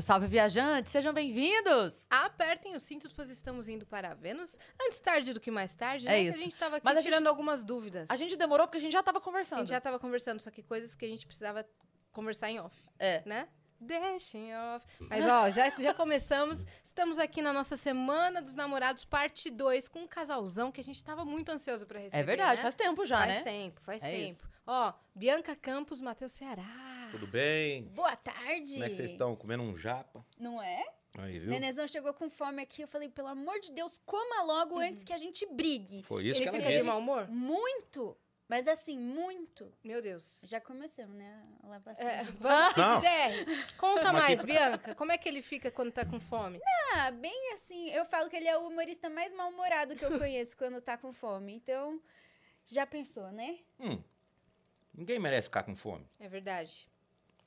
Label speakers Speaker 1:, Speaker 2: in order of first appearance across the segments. Speaker 1: Salve, viajantes! Sejam bem-vindos!
Speaker 2: Apertem os cintos, pois estamos indo para a Vênus. Antes tarde do que mais tarde,
Speaker 1: É
Speaker 2: né?
Speaker 1: isso.
Speaker 2: Que a gente tava aqui
Speaker 1: Mas a
Speaker 2: tirando
Speaker 1: gente-
Speaker 2: algumas dúvidas.
Speaker 1: A gente tá demorou porque a gente já tava
Speaker 2: A
Speaker 1: conversando. É
Speaker 2: gente já tava conversando, só que coisas que a gente precisava conversar em off,
Speaker 1: É.
Speaker 2: né? Deixem off. Mas, ó, já, já começamos. Estamos aqui na nossa Semana dos Namorados, parte 2, com um casalzão que a gente tava muito ansioso para receber.
Speaker 1: É verdade,
Speaker 2: né?
Speaker 1: faz tempo já,
Speaker 2: faz
Speaker 1: né?
Speaker 2: tempo, faz
Speaker 1: É
Speaker 2: tempo. Ó, Bianca Campos, Matheus Ceará.
Speaker 3: Tudo bem?
Speaker 4: Boa tarde.
Speaker 3: Como é que vocês estão? Comendo um japa?
Speaker 4: Não é?
Speaker 3: Aí, viu?
Speaker 4: Nenezão chegou com fome aqui. Eu falei, pelo amor de Deus, coma logo
Speaker 2: Uhum.
Speaker 4: antes que a gente brigue.
Speaker 3: Foi isso
Speaker 2: Ele
Speaker 3: que ela
Speaker 2: fica de
Speaker 3: disse.
Speaker 2: mau humor?
Speaker 4: Muito! Mas assim, muito.
Speaker 2: Meu Deus.
Speaker 4: Já começamos, né? A lavação
Speaker 2: É,
Speaker 4: de roupa.
Speaker 2: vamos pro
Speaker 3: Não.
Speaker 2: DR. Conta
Speaker 3: Mas
Speaker 2: mais,
Speaker 3: que-
Speaker 2: Bianca. Como é que ele fica quando tá com fome?
Speaker 4: Ah, bem assim. Eu falo que ele é o humorista mais mal-humorado que eu conheço quando tá com fome. Então, já pensou, né?
Speaker 3: Hum, ninguém merece ficar com fome.
Speaker 2: É verdade.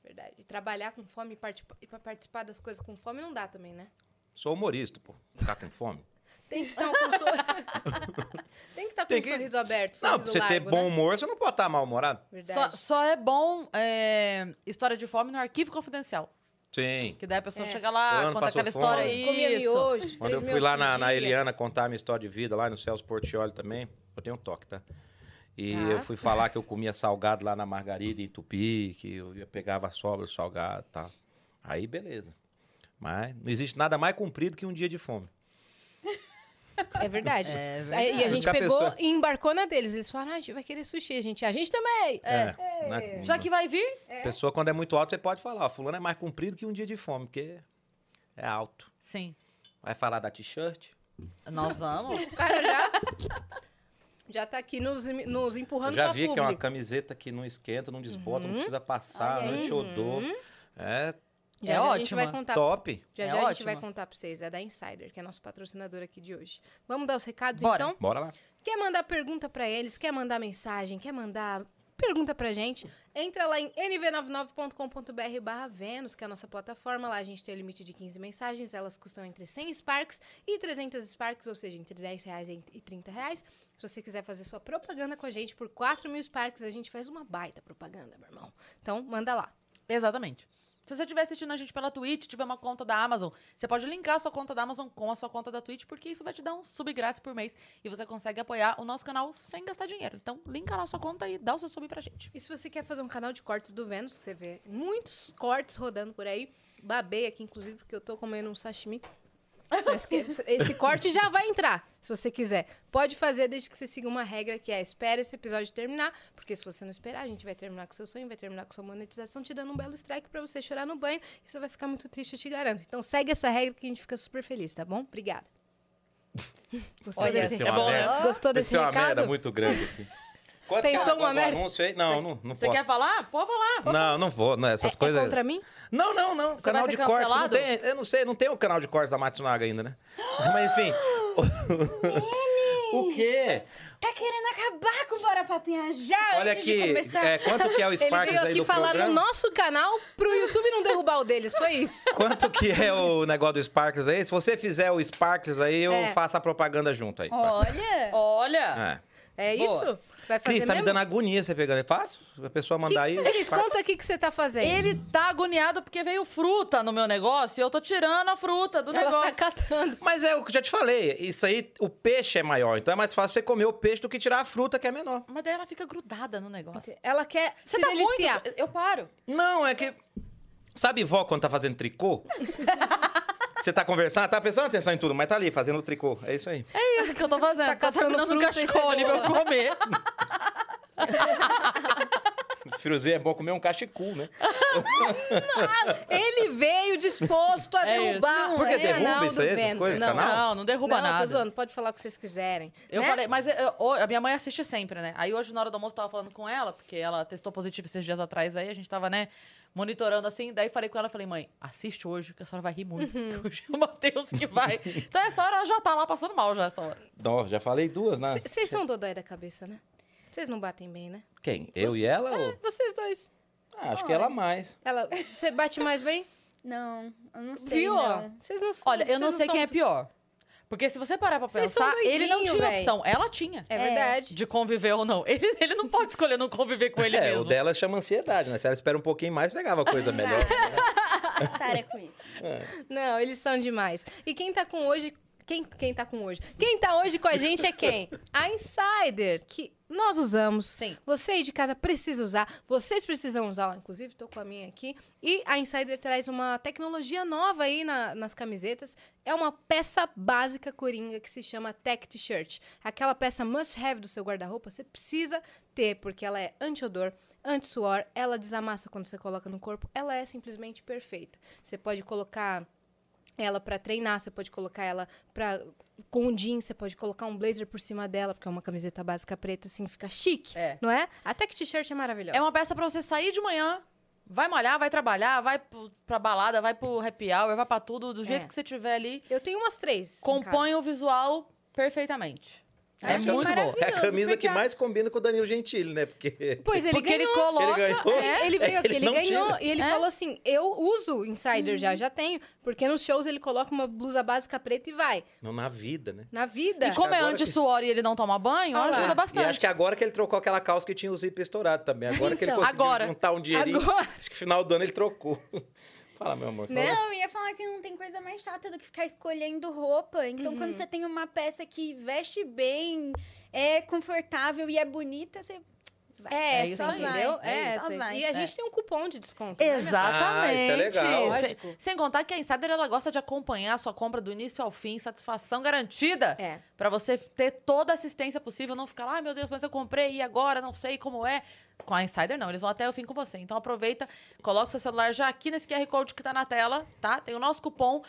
Speaker 2: Verdade. E trabalhar com fome e, participa- e pra participar das coisas com fome não dá também, né?
Speaker 3: Sou humorista, pô. Ficar com fome.
Speaker 2: Tem que estar com, so... Tem que tá com
Speaker 3: Tem
Speaker 2: um
Speaker 3: que-
Speaker 2: sorriso aberto,
Speaker 3: Não,
Speaker 2: sorriso
Speaker 3: pra você ter
Speaker 2: largo, né?
Speaker 3: bom humor, você não pode estar mal-humorado.
Speaker 1: Só,
Speaker 2: Verdade.
Speaker 1: só é bom é, história de fome no arquivo confidencial.
Speaker 3: Sim.
Speaker 1: Que daí a pessoa
Speaker 2: É.
Speaker 1: chega lá,
Speaker 3: Fulano
Speaker 1: conta
Speaker 3: passou
Speaker 1: aquela história
Speaker 3: fome.
Speaker 1: aí.
Speaker 2: Comia miojo, três
Speaker 3: Quando eu fui
Speaker 2: miojos
Speaker 3: lá
Speaker 2: por
Speaker 3: na, na
Speaker 2: dia.
Speaker 3: Eliana contar a minha história de vida, lá no Celso Portioli também, eu tenho um toque, tá? E
Speaker 2: Tá.
Speaker 3: eu fui falar que eu comia salgado lá na Margarida em Tupi, que eu ia- pegava a sobra do salgado e tal. Aí, beleza. Mas não existe nada mais comprido que um dia de fome.
Speaker 2: É verdade.
Speaker 1: É
Speaker 2: Aí- E a
Speaker 1: verdade.
Speaker 2: gente
Speaker 3: Fica a
Speaker 2: pegou
Speaker 3: pessoa-
Speaker 2: e embarcou na deles. Eles falaram, ah, a gente vai querer sushi. A gente, a gente também.
Speaker 3: É. né?
Speaker 1: Já que vai vir,
Speaker 3: Pessoa, quando é muito alto, você pode falar, ó, fulano é mais comprido que um dia de fome, porque é alto.
Speaker 1: sim.
Speaker 3: Vai falar da t-shirt?
Speaker 1: Nós vamos.
Speaker 2: O cara já... Já tá aqui nos, im- nos empurrando
Speaker 3: Eu já
Speaker 2: pra
Speaker 3: vi que é uma
Speaker 2: público. Uhum.
Speaker 3: camiseta que não esquenta, não desbota, não precisa passar,
Speaker 4: Olha aí.
Speaker 3: anti-odor. É
Speaker 2: Já,
Speaker 1: É
Speaker 2: já Uhum. a gente
Speaker 1: ótima.
Speaker 2: vai contar
Speaker 3: top.
Speaker 2: Já
Speaker 1: É
Speaker 2: já a gente vai
Speaker 1: ótima.
Speaker 2: contar pra vocês, é da Insider, que é nosso patrocinador aqui de hoje. Vamos dar os recados
Speaker 1: Bora.
Speaker 2: então?
Speaker 3: Bora lá.
Speaker 2: Quer mandar pergunta pra eles, quer mandar mensagem, quer mandar pergunta pra gente? Entra lá em nv99.com.br barra Vênus, que é a nossa plataforma. Lá a gente tem o limite de 15 mensagens, elas custam entre 100 Sparks e 300 Sparks, ou seja, entre 10 reais e 30 reais. Se você quiser fazer sua propaganda com a gente por 4 mil Sparks, a gente faz uma baita propaganda, meu irmão. Então, manda lá.
Speaker 1: Exatamente. Se você estiver assistindo a gente pela Twitch, tiver uma conta da Amazon, você pode linkar a sua conta da Amazon com a sua conta da Twitch, porque isso vai te dar um sub grátis por mês e você consegue apoiar o nosso canal sem gastar dinheiro. Então, linka lá a sua conta e dá o seu sub pra gente.
Speaker 2: E se você quer fazer um canal de cortes do Vênus, que você vê muitos cortes rodando por aí, babei aqui, inclusive, porque eu tô comendo um sashimi. Mas que- esse corte já vai entrar, se você quiser. Pode fazer desde que você siga uma regra que é espera esse episódio terminar, porque se você não esperar, a gente vai terminar com seu sonho, vai terminar com sua monetização, te dando um belo strike pra você chorar no banho e você vai ficar muito triste, eu te garanto. Então segue essa regra que a gente fica super feliz, tá bom? Obrigada. Gostou
Speaker 1: Olha,
Speaker 2: desse,
Speaker 1: esse é bom, né?
Speaker 2: Gostou
Speaker 3: Tem que
Speaker 2: desse
Speaker 3: ser uma merda
Speaker 2: recado?
Speaker 3: muito grande aqui. Quanto
Speaker 2: Pensou
Speaker 3: que é o
Speaker 2: uma
Speaker 3: negócio do
Speaker 2: merda?
Speaker 3: anúncio aí? Não,
Speaker 1: Você-
Speaker 3: não, não
Speaker 1: Você
Speaker 3: posso.
Speaker 1: quer falar? Pode falar.
Speaker 3: Não, não vou. Não, essas
Speaker 2: um É- é
Speaker 3: coisas...
Speaker 2: contra mim?
Speaker 3: Não, não, não. canal
Speaker 1: vai
Speaker 3: de
Speaker 1: ser
Speaker 3: cortes. que Não
Speaker 1: cancelado?
Speaker 3: tem, eu não sei, não tem o canal de cortes da Matsunaga ainda, né? Mas enfim. o quê?
Speaker 4: Tá querendo acabar com o Bora Papinha já
Speaker 3: Olha
Speaker 4: antes de
Speaker 3: aqui.
Speaker 4: começar?
Speaker 3: É, quanto que é o
Speaker 2: Ele
Speaker 3: Sparks
Speaker 2: veio
Speaker 3: aí
Speaker 2: aqui
Speaker 3: do
Speaker 2: falar
Speaker 3: programa?
Speaker 2: no nosso canal pro YouTube não derrubar o deles. Foi isso.
Speaker 3: Quanto que é o negócio do Sparks aí? Se você fizer o Sparks aí, eu
Speaker 2: É.
Speaker 3: faço a propaganda junto aí.
Speaker 4: Olha!
Speaker 1: Olha!
Speaker 3: É.
Speaker 2: É
Speaker 1: Boa.
Speaker 2: isso? Vai fazer
Speaker 3: Cris, tá me
Speaker 2: mesmo?
Speaker 3: dando agonia você pegando. É fácil? A pessoa mandar aí.
Speaker 2: Cris,
Speaker 3: Sparks.
Speaker 2: conta aqui o que você tá fazendo.
Speaker 1: Ele tá agoniado porque veio fruta no meu negócio e eu tô tirando a fruta do
Speaker 2: Ela
Speaker 1: um negócio.
Speaker 2: tá catando.
Speaker 3: Mas é o que eu já te falei. Isso aí, o peixe é maior. Então é mais fácil você comer o peixe do que tirar a fruta, que é menor.
Speaker 1: Mas daí ela fica grudada no negócio.
Speaker 2: Ela quer
Speaker 1: Você
Speaker 2: se
Speaker 1: tá
Speaker 2: deliciar.
Speaker 1: muito. Eu paro.
Speaker 3: Não, é que. Sabe vó quando tá fazendo tricô? Você tá conversando, tá prestando atenção em tudo, mas tá ali fazendo o tricô. É isso aí.
Speaker 1: É isso que eu tô fazendo.
Speaker 2: Tá
Speaker 1: tá
Speaker 2: caçando
Speaker 1: terminando um
Speaker 2: fruta e
Speaker 1: cachecone pra eu comer.
Speaker 3: Esse firuzinho é bom comer um cachecol, né?
Speaker 2: Ele veio disposto a
Speaker 1: É isso.
Speaker 2: derrubar.
Speaker 3: Por que
Speaker 2: o
Speaker 3: derruba
Speaker 2: canal
Speaker 3: isso
Speaker 2: do
Speaker 3: aí, essas
Speaker 2: Vênus.
Speaker 3: coisas,
Speaker 2: Não,
Speaker 3: canal?
Speaker 1: Não, não derruba
Speaker 2: não,
Speaker 1: nada.
Speaker 2: tô zoando. Pode falar o que vocês quiserem.
Speaker 1: Eu
Speaker 2: né?
Speaker 1: falei, mas eu- eu- a minha mãe assiste sempre, né? Aí hoje, na hora do almoço, eu tava falando com ela, porque ela testou positivo esses dias atrás aí, a gente tava, né, monitorando assim. Daí falei com ela, falei, mãe, assiste hoje, que a senhora vai rir muito,
Speaker 2: Uhum.
Speaker 1: porque hoje é o Matheus que vai. então essa hora ela já tá lá passando mal, já essa hora.
Speaker 3: Não, já falei duas,
Speaker 1: ah,
Speaker 3: né?
Speaker 2: C- Vocês são um dodói da cabeça, né? Vocês não batem bem, né? É,
Speaker 3: Quem? Eu e ela? ou-
Speaker 2: Vocês dois.
Speaker 3: Ah, acho que ela mais.
Speaker 2: Ela, você bate mais bem?
Speaker 4: Não, eu não sei.
Speaker 2: Viu?
Speaker 4: Não.
Speaker 2: Vocês não são-
Speaker 1: Olha, eu
Speaker 2: vocês
Speaker 1: não sei
Speaker 2: são
Speaker 1: quem é
Speaker 2: tu-
Speaker 1: pior. Porque se você parar pra
Speaker 2: Vocês
Speaker 1: pensar,
Speaker 2: são
Speaker 1: ele não
Speaker 2: doidinho,
Speaker 1: tinha
Speaker 2: véi.
Speaker 1: opção. Ela tinha.
Speaker 2: É verdade.
Speaker 1: De conviver ou não. Ele, ele não pode escolher não conviver com ele
Speaker 3: é,
Speaker 1: mesmo.
Speaker 2: É.
Speaker 3: o dela chama ansiedade, né? Se ela espera um pouquinho mais, pegava coisa melhor.
Speaker 4: Para com isso.
Speaker 2: Não, eles são demais. E quem tá com hoje. Quem, quem tá com hoje? Quem tá hoje com a gente é quem? A Insider, que nós usamos.
Speaker 1: Sim.
Speaker 2: Você aí de casa precisa usar. Vocês precisam usar, inclusive, tô com a minha aqui. E a Insider traz uma tecnologia nova aí na- nas camisetas. É uma peça básica coringa que se chama Tech T-shirt. Aquela peça must-have do seu guarda-roupa, você precisa ter, porque ela é anti-odor, anti-suor, ela desamassa quando você coloca no corpo, ela é simplesmente perfeita. Você pode colocar ela pra treinar, você pode colocar ela pra com um jeans, você pode colocar um blazer por cima dela, porque é uma camiseta básica preta, assim, fica chique,
Speaker 1: É.
Speaker 2: não é? Até que t-shirt é maravilhosa.
Speaker 1: É uma peça pra você sair de manhã, vai malhar, vai trabalhar, vai pro- pra balada, vai pro happy hour, vai pra tudo, do jeito
Speaker 2: É.
Speaker 1: que você tiver ali.
Speaker 2: Eu tenho umas três. em casa.
Speaker 1: Compõe o visual perfeitamente. É
Speaker 4: Achei
Speaker 1: muito boa.
Speaker 4: maravilhoso,
Speaker 3: É a camisa
Speaker 4: porque
Speaker 3: que
Speaker 4: a-
Speaker 3: mais combina com o Danilo Gentili, né? Porque.
Speaker 2: Pois ele
Speaker 1: Porque ele
Speaker 2: ganhou.
Speaker 1: coloca.
Speaker 3: Ele ganhou.
Speaker 1: é,
Speaker 2: Ele veio aqui,
Speaker 3: Ele
Speaker 2: ele,
Speaker 3: não
Speaker 2: ganhou
Speaker 3: tira.
Speaker 2: e ele
Speaker 1: É.
Speaker 2: falou assim: eu uso insider já, já tenho. Porque nos shows ele coloca uma blusa básica preta e vai.
Speaker 3: Não, na vida, né?
Speaker 2: Na vida.
Speaker 1: E como é
Speaker 3: Agora que-
Speaker 1: anti-suor e ele não toma banho,
Speaker 2: Olha lá.
Speaker 1: ajuda
Speaker 3: E acho que
Speaker 1: bastante.
Speaker 3: agora que ele trocou aquela calça que tinha o zíper estourado também. Agora que ele
Speaker 2: Então,
Speaker 3: conseguiu
Speaker 1: agora.
Speaker 3: juntar um dinheirinho.
Speaker 2: Agora.
Speaker 3: Acho que final do ano ele trocou. Fala, meu amor.
Speaker 2: Né?
Speaker 3: fala.
Speaker 4: Não, eu ia falar que não tem coisa mais chata do que ficar escolhendo roupa. Então, quando você tem uma peça que veste bem, é confortável e é bonita, você. Vai.
Speaker 2: É,
Speaker 1: É isso
Speaker 2: só
Speaker 1: aí.
Speaker 2: entendeu?
Speaker 4: É
Speaker 2: É,
Speaker 4: isso.
Speaker 2: essa.
Speaker 4: Só vai.
Speaker 2: E a
Speaker 1: É.
Speaker 2: gente tem um cupom de desconto. né, meu?
Speaker 1: Exatamente.
Speaker 3: Ah, isso é legal.
Speaker 1: Sem-
Speaker 2: Lógico.
Speaker 1: Sem, contar que a Insider ela gosta de acompanhar a sua compra do início ao fim, satisfação garantida.
Speaker 2: É.
Speaker 1: Pra você ter toda a assistência possível, não ficar lá, ai meu Deus, mas eu comprei e agora não sei como é. Com a Insider, não, eles vão até o fim com você. Então aproveita, coloca o seu celular já aqui nesse QR Code que tá na tela, tá? Tem o nosso cupom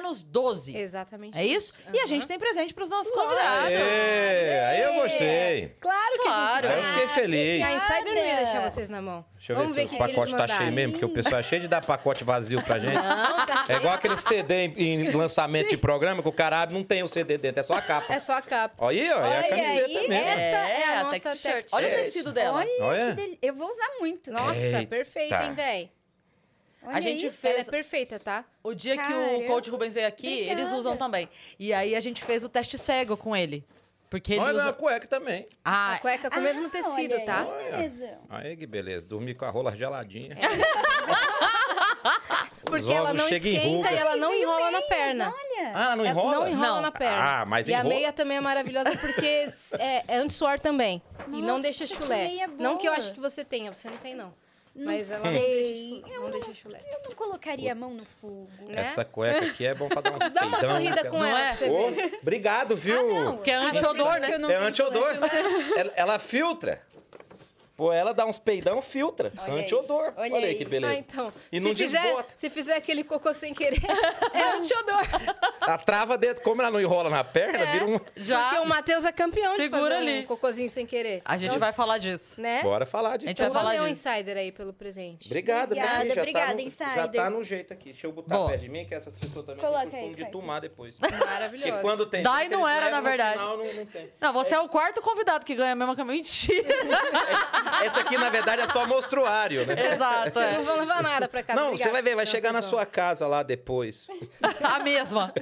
Speaker 1: Vênus12.
Speaker 2: Exatamente.
Speaker 1: É isso? E a gente tem presente pros nossos convidados.
Speaker 3: É. Aê, aí eu gostei.
Speaker 2: Ah, Claro que
Speaker 1: Claro.
Speaker 2: a
Speaker 3: Aí eu
Speaker 2: gente
Speaker 3: fiquei feliz.
Speaker 2: vai. A Insider não ia
Speaker 4: Nada.
Speaker 2: deixar vocês na mão.
Speaker 3: Deixa eu
Speaker 2: Vamos o
Speaker 3: ver se
Speaker 2: que
Speaker 3: o
Speaker 2: que eles
Speaker 3: pacote tá cheio
Speaker 2: mandaram.
Speaker 3: mesmo, porque o pessoal é cheio de dar pacote vazio pra gente.
Speaker 2: Não, tá
Speaker 3: É
Speaker 2: cheio.
Speaker 3: igual aquele CD em, em lançamento de programa que o cara abre e não tem o CD dentro, é só a capa.
Speaker 2: É só a capa.
Speaker 3: Olha aí, ó, é
Speaker 4: Olha
Speaker 3: a camiseta
Speaker 4: aí,
Speaker 3: mesmo.
Speaker 2: é. Essa a nossa
Speaker 1: tech
Speaker 2: tech
Speaker 1: t-shirt. Olha o
Speaker 3: shirt.
Speaker 1: tecido dela.
Speaker 4: Olha,
Speaker 3: Olha.
Speaker 4: que delícia. Eu vou usar muito.
Speaker 2: Nossa,
Speaker 3: Eita.
Speaker 2: perfeita, hein, véi?
Speaker 4: Olha
Speaker 1: a gente
Speaker 4: aí.
Speaker 2: Ela é
Speaker 1: fez
Speaker 2: perfeita, tá?
Speaker 1: O dia que
Speaker 4: Caramba.
Speaker 1: o coach Rubens veio aqui,
Speaker 4: Obrigada.
Speaker 1: eles usam também. E aí a gente fez o teste cego com ele. Porque ele
Speaker 3: Olha
Speaker 1: usa.
Speaker 3: a cueca também.
Speaker 2: A
Speaker 1: Ah,
Speaker 2: cueca com o mesmo tecido,
Speaker 4: olha
Speaker 2: tá?
Speaker 4: aí.
Speaker 3: Olha.
Speaker 4: Beleza.
Speaker 3: Aí que beleza, dormi com a rola geladinha.
Speaker 2: É.
Speaker 3: Os
Speaker 2: Porque ela
Speaker 3: ovos
Speaker 2: não
Speaker 3: chegam em
Speaker 2: esquenta
Speaker 3: ruga.
Speaker 2: e ela não
Speaker 4: Viu
Speaker 2: enrola na
Speaker 4: bem,
Speaker 2: perna.
Speaker 4: Olha.
Speaker 3: Ah, não
Speaker 2: É,
Speaker 3: enrola?
Speaker 2: Não enrola
Speaker 1: Não.
Speaker 2: na perna.
Speaker 3: Ah, mas
Speaker 2: E a
Speaker 3: enrola-
Speaker 2: meia também é maravilhosa porque é, é anti-suor também. e não
Speaker 4: Nossa,
Speaker 2: deixa
Speaker 4: que
Speaker 2: chulé.
Speaker 4: meia
Speaker 2: não que eu
Speaker 4: boa.
Speaker 2: acho que você tenha, você não tem, não.
Speaker 4: Não
Speaker 2: Mas ela não deixa,
Speaker 4: sei.
Speaker 2: chu- não deixa chulé.
Speaker 4: Eu não colocaria a mão no fogo.
Speaker 2: né?
Speaker 3: Essa cueca aqui é bom pra dar uns
Speaker 2: Dá uma
Speaker 3: peidão, né,
Speaker 2: corrida
Speaker 3: cara?
Speaker 2: com
Speaker 1: Não
Speaker 2: ela
Speaker 1: é?
Speaker 2: pra você Ah, ver.
Speaker 3: Ô, Obrigado, viu?
Speaker 1: que é anti-odor, né?
Speaker 3: é antiodor. Ela, ela filtra. Pô, ela dá uns peidão, filtra.
Speaker 4: Olha
Speaker 3: Antiodor.
Speaker 4: isso,
Speaker 3: Olha,
Speaker 4: olha
Speaker 3: aí
Speaker 4: aí.
Speaker 3: que beleza.
Speaker 2: Ah, então.
Speaker 3: E
Speaker 2: se
Speaker 3: não
Speaker 2: fizer,
Speaker 3: desbota.
Speaker 2: Se fizer aquele cocô sem querer, é anti-odor.
Speaker 3: A trava dentro, como ela não enrola na perna,
Speaker 4: É.
Speaker 3: vira um.
Speaker 2: Porque
Speaker 1: já.
Speaker 2: o Matheus é campeão
Speaker 1: Segura
Speaker 2: de fazer
Speaker 1: ali.
Speaker 2: um cocôzinho sem querer.
Speaker 1: A gente
Speaker 2: Então,
Speaker 1: vai falar disso.
Speaker 4: É.
Speaker 2: Né?
Speaker 3: Bora falar de
Speaker 1: A gente
Speaker 2: Então
Speaker 1: vai falar
Speaker 2: valeu,
Speaker 1: disso.
Speaker 2: Insider, aí, pelo presente.
Speaker 3: Obrigado, tá
Speaker 4: Obrigada,
Speaker 3: aí, já tá
Speaker 4: obrigada,
Speaker 3: no,
Speaker 4: Insider.
Speaker 3: Já tá no jeito aqui. Deixa eu botar
Speaker 1: Boa.
Speaker 3: perto de mim, que essas pessoas também
Speaker 4: Coloca
Speaker 3: têm costume
Speaker 4: aí,
Speaker 3: de
Speaker 4: Caio.
Speaker 3: tomar depois.
Speaker 2: Maravilhoso.
Speaker 3: Porque quando tem.
Speaker 1: Dá e
Speaker 3: jeito,
Speaker 1: não
Speaker 3: eles
Speaker 1: era,
Speaker 3: levam,
Speaker 1: na
Speaker 3: no
Speaker 1: verdade.
Speaker 3: final não- não tem.
Speaker 1: Não, você é o quarto convidado que ganha a mesma camisa. Mentira!
Speaker 3: Essa aqui, na verdade, é só mostruário, né?
Speaker 1: Exato.
Speaker 2: Vocês
Speaker 1: é.
Speaker 2: não vão levar nada pra casa.
Speaker 3: Não,
Speaker 2: obrigada.
Speaker 3: você vai ver, vai
Speaker 2: Não,
Speaker 3: chegar na
Speaker 2: vocês vão.
Speaker 3: sua casa lá depois.
Speaker 1: A mesma.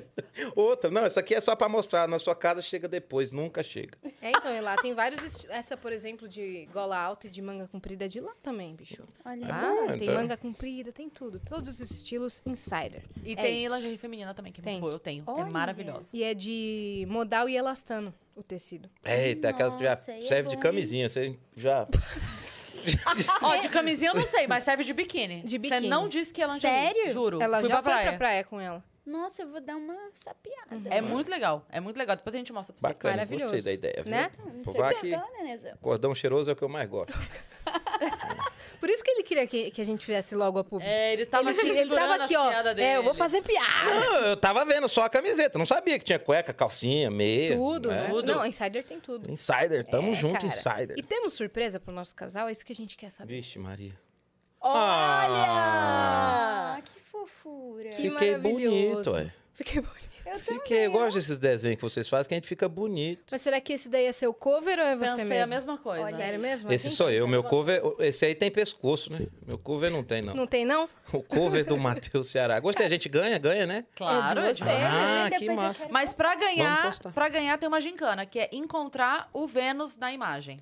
Speaker 3: Outra, não, essa aqui é só pra mostrar. Na sua casa chega depois, nunca chega.
Speaker 2: É, então, e lá tem vários. esti- Essa, por exemplo, de gola alta e de manga comprida é de lá também, bicho.
Speaker 1: É
Speaker 4: Olha.
Speaker 2: Tá?
Speaker 3: bom,
Speaker 2: tem
Speaker 3: então.
Speaker 2: manga comprida, tem tudo. Todos os estilos insider.
Speaker 1: E
Speaker 2: É
Speaker 1: tem
Speaker 2: isso.
Speaker 1: lingerie feminina também, que é
Speaker 2: Tem.
Speaker 1: muito boa. Eu tenho. É
Speaker 4: Olha.
Speaker 1: maravilhosa.
Speaker 2: E é de modal e elastano o tecido.
Speaker 3: Eita, aquelas que já
Speaker 4: Nossa, aí é
Speaker 3: serve
Speaker 4: bom,
Speaker 3: de
Speaker 4: hein? é
Speaker 3: camisinha, você já.
Speaker 1: Ó, de camisinha eu não sei, mas serve de biquíni.
Speaker 2: Ah, é? De
Speaker 1: Você
Speaker 2: biquíni.
Speaker 1: não disse que é lingerie.
Speaker 4: Sério?
Speaker 1: Juro.
Speaker 2: Ela
Speaker 1: Fui
Speaker 2: já
Speaker 1: pra
Speaker 2: foi
Speaker 1: praia.
Speaker 2: pra praia com ela.
Speaker 4: Nossa, eu vou dar uma sapiada.
Speaker 1: É muito legal. É muito legal. Depois a gente mostra pra você.
Speaker 3: Bacana,
Speaker 2: Maravilhoso,
Speaker 3: gostei da ideia. viu?
Speaker 2: né?
Speaker 3: Pô,
Speaker 4: Você
Speaker 3: vá
Speaker 4: tá
Speaker 3: que
Speaker 4: falando, né, Zé?
Speaker 3: cordão cheiroso é o que eu mais gosto.
Speaker 2: Por isso que ele queria que, que a gente viesse logo a público.
Speaker 1: É, ele tava
Speaker 2: ele,
Speaker 1: aqui,
Speaker 2: ele tava
Speaker 1: segurando
Speaker 2: aqui,
Speaker 1: as
Speaker 2: ó.
Speaker 1: piadas
Speaker 2: É, eu vou
Speaker 1: dele.
Speaker 2: fazer piada.
Speaker 3: Não, eu tava vendo só a camiseta, não sabia que tinha cueca, calcinha, meia.
Speaker 2: Tudo,
Speaker 3: né?
Speaker 2: né?
Speaker 1: Tudo.
Speaker 2: Não, insider tem tudo.
Speaker 3: Insider, tamo
Speaker 2: É, cara.
Speaker 3: junto, insider.
Speaker 2: E temos surpresa pro nosso casal? É isso que a gente quer saber.
Speaker 3: Vixe, Maria.
Speaker 2: Olha!
Speaker 4: Ah, que fofura.
Speaker 2: Que
Speaker 3: Fiquei bonito,
Speaker 2: maravilhoso.
Speaker 3: ué.
Speaker 2: Fiquei bonito.
Speaker 4: Eu
Speaker 3: Fiquei, eu gosto desses desenhos que vocês fazem, que a gente fica bonito.
Speaker 2: Mas será que esse daí é seu cover ou é você
Speaker 1: Pensei
Speaker 2: mesmo?
Speaker 1: a mesma coisa.
Speaker 4: Olha,
Speaker 2: Sério mesmo?
Speaker 3: Esse
Speaker 2: Assim?
Speaker 3: sou eu, meu cover. Esse aí tem pescoço, né? Meu cover não tem, não.
Speaker 2: Não tem, não?
Speaker 3: O cover do Matheus Ceará. Gostei, a gente ganha, ganha, né?
Speaker 1: Claro,
Speaker 2: É de
Speaker 1: é de-
Speaker 2: você.
Speaker 3: Ah,
Speaker 4: Depois
Speaker 3: que
Speaker 4: eu
Speaker 3: massa.
Speaker 4: quero
Speaker 1: Mas pra
Speaker 3: Vamos
Speaker 1: ganhar,
Speaker 3: postar.
Speaker 1: para ganhar tem uma gincana, que é encontrar o Vênus na imagem.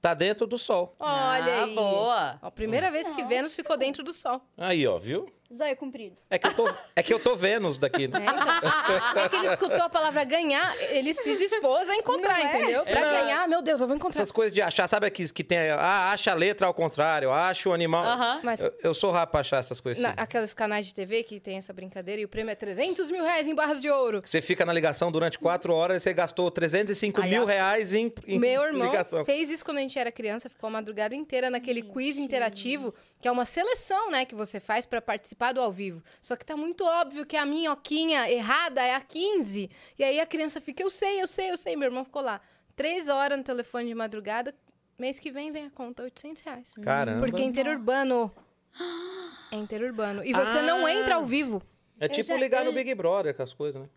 Speaker 3: Tá dentro do sol.
Speaker 2: Olha
Speaker 1: ah,
Speaker 2: aí.
Speaker 1: boa.
Speaker 2: Ó, primeira vez que
Speaker 4: Nossa.
Speaker 2: Vênus ficou dentro do Sol.
Speaker 3: Aí, ó, viu?
Speaker 4: Zóio comprido.
Speaker 3: É que eu tô, é que eu tô vendo os daqui. né?
Speaker 2: É, então. é que ele escutou a palavra ganhar, ele se dispôs a encontrar,
Speaker 4: Não é?
Speaker 2: entendeu? Pra
Speaker 3: Não.
Speaker 2: ganhar, meu Deus, eu vou encontrar.
Speaker 3: Essas coisas de achar, sabe aqueles que tem. Ah, acha a letra ao contrário, acha o animal.
Speaker 1: Aham.
Speaker 2: Mas
Speaker 3: Eu, eu sou rápido pra achar essas coisas.
Speaker 2: na,
Speaker 3: assim.
Speaker 2: aqueles canais de TV que tem essa brincadeira e o prêmio é 300 mil reais em barras de ouro.
Speaker 3: Você fica na ligação durante quatro horas e você gastou 305
Speaker 1: Aí,
Speaker 3: mil
Speaker 1: ó.
Speaker 3: reais em, em
Speaker 2: Meu irmão
Speaker 3: ligação.
Speaker 2: fez isso quando a gente era criança, ficou a madrugada inteira naquele quiz interativo, que é uma seleção, né, que você faz pra participar do ao vivo. Só que tá muito óbvio que a minhoquinha errada é a 15. E aí a criança fica, eu sei, eu sei, eu sei. Meu irmão ficou lá três horas no telefone de madrugada. Mês que vem vem a conta, 800 reais.
Speaker 3: Hum. Caramba.
Speaker 2: Porque é interurbano. É interurbano. E você não
Speaker 3: Ah.
Speaker 2: entra ao vivo.
Speaker 3: É tipo
Speaker 4: já-
Speaker 3: ligar
Speaker 4: eu
Speaker 3: no
Speaker 4: já-
Speaker 3: Big Brother, com as coisas, né?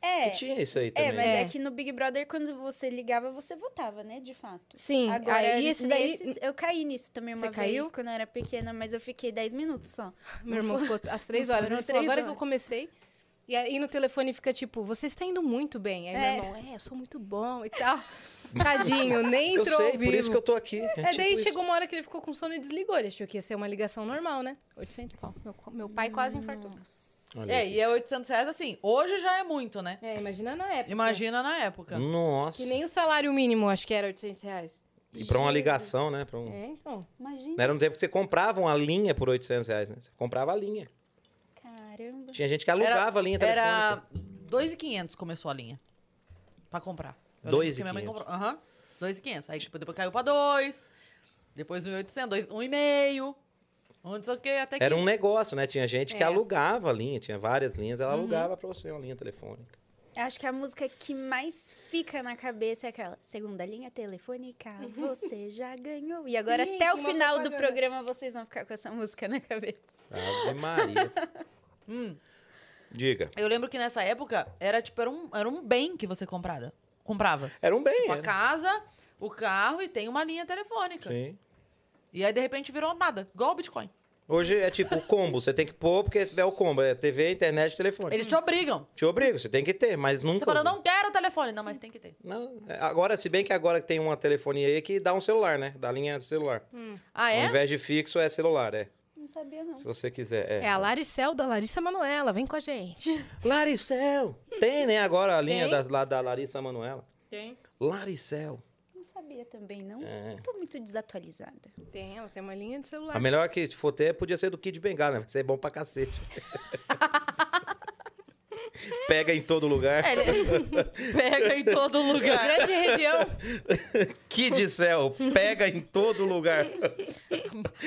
Speaker 4: É.
Speaker 3: Que tinha isso aí também. né?
Speaker 4: É, mas
Speaker 2: É.
Speaker 4: é. que no Big Brother, quando você ligava, você votava, né? De fato.
Speaker 2: Sim.
Speaker 4: Agora, é
Speaker 2: aí esse daí,
Speaker 4: nesses- eu caí nisso também
Speaker 2: Você
Speaker 4: uma
Speaker 2: caiu?
Speaker 4: vez, quando eu era pequena, mas eu fiquei 10 minutos só.
Speaker 2: Meu irmão ficou às três
Speaker 4: não
Speaker 2: horas. né?
Speaker 4: foram
Speaker 2: Ele falou,
Speaker 4: três
Speaker 2: agora que eu
Speaker 4: horas.
Speaker 2: comecei. E aí no telefone fica tipo, você está indo muito bem. Aí
Speaker 4: É.
Speaker 2: meu irmão, é, eu sou muito bom e tal. Tadinho, nem
Speaker 3: eu
Speaker 2: entrou
Speaker 3: sei,
Speaker 2: ao
Speaker 3: por isso
Speaker 2: vivo.
Speaker 3: que eu tô aqui. É,
Speaker 2: É,
Speaker 3: tipo
Speaker 2: daí
Speaker 3: isso.
Speaker 2: chegou uma hora que ele ficou com sono e desligou. Ele achou que ia ser uma ligação normal, né? 800 pau. Meu, co- meu pai quase infartou.
Speaker 3: Olha
Speaker 1: É,
Speaker 3: aqui.
Speaker 1: e é 800 reais assim. Hoje já é muito, né?
Speaker 2: É, imagina na época.
Speaker 1: Imagina na época.
Speaker 3: Hum, Nossa.
Speaker 2: Que nem o salário mínimo, acho que era 800 reais.
Speaker 3: E pra uma ligação, né? Pra um...
Speaker 2: É, então.
Speaker 4: Imagina.
Speaker 3: Era um tempo que você comprava uma linha por 800 reais, né? Você comprava a linha.
Speaker 2: Né?
Speaker 4: Caramba.
Speaker 3: Tinha gente que alugava a linha telefônica.
Speaker 1: Era 2,500 começou a linha. Pra comprar. Eu lembro que minha mãe
Speaker 3: 2.500.
Speaker 1: comprou. Aham. 2,500. Aí tipo, depois caiu pra 2. Depois 1,800. dois- 1,5. Um não sei o quê. Até que...
Speaker 3: Era um negócio, né? Tinha gente que
Speaker 2: É.
Speaker 3: alugava a linha, tinha várias linhas, ela
Speaker 1: Uhum.
Speaker 3: alugava pra você uma linha telefônica.
Speaker 4: Acho que a música que mais fica na cabeça é aquela. Segunda linha telefônica, você já ganhou. E agora,
Speaker 2: Uhum. Sim,
Speaker 4: até o
Speaker 2: uma
Speaker 4: final do
Speaker 2: propaganda.
Speaker 4: programa, vocês vão ficar com essa música na cabeça.
Speaker 3: Ave Maria.
Speaker 1: Hum.
Speaker 3: Diga.
Speaker 1: Eu lembro que nessa época era tipo, era um, era um bem que você comprada, comprava.
Speaker 3: Era um bem,
Speaker 1: Tipo, a
Speaker 3: era.
Speaker 1: casa, o carro e tem uma linha telefônica.
Speaker 3: Sim.
Speaker 1: E aí, de repente, virou nada, igual o Bitcoin.
Speaker 3: Hoje é tipo o combo, você tem que pôr, porque é o combo, é TV, internet e telefone.
Speaker 1: Eles te obrigam.
Speaker 3: Te obriga, você tem que ter, mas nunca...
Speaker 1: Você fala, eu não quero o telefone. Não, mas tem que ter.
Speaker 3: Não, é, agora, se bem que agora tem uma telefonia aí que dá um celular, né? Da linha de celular.
Speaker 1: Ah,
Speaker 3: Ao
Speaker 1: é?
Speaker 3: invés de fixo, é celular, é.
Speaker 4: Não sabia, não.
Speaker 3: Se você quiser, é.
Speaker 2: É a Laricel da Larissa Manoela, vem com a gente.
Speaker 3: Laricel! Tem, né, agora a linha
Speaker 2: Tem?
Speaker 3: das, lá da Larissa Manoela.
Speaker 2: Tem?
Speaker 3: Laricel.
Speaker 4: Não sabia também, não.
Speaker 3: É.
Speaker 4: Tô muito desatualizada.
Speaker 2: Tem, ela tem uma linha de celular.
Speaker 3: A melhor é que se for ter, podia ser do Kid Bengala, né? Vai ser bom pra cacete. Pega em todo lugar.
Speaker 1: É, ele pega em todo
Speaker 3: É.
Speaker 1: lugar.
Speaker 2: Grande região.
Speaker 3: Kid Cell, pega em todo lugar.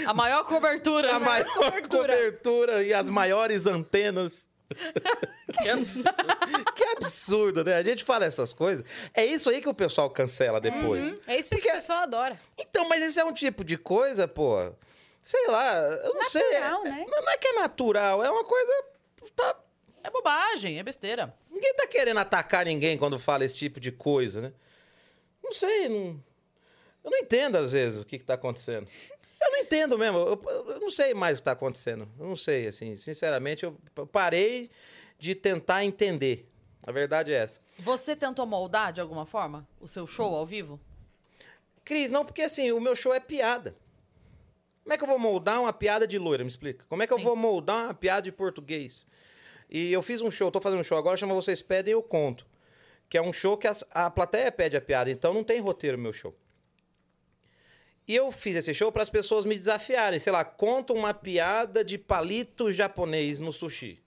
Speaker 1: A maior cobertura.
Speaker 3: A maior cobertura. e as maiores antenas.
Speaker 1: Que absurdo.
Speaker 3: Que absurdo, né? A gente fala essas coisas. É isso aí que o pessoal cancela depois.
Speaker 2: É isso aí que o pessoal adora.
Speaker 3: Então, mas esse é um tipo de coisa, pô. Sei lá, eu não sei.
Speaker 4: Natural, né?
Speaker 3: Mas não é que é natural, é uma coisa. tá-
Speaker 1: É bobagem, é besteira.
Speaker 3: Ninguém tá querendo atacar ninguém quando fala esse tipo de coisa, né? Não sei, não- eu não entendo às vezes o que, que tá acontecendo. Eu não entendo mesmo, eu, eu não sei mais o que tá acontecendo. Eu não sei, assim, sinceramente, eu eu parei de tentar entender. A verdade é essa.
Speaker 1: Você tentou moldar, de alguma forma, o seu show ao vivo?
Speaker 3: Cris, não, porque assim, o meu show é piada. Como é que eu vou moldar uma piada de loira? Me explica. Como é que eu
Speaker 1: Sim.
Speaker 3: vou moldar uma piada de português? E eu fiz um show, tô fazendo um show agora, chama Vocês Pedem Eu Conto. Que é um show que as- a plateia pede a piada, então não tem roteiro no meu show. E eu fiz esse show para as pessoas me desafiarem. Sei lá, conta uma piada de palito japonês no sushi.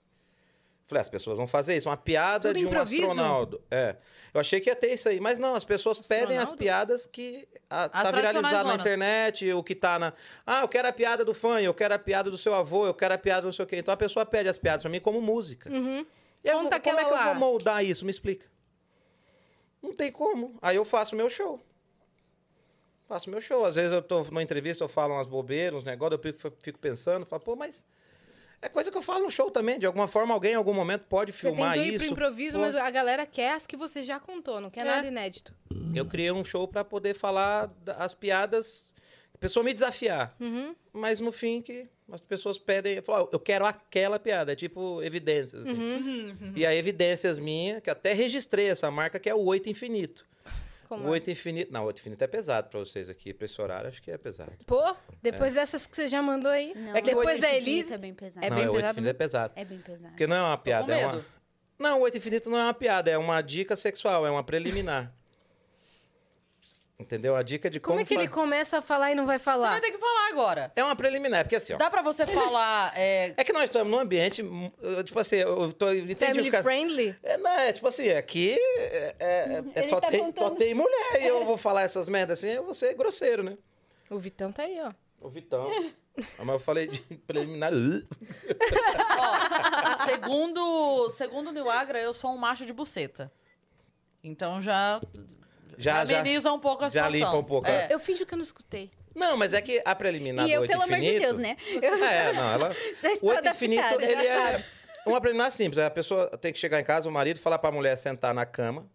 Speaker 3: Falei, "Ah, as pessoas vão fazer isso, uma piada
Speaker 2: Tudo
Speaker 3: de um
Speaker 2: improviso?
Speaker 3: astronauta. É. Eu achei que ia ter isso aí, mas não, as pessoas pedem as
Speaker 2: Astronauta?
Speaker 3: piadas que a-
Speaker 1: As
Speaker 3: tá viralizado na
Speaker 1: tradicionais
Speaker 3: internet, o que tá na. Ah, eu quero a piada do fã, eu quero a piada do seu avô, eu quero a piada do não sei o quê. Então a pessoa pede as piadas pra mim como música. E eu,
Speaker 2: Uhum. Conta
Speaker 3: vou- como
Speaker 2: aquela
Speaker 3: é que eu
Speaker 2: lá.
Speaker 3: vou moldar isso? Me explica. Não tem como. Aí eu faço meu show. Faço meu show. Às vezes eu tô numa entrevista, eu falo umas bobeiras, uns negócios, eu fico, fico pensando, falo, pô, mas. É coisa que eu falo no show também. De alguma forma, alguém em algum momento pode
Speaker 2: Você
Speaker 3: filmar
Speaker 2: tentou ir pro
Speaker 3: isso.
Speaker 2: improviso, mas a galera quer as que você já contou, não quer
Speaker 3: É.
Speaker 2: nada inédito.
Speaker 3: Eu criei um show pra poder falar da- as piadas, a pessoa me desafiar.
Speaker 2: Uhum.
Speaker 3: Mas no fim que as pessoas pedem, falam, "Ó, eu quero aquela piada, é tipo evidências.
Speaker 2: Uhum.
Speaker 3: assim. E a evidências minha, que eu até registrei essa marca, que é o oito infinito.
Speaker 2: como.
Speaker 3: Oito infinito. Não, oito infinito é pesado pra vocês aqui. Pra esse horário, acho que é pesado.
Speaker 2: Pô, depois dessas que você já mandou aí.
Speaker 4: Não,
Speaker 3: É que
Speaker 4: oito
Speaker 2: depois da
Speaker 4: infinito
Speaker 2: Elisa.
Speaker 4: É bem pesado.
Speaker 2: É
Speaker 3: não,
Speaker 2: bem
Speaker 3: é oito
Speaker 2: pesado,
Speaker 3: infinito é pesado.
Speaker 4: É bem pesado.
Speaker 3: Porque não é uma piada, é uma.
Speaker 1: medo.
Speaker 3: Não, oito infinito não é uma piada, é uma dica sexual, é uma preliminar. Entendeu? A dica de como.
Speaker 2: Como é que ele
Speaker 3: fa-
Speaker 2: começa a falar e não vai
Speaker 1: Você
Speaker 2: falar?
Speaker 1: vai ter que falar agora.
Speaker 3: É uma preliminar, porque assim, ó.
Speaker 1: Dá pra você falar. é,
Speaker 3: É que nós estamos num ambiente. hum, eu, Tipo assim, eu tô. eu Entendi
Speaker 2: Family
Speaker 3: o caso.
Speaker 2: friendly?
Speaker 3: É, não, é tipo assim, aqui é, é- é
Speaker 4: Ele
Speaker 3: só,
Speaker 4: tá
Speaker 3: tem, só
Speaker 4: contando.
Speaker 3: tem mulher e eu vou falar essas merdas assim, eu vou ser grosseiro, né?
Speaker 2: O Vitão tá aí, ó.
Speaker 3: O Vitão. Ah, Mas eu falei de preliminar. uh.
Speaker 1: ó, segundo, segundo o Niwagra, eu sou um macho de buceta. Então já,
Speaker 4: Tá
Speaker 3: Já, já.
Speaker 1: ameniza um pouco a
Speaker 3: já
Speaker 1: situação.
Speaker 3: limpa um pouco,
Speaker 1: É.
Speaker 2: Eu finjo que eu não escutei.
Speaker 3: Não, mas é que a preliminar
Speaker 4: E
Speaker 3: do
Speaker 4: eu,
Speaker 3: oito
Speaker 4: pelo amor de
Speaker 3: infinito-
Speaker 4: Deus, né? Eu
Speaker 3: Ah, é, não, ela.
Speaker 4: já
Speaker 3: O
Speaker 4: estou
Speaker 3: oito infinito,
Speaker 4: tá adaptada.
Speaker 3: ele é uma preliminar simples. né? A pessoa tem que chegar em casa, o marido, falar pra mulher sentar na cama,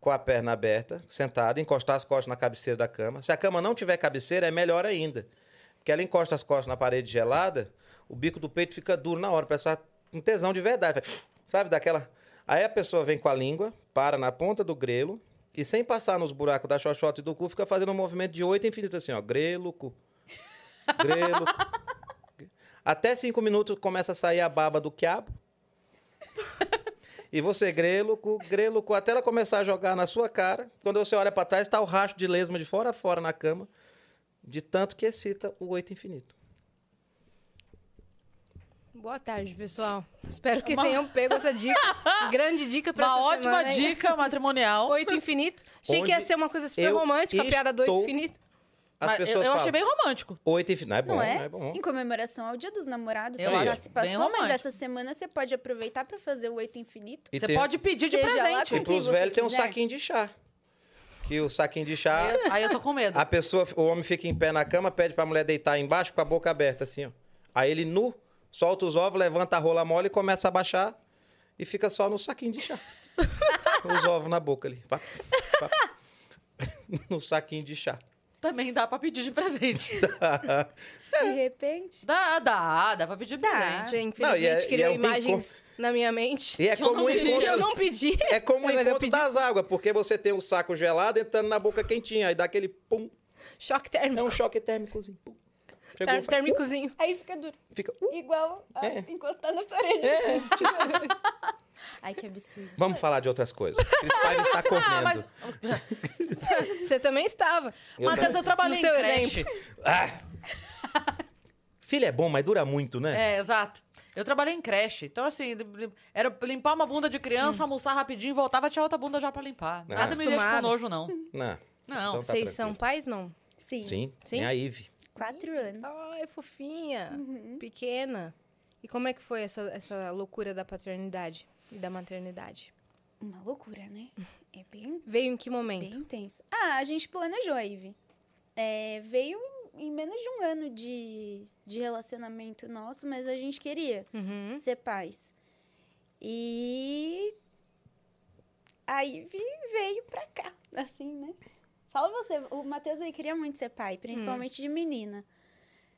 Speaker 3: com a perna aberta, sentada, encostar as costas na cabeceira da cama. Se a cama não tiver cabeceira, é melhor ainda. Porque ela encosta as costas na parede gelada, o bico do peito fica duro na hora. O pessoal com tesão de verdade. faz Sabe, daquela... Aí a pessoa vem com a língua, para na ponta do grelo, e sem passar nos buracos da xoxota e do cu, fica fazendo um movimento de oito infinito, assim, ó. Grelo, cu. Grelo, cu. Até cinco minutos começa a sair a baba do quiabo. E você, greluco, greluco, até ela começar a jogar na sua cara. Quando você olha pra trás, tá o racho de lesma de fora a fora na cama, de tanto que excita o oito infinito.
Speaker 2: Boa tarde, pessoal. Espero que
Speaker 1: Uma-
Speaker 2: tenham pego essa dica. Grande dica pra
Speaker 1: Uma
Speaker 2: essa
Speaker 1: ótima
Speaker 2: semana, hein?
Speaker 1: dica matrimonial.
Speaker 2: Oito infinito. Achei que
Speaker 3: Onde
Speaker 2: ia ser uma coisa super
Speaker 3: eu
Speaker 2: romântica, a piada do oito
Speaker 3: estou-
Speaker 2: infinito.
Speaker 3: As
Speaker 1: Mas eu- eu,
Speaker 3: pessoas falam,
Speaker 1: achei bem Então romântico.
Speaker 3: oito infinito, não é bom,
Speaker 4: Não
Speaker 3: não
Speaker 4: é?
Speaker 3: é bom.
Speaker 4: Em comemoração ao Dia dos Namorados,
Speaker 1: Eu
Speaker 4: que já
Speaker 3: acho
Speaker 4: se
Speaker 1: bem
Speaker 4: passou, mas
Speaker 1: romântico.
Speaker 4: essa semana você pode aproveitar pra fazer o oito infinito.
Speaker 3: E
Speaker 1: você
Speaker 3: tem-
Speaker 1: pode pedir de
Speaker 4: Seja lá
Speaker 1: presente.
Speaker 3: E
Speaker 4: com quem
Speaker 3: pros
Speaker 4: você
Speaker 3: velhos tem um
Speaker 4: quiser.
Speaker 3: saquinho de chá. Que o saquinho de chá,
Speaker 1: Aí eu tô com medo.
Speaker 3: a pessoa, o homem fica em pé na cama, pede pra mulher deitar embaixo com a boca aberta, assim, ó. Aí ele nu, solta os ovos, levanta a rola mole e começa a baixar e fica só no saquinho de chá. os ovos na boca ali. pá, pá. no saquinho de chá.
Speaker 1: Também dá pra pedir de presente.
Speaker 4: De repente.
Speaker 1: dá, dá, dá pra pedir de
Speaker 4: Dá.
Speaker 1: presente.
Speaker 2: Você, infelizmente,
Speaker 3: e é- e
Speaker 2: criou
Speaker 3: é um
Speaker 2: imagens na minha mente
Speaker 3: E é
Speaker 1: Que eu
Speaker 3: como
Speaker 1: não
Speaker 3: um
Speaker 1: queria,
Speaker 2: que eu
Speaker 3: encontro,
Speaker 2: não pedi.
Speaker 3: é como um
Speaker 2: Mas eu
Speaker 3: encontro
Speaker 2: pedi-
Speaker 3: das águas, porque você tem um saco gelado entrando na boca quentinha, aí dá aquele pum,
Speaker 2: Choque
Speaker 3: é
Speaker 2: térmico.
Speaker 3: um choque térmicozinho. Pum.
Speaker 2: Ter-
Speaker 3: Chegou, faz-
Speaker 2: Térmicozinho.
Speaker 4: Aí fica duro.
Speaker 3: fica. uh,
Speaker 4: Igual a
Speaker 3: É.
Speaker 4: encostar na parede.
Speaker 3: é, tipo-
Speaker 4: Ai, que absurdo.
Speaker 3: Vamos falar de outras coisas. Cris Paiva está correndo.
Speaker 1: Ah, mas
Speaker 2: Você também estava.
Speaker 3: Eu
Speaker 1: Matheus, eu trabalhei
Speaker 2: No seu
Speaker 1: em creche.
Speaker 3: Ah! Filho é bom, mas dura muito, né?
Speaker 1: É, exato. Eu trabalhei em creche. Então, assim, lim- era limpar uma bunda de criança, almoçar rapidinho, voltava, tinha outra bunda já pra limpar.
Speaker 3: Ah.
Speaker 1: Nada me deixa com
Speaker 2: Hum. Acostumado.
Speaker 1: nojo, não.
Speaker 3: Não.
Speaker 1: Não.
Speaker 3: Então tá
Speaker 2: Vocês são
Speaker 3: tranquilo.
Speaker 2: pais, não?
Speaker 4: Sim.
Speaker 3: Sim,
Speaker 2: Sim?
Speaker 3: tem a Ive.
Speaker 4: Quatro anos.
Speaker 2: Ai, fofinha.
Speaker 1: Uhum.
Speaker 2: Pequena. E como é que foi essa, essa loucura da paternidade e da maternidade?
Speaker 4: Uma loucura, né? É bem,
Speaker 2: Veio em que
Speaker 4: bem
Speaker 2: momento?
Speaker 4: intenso. Ah, a gente planejou, Ivy. É, veio em, em menos de um ano de, de relacionamento nosso, mas a gente queria
Speaker 2: Uhum.
Speaker 4: ser pais. E a Ivy veio pra cá, assim, né? Fala você, o Matheus aí queria muito ser pai, principalmente de menina.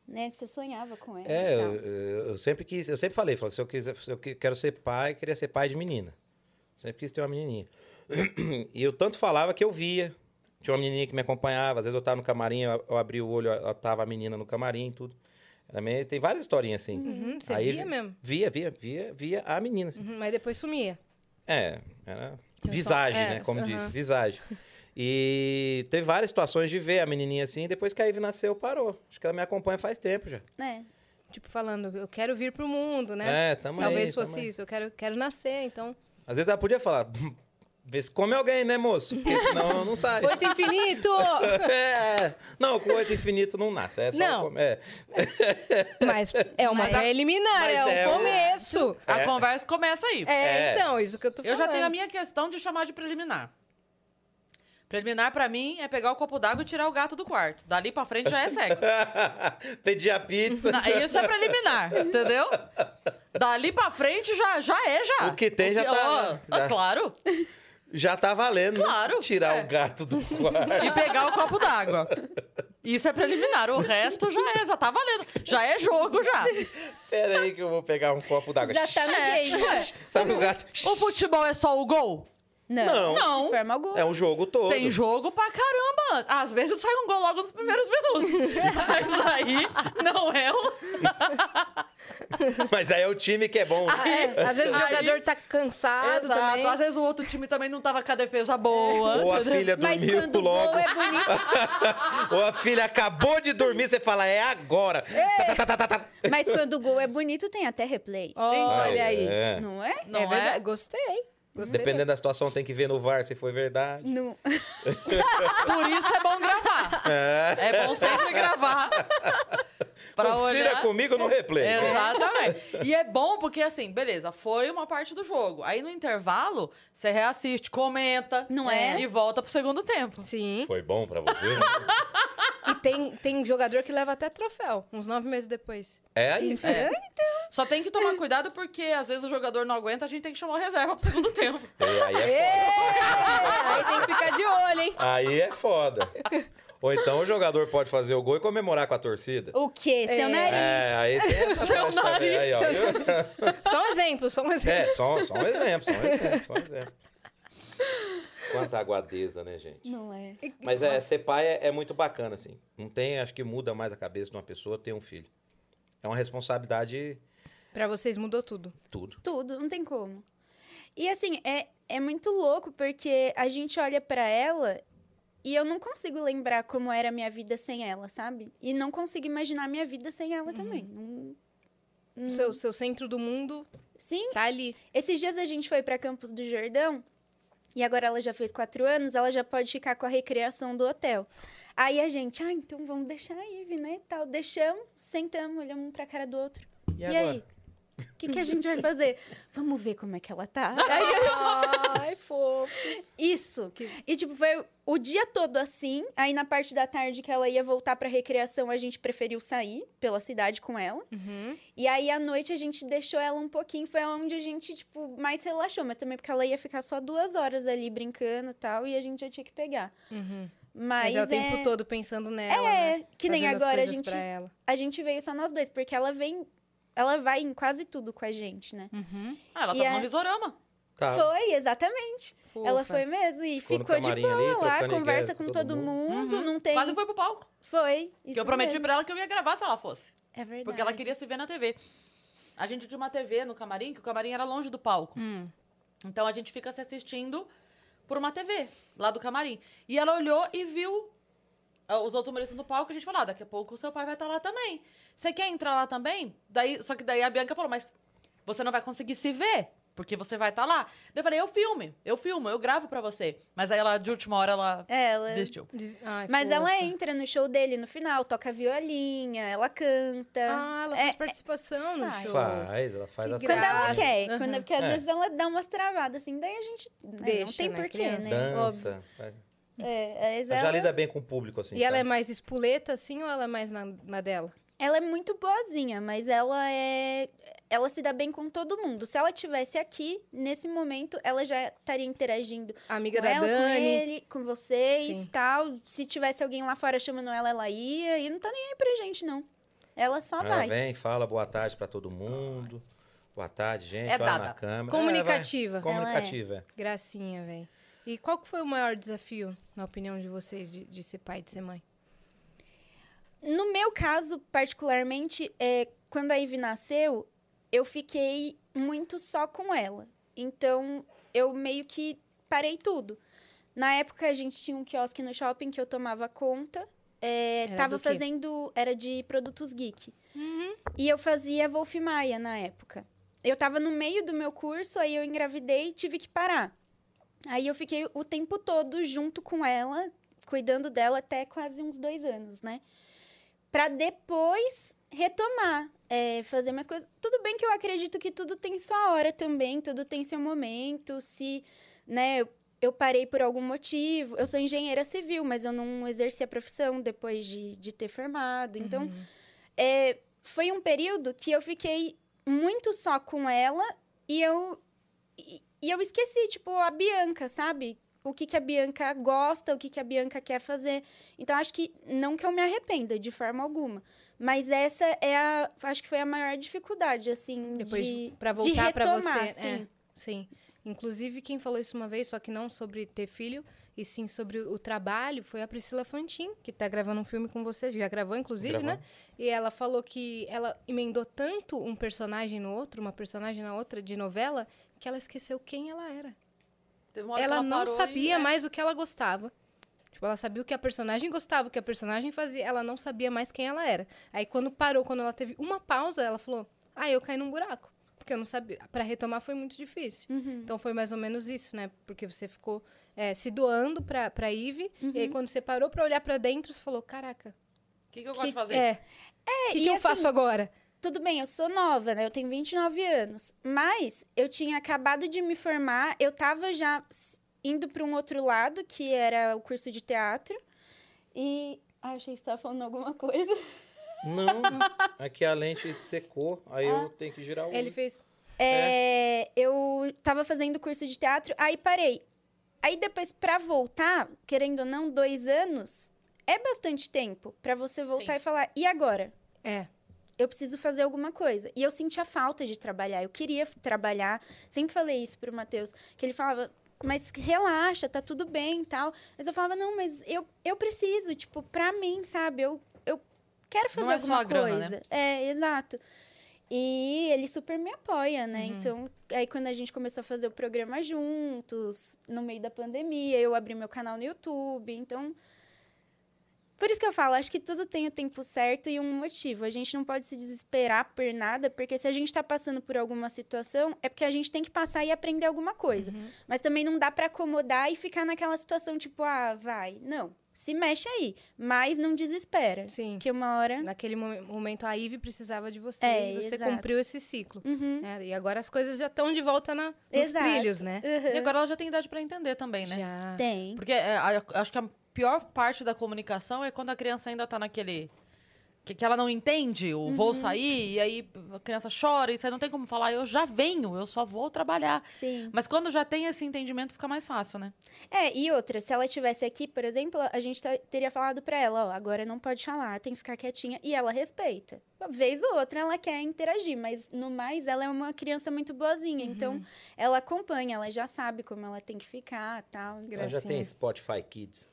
Speaker 4: Né? Você sonhava com ela.
Speaker 3: É,
Speaker 4: e
Speaker 2: então.
Speaker 4: tal.
Speaker 3: eu, eu sempre quis, eu sempre falei, falei que se eu quiser, se eu que- quero ser pai, eu queria ser pai de menina. Sempre quis ter uma menininha. E eu tanto falava que eu via. Tinha uma menininha que me acompanhava, às vezes eu tava no camarim, eu, eu abri o olho, ela tava a menina no camarim e tudo. Também tem várias historinhas assim.
Speaker 2: Uhum, Você
Speaker 3: Aí
Speaker 2: via
Speaker 3: vi-
Speaker 2: mesmo.
Speaker 3: Via, via, via, via a menina. assim.
Speaker 2: Uhum, Mas depois sumia.
Speaker 3: É, era
Speaker 2: Eu
Speaker 3: visagem,
Speaker 2: só- é,
Speaker 3: né? Como
Speaker 2: aham.
Speaker 3: diz, visagem. E teve várias situações de ver a menininha assim, depois que a Ivy nasceu, parou. Acho que ela me acompanha faz tempo já.
Speaker 4: É.
Speaker 2: Tipo, falando, eu quero vir pro mundo, né?
Speaker 3: É, tamo
Speaker 2: Talvez
Speaker 3: aí,
Speaker 2: fosse
Speaker 3: tamo aí.
Speaker 2: isso. Eu quero, quero nascer, então.
Speaker 3: Às vezes ela podia falar, "Hum, vê se come alguém, né, moço? Porque senão não sai.
Speaker 2: Oito um. infinito!
Speaker 3: É, não, com oito infinito não nasce. É só
Speaker 2: Não.
Speaker 3: come- é.
Speaker 2: Mas é uma
Speaker 1: Mas-
Speaker 2: preliminar,
Speaker 3: mas
Speaker 2: é
Speaker 3: é
Speaker 2: o
Speaker 3: o-
Speaker 2: começo.
Speaker 1: A conversa começa aí.
Speaker 2: É,
Speaker 3: É.
Speaker 2: então, isso que eu tô
Speaker 1: Eu
Speaker 2: falando.
Speaker 1: já tenho a minha questão de chamar de preliminar. Preliminar, pra mim, é pegar o copo d'água e tirar o gato do quarto. Dali pra frente já é sexo.
Speaker 3: Pedir a pizza.
Speaker 1: Na- isso é preliminar, entendeu? Dali pra frente já, já é, já.
Speaker 3: O que tem já tá-
Speaker 1: ó, ah,
Speaker 3: já.
Speaker 1: Claro.
Speaker 3: Já tá valendo. né?
Speaker 1: Claro,
Speaker 3: Tirar
Speaker 1: é.
Speaker 3: o gato do quarto.
Speaker 1: E pegar o copo d'água. Isso é preliminar. O resto já é, já tá valendo. Já é jogo, já.
Speaker 3: Pera
Speaker 4: tá É.
Speaker 3: aí que eu vou pegar um copo d'água.
Speaker 4: Já tá no game.
Speaker 3: Sabe o gato?
Speaker 1: O futebol é só o gol?
Speaker 4: Não.
Speaker 1: Não.
Speaker 4: De forma alguma.
Speaker 3: É um jogo todo.
Speaker 1: Tem jogo pra caramba. Às vezes sai um gol logo nos primeiros minutos. Mas aí não é um.
Speaker 3: Mas aí é o time que é bom. né?
Speaker 2: É, às vezes o
Speaker 1: Aí-
Speaker 2: jogador tá cansado
Speaker 1: Exato.
Speaker 2: também.
Speaker 1: Às vezes o outro time também não tava com a defesa boa.
Speaker 3: Ou a
Speaker 1: entendeu?
Speaker 3: filha
Speaker 4: Mas
Speaker 3: dormiu
Speaker 4: quando o
Speaker 3: logo.
Speaker 4: gol é bonito.
Speaker 3: Ou a filha acabou de dormir, você fala, é agora. Tá, tá, tá, tá, tá.
Speaker 4: Mas quando o gol é bonito, tem até replay.
Speaker 2: Olha aí.
Speaker 3: É.
Speaker 4: Não é?
Speaker 1: Não
Speaker 2: é
Speaker 1: é?
Speaker 2: verdade. Gostei. Gostei.
Speaker 3: Dependendo da situação, tem que ver no VAR se foi verdade.
Speaker 4: Não.
Speaker 1: Por isso é bom gravar.
Speaker 3: É.
Speaker 1: É bom sempre gravar. pra
Speaker 3: Confira
Speaker 1: olhar.
Speaker 3: comigo no replay.
Speaker 1: Exatamente. E é bom porque, assim, beleza, foi uma parte do jogo. Aí no intervalo, você reassiste, comenta. né,
Speaker 4: Não é?
Speaker 1: E volta pro segundo tempo.
Speaker 2: Sim.
Speaker 3: Foi bom pra você?
Speaker 2: E tem, tem jogador que leva até troféu, uns nove meses depois.
Speaker 3: é aí. filho.
Speaker 1: É. Só tem que tomar cuidado porque às vezes o jogador não aguenta, a gente tem que chamar o reserva pro segundo tempo.
Speaker 3: É, Aí é
Speaker 2: Aí tem que ficar de olho, hein?
Speaker 3: Aí é foda. Ou então o jogador pode fazer o gol e comemorar com a torcida.
Speaker 4: O quê? Seu
Speaker 2: É.
Speaker 4: nariz.
Speaker 3: É, aí tem essa
Speaker 1: Seu
Speaker 3: parte também. Aí, ó.
Speaker 2: Só um exemplo, só um exemplo.
Speaker 3: É, só, só um exemplo, só um exemplo, só um exemplo. Quanta aguadeza, né, gente?
Speaker 4: Não é.
Speaker 3: Mas é, ser pai é, é muito bacana, assim. Não tem, acho que muda mais a cabeça de uma pessoa ter um filho. É uma responsabilidade
Speaker 2: Pra vocês mudou tudo.
Speaker 3: tudo.
Speaker 4: Tudo, não tem como. E assim, é, é muito louco porque a gente olha pra ela e eu não consigo lembrar como era a minha vida sem ela, sabe? E não consigo imaginar a minha vida sem ela também. Não- Hum.
Speaker 2: O seu, seu centro do mundo
Speaker 4: Sim,
Speaker 2: tá ali.
Speaker 4: esses dias a gente foi pra Campos do Jordão e agora ela já fez quatro anos, ela já pode ficar com a recreação do hotel. Aí a gente, ah, então vamos deixar a Ive, né? e Tal, deixamos, sentamos, olhamos um pra cara do outro. E, aí? O que, que a gente vai fazer? Vamos ver como é que ela tá. Aí
Speaker 2: Ai, fofo.
Speaker 4: Isso.
Speaker 2: Que-
Speaker 4: E, tipo, foi o dia todo assim. Aí, na parte da tarde que ela ia voltar pra recreação, a gente preferiu sair pela cidade com ela.
Speaker 2: Uhum.
Speaker 4: E aí, à noite, a gente deixou ela um pouquinho. Foi onde a gente, tipo, mais relaxou. Mas também porque ela ia ficar só duas horas ali brincando e tal. E a gente já tinha que pegar.
Speaker 2: Uhum.
Speaker 4: Mas,
Speaker 2: Mas é o
Speaker 4: é-
Speaker 2: tempo todo pensando nela.
Speaker 4: É,
Speaker 2: né?
Speaker 4: que nem
Speaker 2: Fazendo as
Speaker 4: agora a
Speaker 2: coisas
Speaker 4: gente,
Speaker 2: pra ela.
Speaker 4: a gente veio só nós dois. Porque ela vem... Ela vai em quase tudo com a gente, né?
Speaker 2: Uhum.
Speaker 1: Ah, ela
Speaker 4: E
Speaker 1: tava
Speaker 4: é-
Speaker 1: no risorama.
Speaker 3: Tá.
Speaker 4: Foi, exatamente. Ela
Speaker 2: Fofa.
Speaker 4: foi mesmo e
Speaker 3: Ficou no
Speaker 4: ficou, de
Speaker 3: camarim ali,
Speaker 4: boa lá,
Speaker 3: trocando
Speaker 4: conversa
Speaker 3: ideia
Speaker 4: com
Speaker 3: com
Speaker 4: todo,
Speaker 3: todo
Speaker 4: mundo,
Speaker 1: Uhum.
Speaker 4: não tem.
Speaker 1: Quase foi pro palco.
Speaker 4: Foi. Isso
Speaker 1: que eu prometi
Speaker 4: mesmo.
Speaker 1: pra ela que eu ia gravar se ela fosse.
Speaker 4: É verdade.
Speaker 1: Porque ela queria se ver na TV. A gente tinha uma TV no camarim, que o camarim era longe do palco.
Speaker 2: Hum.
Speaker 1: Então a gente fica se assistindo por uma TV lá do camarim. E ela olhou e viu ah, os outros humoristas no palco. A gente falou: ah, daqui a pouco o seu pai vai estar lá também. Você quer entrar lá também? Daí, só que daí a Bianca falou: mas você não vai conseguir se ver. Porque você vai estar lá. Daí eu falei, eu filme, eu filmo, eu gravo pra você. Mas aí ela, de última hora, ela
Speaker 4: É, ela.
Speaker 1: desistiu.
Speaker 2: Diz- Ai,
Speaker 4: Mas
Speaker 2: fofa.
Speaker 4: ela é entra no show dele no final, toca violinha, ela canta.
Speaker 2: Ah, ela faz
Speaker 4: É,
Speaker 2: participação no
Speaker 4: faz.
Speaker 2: show.
Speaker 3: Faz, ela faz
Speaker 2: Que
Speaker 3: as
Speaker 4: quando ela
Speaker 2: graça.
Speaker 3: coisas.
Speaker 4: quer.
Speaker 2: Aham.
Speaker 4: Quando, porque às
Speaker 3: É.
Speaker 4: vezes ela dá umas travadas, assim, daí a gente. né, não
Speaker 2: Deixa,
Speaker 4: tem
Speaker 2: né,
Speaker 4: porquê,
Speaker 2: criança.
Speaker 4: né? Óbvio.
Speaker 3: Dança. faz.
Speaker 4: É, mas
Speaker 3: Ela já
Speaker 4: ela,
Speaker 3: lida bem com o público, assim.
Speaker 2: E ela é
Speaker 3: sabe?
Speaker 2: mais espuleta, assim, ou ela é mais na, na dela?
Speaker 4: ela é muito boazinha, mas ela é. Ela se dá bem com todo mundo. Se ela tivesse aqui, nesse momento, ela já estaria interagindo
Speaker 2: A amiga
Speaker 4: é, com
Speaker 2: da
Speaker 4: ela, com
Speaker 2: Dani.
Speaker 4: ele, com vocês,
Speaker 2: Sim.
Speaker 4: tal. Se tivesse alguém lá fora chamando ela, ela ia. E não tá nem aí pra gente, não. Ela só
Speaker 3: Ela
Speaker 4: vai.
Speaker 3: vem, fala boa tarde pra todo mundo. Boa tarde, gente.
Speaker 1: É
Speaker 3: Olha
Speaker 1: dada.
Speaker 3: na câmera.
Speaker 2: Comunicativa.
Speaker 3: É, vai. Comunicativa, é.
Speaker 2: Gracinha, velho. E qual que foi o maior desafio, na opinião de vocês, de, de ser pai, de ser mãe?
Speaker 4: No meu caso, particularmente, é, quando a Ivy nasceu, eu fiquei muito só com ela. Então, eu meio que parei tudo. Na época, a gente tinha um quiosque no shopping que eu tomava conta. É,
Speaker 2: Era
Speaker 4: tava
Speaker 2: do quê? Uhum.
Speaker 4: fazendo... Era de produtos geek. E eu fazia Wolf Maia na época. Eu tava no meio do meu curso, aí eu engravidei e tive que parar. Aí eu fiquei o tempo todo junto com ela, cuidando dela até quase uns dois anos, né? Pra depois retomar, é, fazer mais coisas. Tudo bem que eu acredito que tudo tem sua hora também, tudo tem seu momento. Se, né, eu- eu parei por algum motivo. Eu sou engenheira civil, mas eu não exerci a profissão depois de, de ter formado. Então, é, foi um período que eu fiquei muito só com ela e eu e, e eu esqueci tipo a Bianca sabe o que que a Bianca gosta o que que a Bianca quer fazer então acho que não que eu me arrependa de forma alguma mas essa é a acho que foi a maior dificuldade assim
Speaker 2: Depois,
Speaker 4: de
Speaker 2: pra
Speaker 4: de
Speaker 2: voltar pra
Speaker 4: retomar,
Speaker 2: você.
Speaker 4: sim.
Speaker 2: É, sim. Inclusive, quem falou isso uma vez, só que não sobre ter filho, e sim sobre o trabalho, foi a Priscila Fantin, que tá gravando um filme com você, já gravou, inclusive, né?
Speaker 3: Gravamos.
Speaker 2: E ela falou que ela emendou tanto um personagem no outro, uma personagem na outra de novela, que ela esqueceu quem ela era.
Speaker 1: Teve uma hora que
Speaker 2: ela não
Speaker 1: parou e-
Speaker 2: sabia
Speaker 1: é.
Speaker 2: mais o que ela gostava. Tipo, ela sabia o que a personagem gostava, o que a personagem fazia, ela não sabia mais quem ela era. Aí quando parou, quando ela teve uma pausa, ela falou: "Ah, eu caí num buraco". Porque eu não sabia. Pra retomar foi muito difícil.
Speaker 1: Uhum.
Speaker 2: Então foi mais ou menos isso, né? Porque você ficou é, se doando pra, pra Eve. E
Speaker 1: Uhum.
Speaker 2: aí quando você parou pra olhar pra dentro, você falou: Caraca,
Speaker 1: O que, que eu
Speaker 2: o
Speaker 1: gosto
Speaker 2: que,
Speaker 1: de fazer?
Speaker 2: é, que, que
Speaker 4: e
Speaker 2: eu
Speaker 4: assim,
Speaker 2: faço agora?
Speaker 4: Tudo bem, eu sou nova, né? Eu tenho 29 anos. Mas eu tinha acabado de me formar, eu tava já s- indo para um outro lado, que era o curso de teatro. E. Ah, achei que você tava falando alguma coisa.
Speaker 3: Não, aqui a lente secou, aí
Speaker 4: Ah.
Speaker 3: eu tenho que girar o.
Speaker 2: Ele fez.
Speaker 4: É, eu tava fazendo curso de teatro, aí parei. Aí depois, pra voltar, querendo ou não, dois anos é bastante tempo pra você voltar
Speaker 1: Sim.
Speaker 4: e falar, e agora?
Speaker 2: É.
Speaker 4: Eu preciso fazer alguma coisa. E eu sentia falta de trabalhar, eu queria f- trabalhar. Sempre falei isso pro Matheus, que ele falava, mas relaxa, tá tudo bem e tal. Mas eu falava, não, mas eu, eu preciso, tipo, pra mim, sabe? Eu, eu quero fazer
Speaker 1: Não é só
Speaker 4: alguma
Speaker 1: a grana,
Speaker 4: coisa. É, exato. E ele super me apoia,
Speaker 1: Uhum.
Speaker 4: né? Então, aí quando a gente começou a fazer o programa juntos, no meio da pandemia, eu abri meu canal no YouTube, então. Por isso que eu falo, acho que tudo tem o tempo certo e um motivo. A gente não pode se desesperar por nada, porque se a gente tá passando por alguma situação, é porque a gente tem que passar e aprender alguma coisa.
Speaker 2: Uhum.
Speaker 4: Mas também não dá pra acomodar e ficar naquela situação tipo, ah, vai. Não. Se mexe aí, mas não desespera.
Speaker 2: Sim.
Speaker 4: Que uma hora.
Speaker 2: Naquele mo- momento a Eve precisava de você
Speaker 4: Né? É,
Speaker 2: e você
Speaker 4: exato.
Speaker 2: cumpriu esse ciclo.
Speaker 4: Uhum.
Speaker 2: né? E agora as coisas já estão de volta na, nos
Speaker 4: Exato. É.
Speaker 2: trilhos, né?
Speaker 1: E agora ela já tem idade pra entender também, né?
Speaker 2: Já.
Speaker 4: Tem.
Speaker 1: Porque é, a- acho que a pior parte da comunicação é quando a criança ainda tá naquele. Que, que ela não entende, o
Speaker 4: Uhum.
Speaker 1: vou sair, e aí a criança chora, e você não tem como falar, eu já venho, eu só vou trabalhar.
Speaker 4: Sim.
Speaker 1: Mas quando já tem esse entendimento, fica mais fácil, né?
Speaker 4: É, e outra, se ela tivesse aqui, por exemplo, a gente tá- teria falado pra ela, ó, agora não pode falar, tem que ficar quietinha, e ela respeita. Uma vez ou outra ela quer interagir, mas no mais ela é uma criança muito boazinha, então ela acompanha, ela já sabe como ela tem que ficar, tal.
Speaker 3: Ela já tem
Speaker 4: assim.
Speaker 2: gracinha.
Speaker 3: Spotify Kids.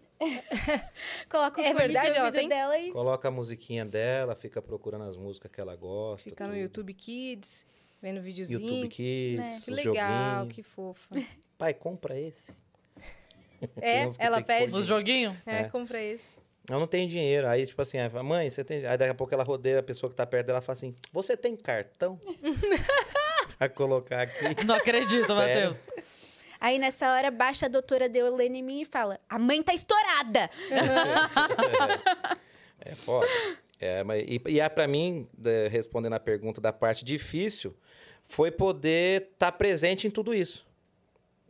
Speaker 4: Coloca o
Speaker 2: É
Speaker 4: fone
Speaker 2: verdade,
Speaker 4: de
Speaker 2: ela
Speaker 4: ouvido
Speaker 2: tem?
Speaker 4: dela e
Speaker 3: Coloca a musiquinha dela, fica procurando as músicas que ela gosta.
Speaker 2: Fica no
Speaker 3: tudo.
Speaker 2: YouTube Kids, vendo videozinho.
Speaker 3: YouTube Kids,
Speaker 4: Né?
Speaker 3: os
Speaker 2: Que legal,
Speaker 3: joguinhos.
Speaker 2: que fofa.
Speaker 3: Pai, compra esse.
Speaker 2: É,
Speaker 3: uns que
Speaker 2: ela
Speaker 3: tem que pôr
Speaker 2: pede.
Speaker 1: Nos joguinhos.
Speaker 2: É,
Speaker 3: É.
Speaker 2: compra esse.
Speaker 3: Eu não tenho dinheiro. Aí, tipo assim, ela fala, mãe, você tem. Aí daqui a pouco ela rodeia a pessoa que tá perto dela e fala assim: Você tem cartão? pra colocar aqui.
Speaker 1: Não acredito,
Speaker 3: Sério?
Speaker 1: Matheus.
Speaker 4: aí nessa hora baixa a doutora Deolene em mim e fala: "A mãe tá estourada".
Speaker 3: É foda. É, mas, e, e a- pra mim, da- respondendo a pergunta da parte difícil, foi poder estar presente em tudo isso.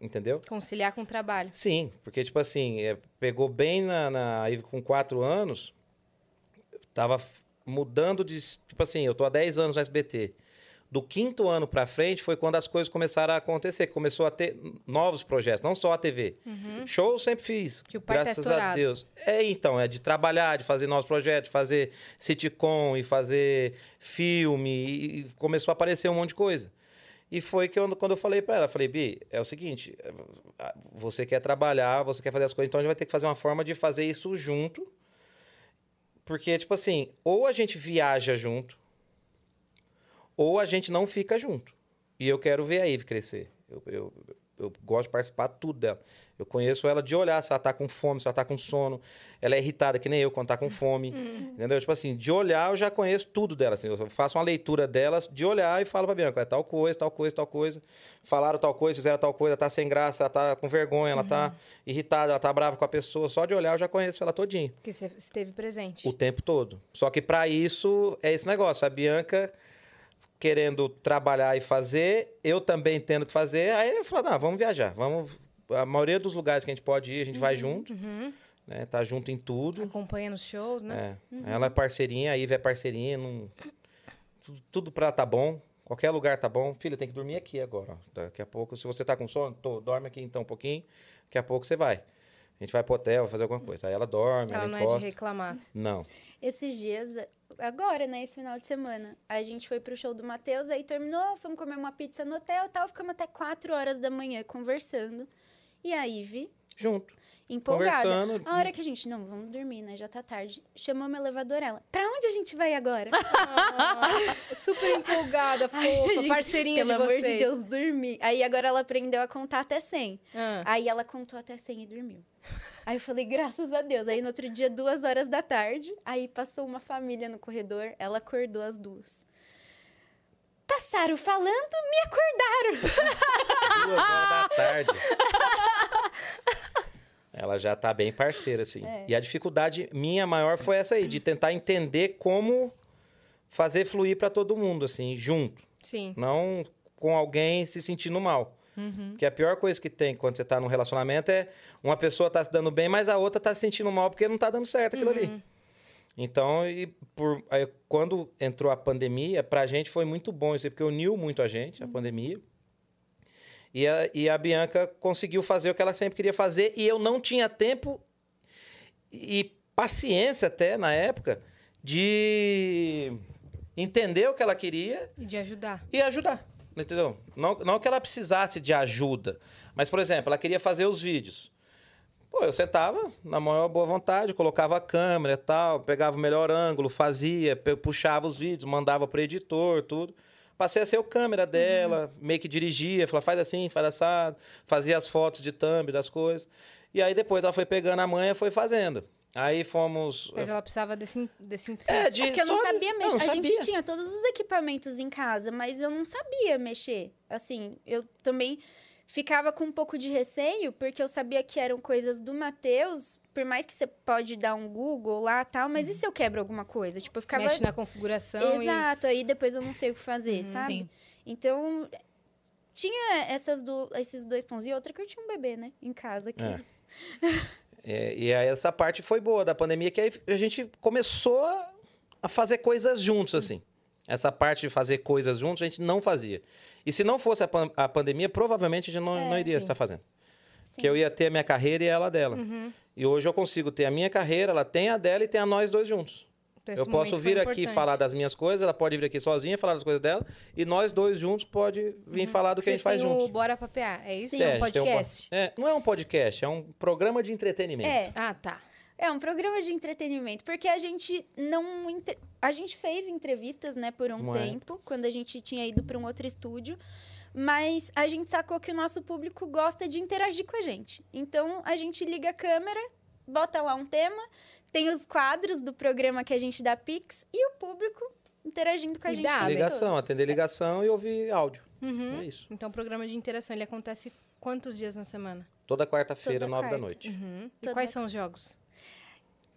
Speaker 3: Entendeu?
Speaker 2: Conciliar com o trabalho.
Speaker 3: Sim, porque, tipo assim, é, pegou bem na, na. aí Com quatro anos, tava f- mudando de. s- Tipo assim, eu tô há 10 anos no SBT. Do quinto ano pra frente foi quando as coisas começaram a acontecer. Começou a ter n- novos projetos, não só a TV.
Speaker 4: Uhum.
Speaker 3: Show eu sempre fiz.
Speaker 2: Uhum. Que o pai tá
Speaker 3: graças a
Speaker 2: estourado.
Speaker 3: Deus. É, então, é de trabalhar, de fazer novos projetos, fazer sitcom e fazer filme. E, e começou a aparecer um monte de coisa. E foi que eu- quando eu falei pra ela, eu falei, Bi, é o seguinte, eh, ah, você quer trabalhar, você quer fazer as coisas, então a gente vai ter que fazer uma forma de fazer isso junto. Porque, tipo assim, ou a gente viaja junto, ou a gente não fica junto. E eu quero ver a Eve crescer. Eu, eu, eu gosto de participar de tudo dela. Eu conheço ela de olhar se ela tá com fome, se ela tá com sono. Ela é irritada, que nem eu, quando tá com fome. Entendeu? Tipo assim, de olhar eu já conheço tudo dela. Assim, eu faço uma leitura dela de olhar e falo pra Bianca, é tal coisa, tal coisa, tal coisa. Falaram tal coisa, fizeram tal coisa, ela tá sem graça, ela tá com vergonha, ela tá irritada, ela tá brava com a pessoa. Só de olhar eu já conheço ela todinha.
Speaker 2: Porque você esteve presente.
Speaker 3: O tempo todo. Só que pra isso é esse negócio. A Bianca querendo trabalhar e fazer, eu também tendo que fazer. Aí eu falo, não, vamos viajar. Vamos. A maioria dos lugares que a gente pode ir, a gente vai junto,
Speaker 2: Uhum.
Speaker 3: né? Tá junto em tudo.
Speaker 2: Acompanhando os shows, né?
Speaker 3: É. Ela é parceirinha, a Iva é parceirinha. Não... tu- Tudo pra tá bom. Qualquer lugar tá bom. Filha, tem que dormir aqui agora. ó. Daqui a pouco, se você tá com sono, tô, dorme aqui então um pouquinho. Daqui a pouco você vai. gente vai pro hotel, vai fazer alguma coisa. Aí ela dorme, ela,
Speaker 2: Ela não é de
Speaker 3: encosta.
Speaker 2: reclamar.
Speaker 3: Não.
Speaker 4: Esses dias, agora, né? Esse final de semana, a gente foi pro show do Matheus, aí terminou, fomos comer uma pizza no hotel e tal, ficamos até 4 horas da manhã conversando. E a Ive,
Speaker 3: Junto.
Speaker 4: empolgada.
Speaker 3: Conversando.
Speaker 4: A hora que a gente, não, vamos dormir, né? Já tá tarde. Chamou meu elevador, ela. Pra onde a gente vai agora?
Speaker 2: Ah, Super empolgada, fofa,
Speaker 4: Ai, gente,
Speaker 2: parceirinha
Speaker 4: Pelo
Speaker 2: de
Speaker 4: amor
Speaker 2: vocês.
Speaker 4: de Deus, dormir. Aí agora ela aprendeu a contar até 100.
Speaker 2: Ah.
Speaker 4: Aí ela contou até 100 e dormiu. Aí eu falei, graças a Deus. Aí no outro dia, duas horas da tarde, aí passou uma família no corredor, ela acordou as duas. Passaram falando, me acordaram.
Speaker 3: Duas horas da tarde. Ela já tá bem parceira, assim. E a dificuldade minha maior foi essa aí, de tentar entender como fazer fluir pra todo mundo, assim, junto.
Speaker 2: Sim.
Speaker 3: Não com alguém se sentindo mal.
Speaker 4: Uhum.
Speaker 3: Porque a pior coisa que tem quando você tá num relacionamento é uma pessoa tá se dando bem, mas a outra tá se sentindo mal porque não tá dando certo aquilo
Speaker 2: Uhum.
Speaker 3: ali. Então, e por, aí, quando entrou a pandemia, pra gente foi muito bom isso, aí, porque uniu muito a gente, a pandemia. E a, e a Bianca conseguiu fazer o que ela sempre queria fazer, e eu não tinha tempo e paciência até na época de entender o que ela queria
Speaker 2: E de ajudar.
Speaker 3: e ajudar. Entendeu? Não, não que ela precisasse de ajuda, mas, por exemplo, ela queria fazer os vídeos. Pô, eu sentava na maior boa vontade, colocava a câmera e tal, pegava o melhor ângulo, fazia, pe- puxava os vídeos, mandava pro editor, tudo. Passei a ser o câmera dela,
Speaker 4: Uhum.
Speaker 3: meio que dirigia, falava, faz assim, faz assado, fazia as fotos de thumb das coisas. E aí depois ela foi pegando a manha e foi fazendo. Aí fomos. eh,
Speaker 2: Mas ela precisava desse, desse impulso.
Speaker 3: É, de
Speaker 4: É que eu não
Speaker 3: só-
Speaker 4: sabia mexer.
Speaker 3: não
Speaker 4: a gente
Speaker 3: sabia.
Speaker 4: tinha todos os equipamentos em casa, mas eu não sabia mexer. Assim, eu também ficava com um pouco de receio, porque eu sabia que eram coisas do Matheus. Por mais que você pode dar um Google lá e tal,
Speaker 3: Uhum.
Speaker 4: mas e se eu quebro alguma coisa? Tipo, eu ficava
Speaker 2: Mexe na configuração
Speaker 4: Exato, aí depois eu não sei o que fazer,
Speaker 3: Uhum.
Speaker 4: sabe?
Speaker 1: Sim.
Speaker 4: Então, tinha essas do, esses dois pontos. E outra que eu tinha um bebê, né? Em casa. Que...
Speaker 3: É. É, e aí essa parte foi boa da pandemia, que aí a gente começou a- a fazer coisas juntos, assim. Essa parte de fazer coisas juntos a gente não fazia. E se não fosse a, pan- a pandemia, provavelmente a gente não, não iria
Speaker 2: É, sim.
Speaker 3: estar fazendo.
Speaker 4: Sim.
Speaker 3: Porque eu ia ter a minha carreira e ela dela.
Speaker 2: e... Uhum.
Speaker 3: E hoje eu consigo ter a minha carreira, ela tem a dela e tem a nós dois juntos.
Speaker 2: Então, esse
Speaker 3: eu posso
Speaker 2: momento foi
Speaker 3: vir aqui
Speaker 2: importante.
Speaker 3: falar das minhas coisas, ela pode vir aqui sozinha falar das coisas dela, e nós dois juntos pode vir falar do que
Speaker 2: Uhum. Vocês
Speaker 3: a gente faz
Speaker 2: têm
Speaker 3: juntos.
Speaker 2: o Bora Papear, é isso?
Speaker 3: É,
Speaker 2: É um
Speaker 3: a gente tem um po-
Speaker 2: podcast?
Speaker 3: é, não é um podcast, é um programa de entretenimento.
Speaker 4: É,
Speaker 2: Ah, tá.
Speaker 4: é um programa de entretenimento. Porque a gente não. entre- A gente fez entrevistas, né, por um
Speaker 3: Uma
Speaker 4: tempo, quando a gente tinha ido para um outro estúdio. Mas a gente sacou que o nosso público gosta de interagir com a gente. Então a gente liga a câmera, bota lá um tema, tem os quadros do programa que a gente dá Pix e o público interagindo com a
Speaker 2: E
Speaker 4: gente.
Speaker 2: dá,
Speaker 4: o tempo
Speaker 2: né?
Speaker 4: todo.
Speaker 3: ligação, atender ligação e ouvir áudio.
Speaker 2: Uhum.
Speaker 3: É isso.
Speaker 2: Então, o programa de interação, ele acontece quantos dias na semana?
Speaker 3: Toda quarta-feira,
Speaker 4: Toda
Speaker 3: nove da
Speaker 4: quarta.
Speaker 3: noite.
Speaker 2: Uhum. E
Speaker 4: Toda-
Speaker 2: quais são os jogos?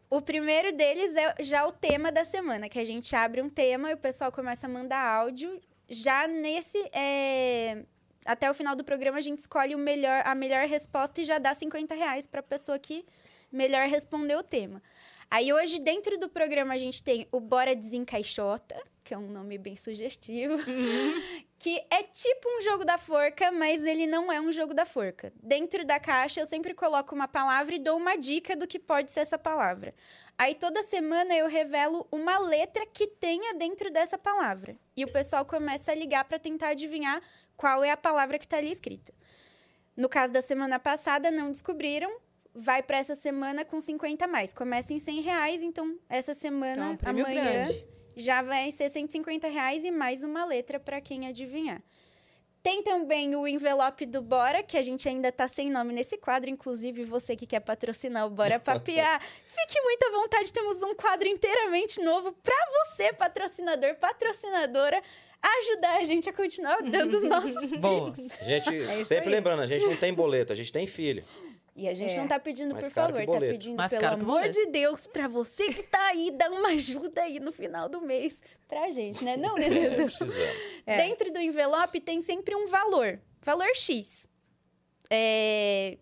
Speaker 4: O primeiro deles é já o tema da semana, que a gente abre um tema e o pessoal começa a mandar áudio. Já nesse. é, Até o final do programa, a gente escolhe o melhor, a melhor resposta e já dá 50 reais para a pessoa que melhor responder o tema. Aí hoje, dentro do programa, a gente tem o Bora Desencaixota, que é um nome bem sugestivo,
Speaker 2: Uhum.
Speaker 4: que é tipo um jogo da forca, mas ele não é um jogo da forca. Dentro da caixa, eu sempre coloco uma palavra e dou uma dica do que pode ser essa palavra. Aí toda semana eu revelo uma letra que tenha dentro dessa palavra. E o pessoal começa a ligar para tentar adivinhar qual é a palavra que tá ali escrita. No caso da semana passada, não descobriram. Vai para essa semana com 50 a mais. Começa em 100 reais, então essa
Speaker 2: Então, é
Speaker 4: semana,
Speaker 2: um prêmio
Speaker 4: amanhã,
Speaker 2: grande.
Speaker 4: já vai ser 150 reais e mais uma letra para quem adivinhar. Tem também o envelope do Bora, que a gente ainda tá sem nome nesse quadro. Inclusive, você que quer patrocinar o Bora Papiar, fique muito à vontade. Temos um quadro inteiramente novo para você, patrocinador, patrocinadora, ajudar a gente a continuar dando os nossos
Speaker 1: Boa.
Speaker 4: Pix.
Speaker 3: A gente,
Speaker 2: É isso
Speaker 3: sempre
Speaker 2: aí.
Speaker 3: lembrando, a gente não tem boleto, a gente tem filho.
Speaker 4: E a gente
Speaker 2: É.
Speaker 4: não tá pedindo
Speaker 3: Mais
Speaker 4: por
Speaker 3: caro que
Speaker 4: favor, tá
Speaker 3: boleto.
Speaker 4: pedindo
Speaker 1: Mais
Speaker 4: pelo
Speaker 1: caro que
Speaker 4: amor
Speaker 1: boleto.
Speaker 4: de Deus pra você que tá aí, dá uma ajuda aí no final do mês pra gente, né? Não,
Speaker 3: É,
Speaker 4: beleza?
Speaker 3: precisamos.
Speaker 2: É.
Speaker 4: Dentro do envelope tem sempre um valor. Valor X. É...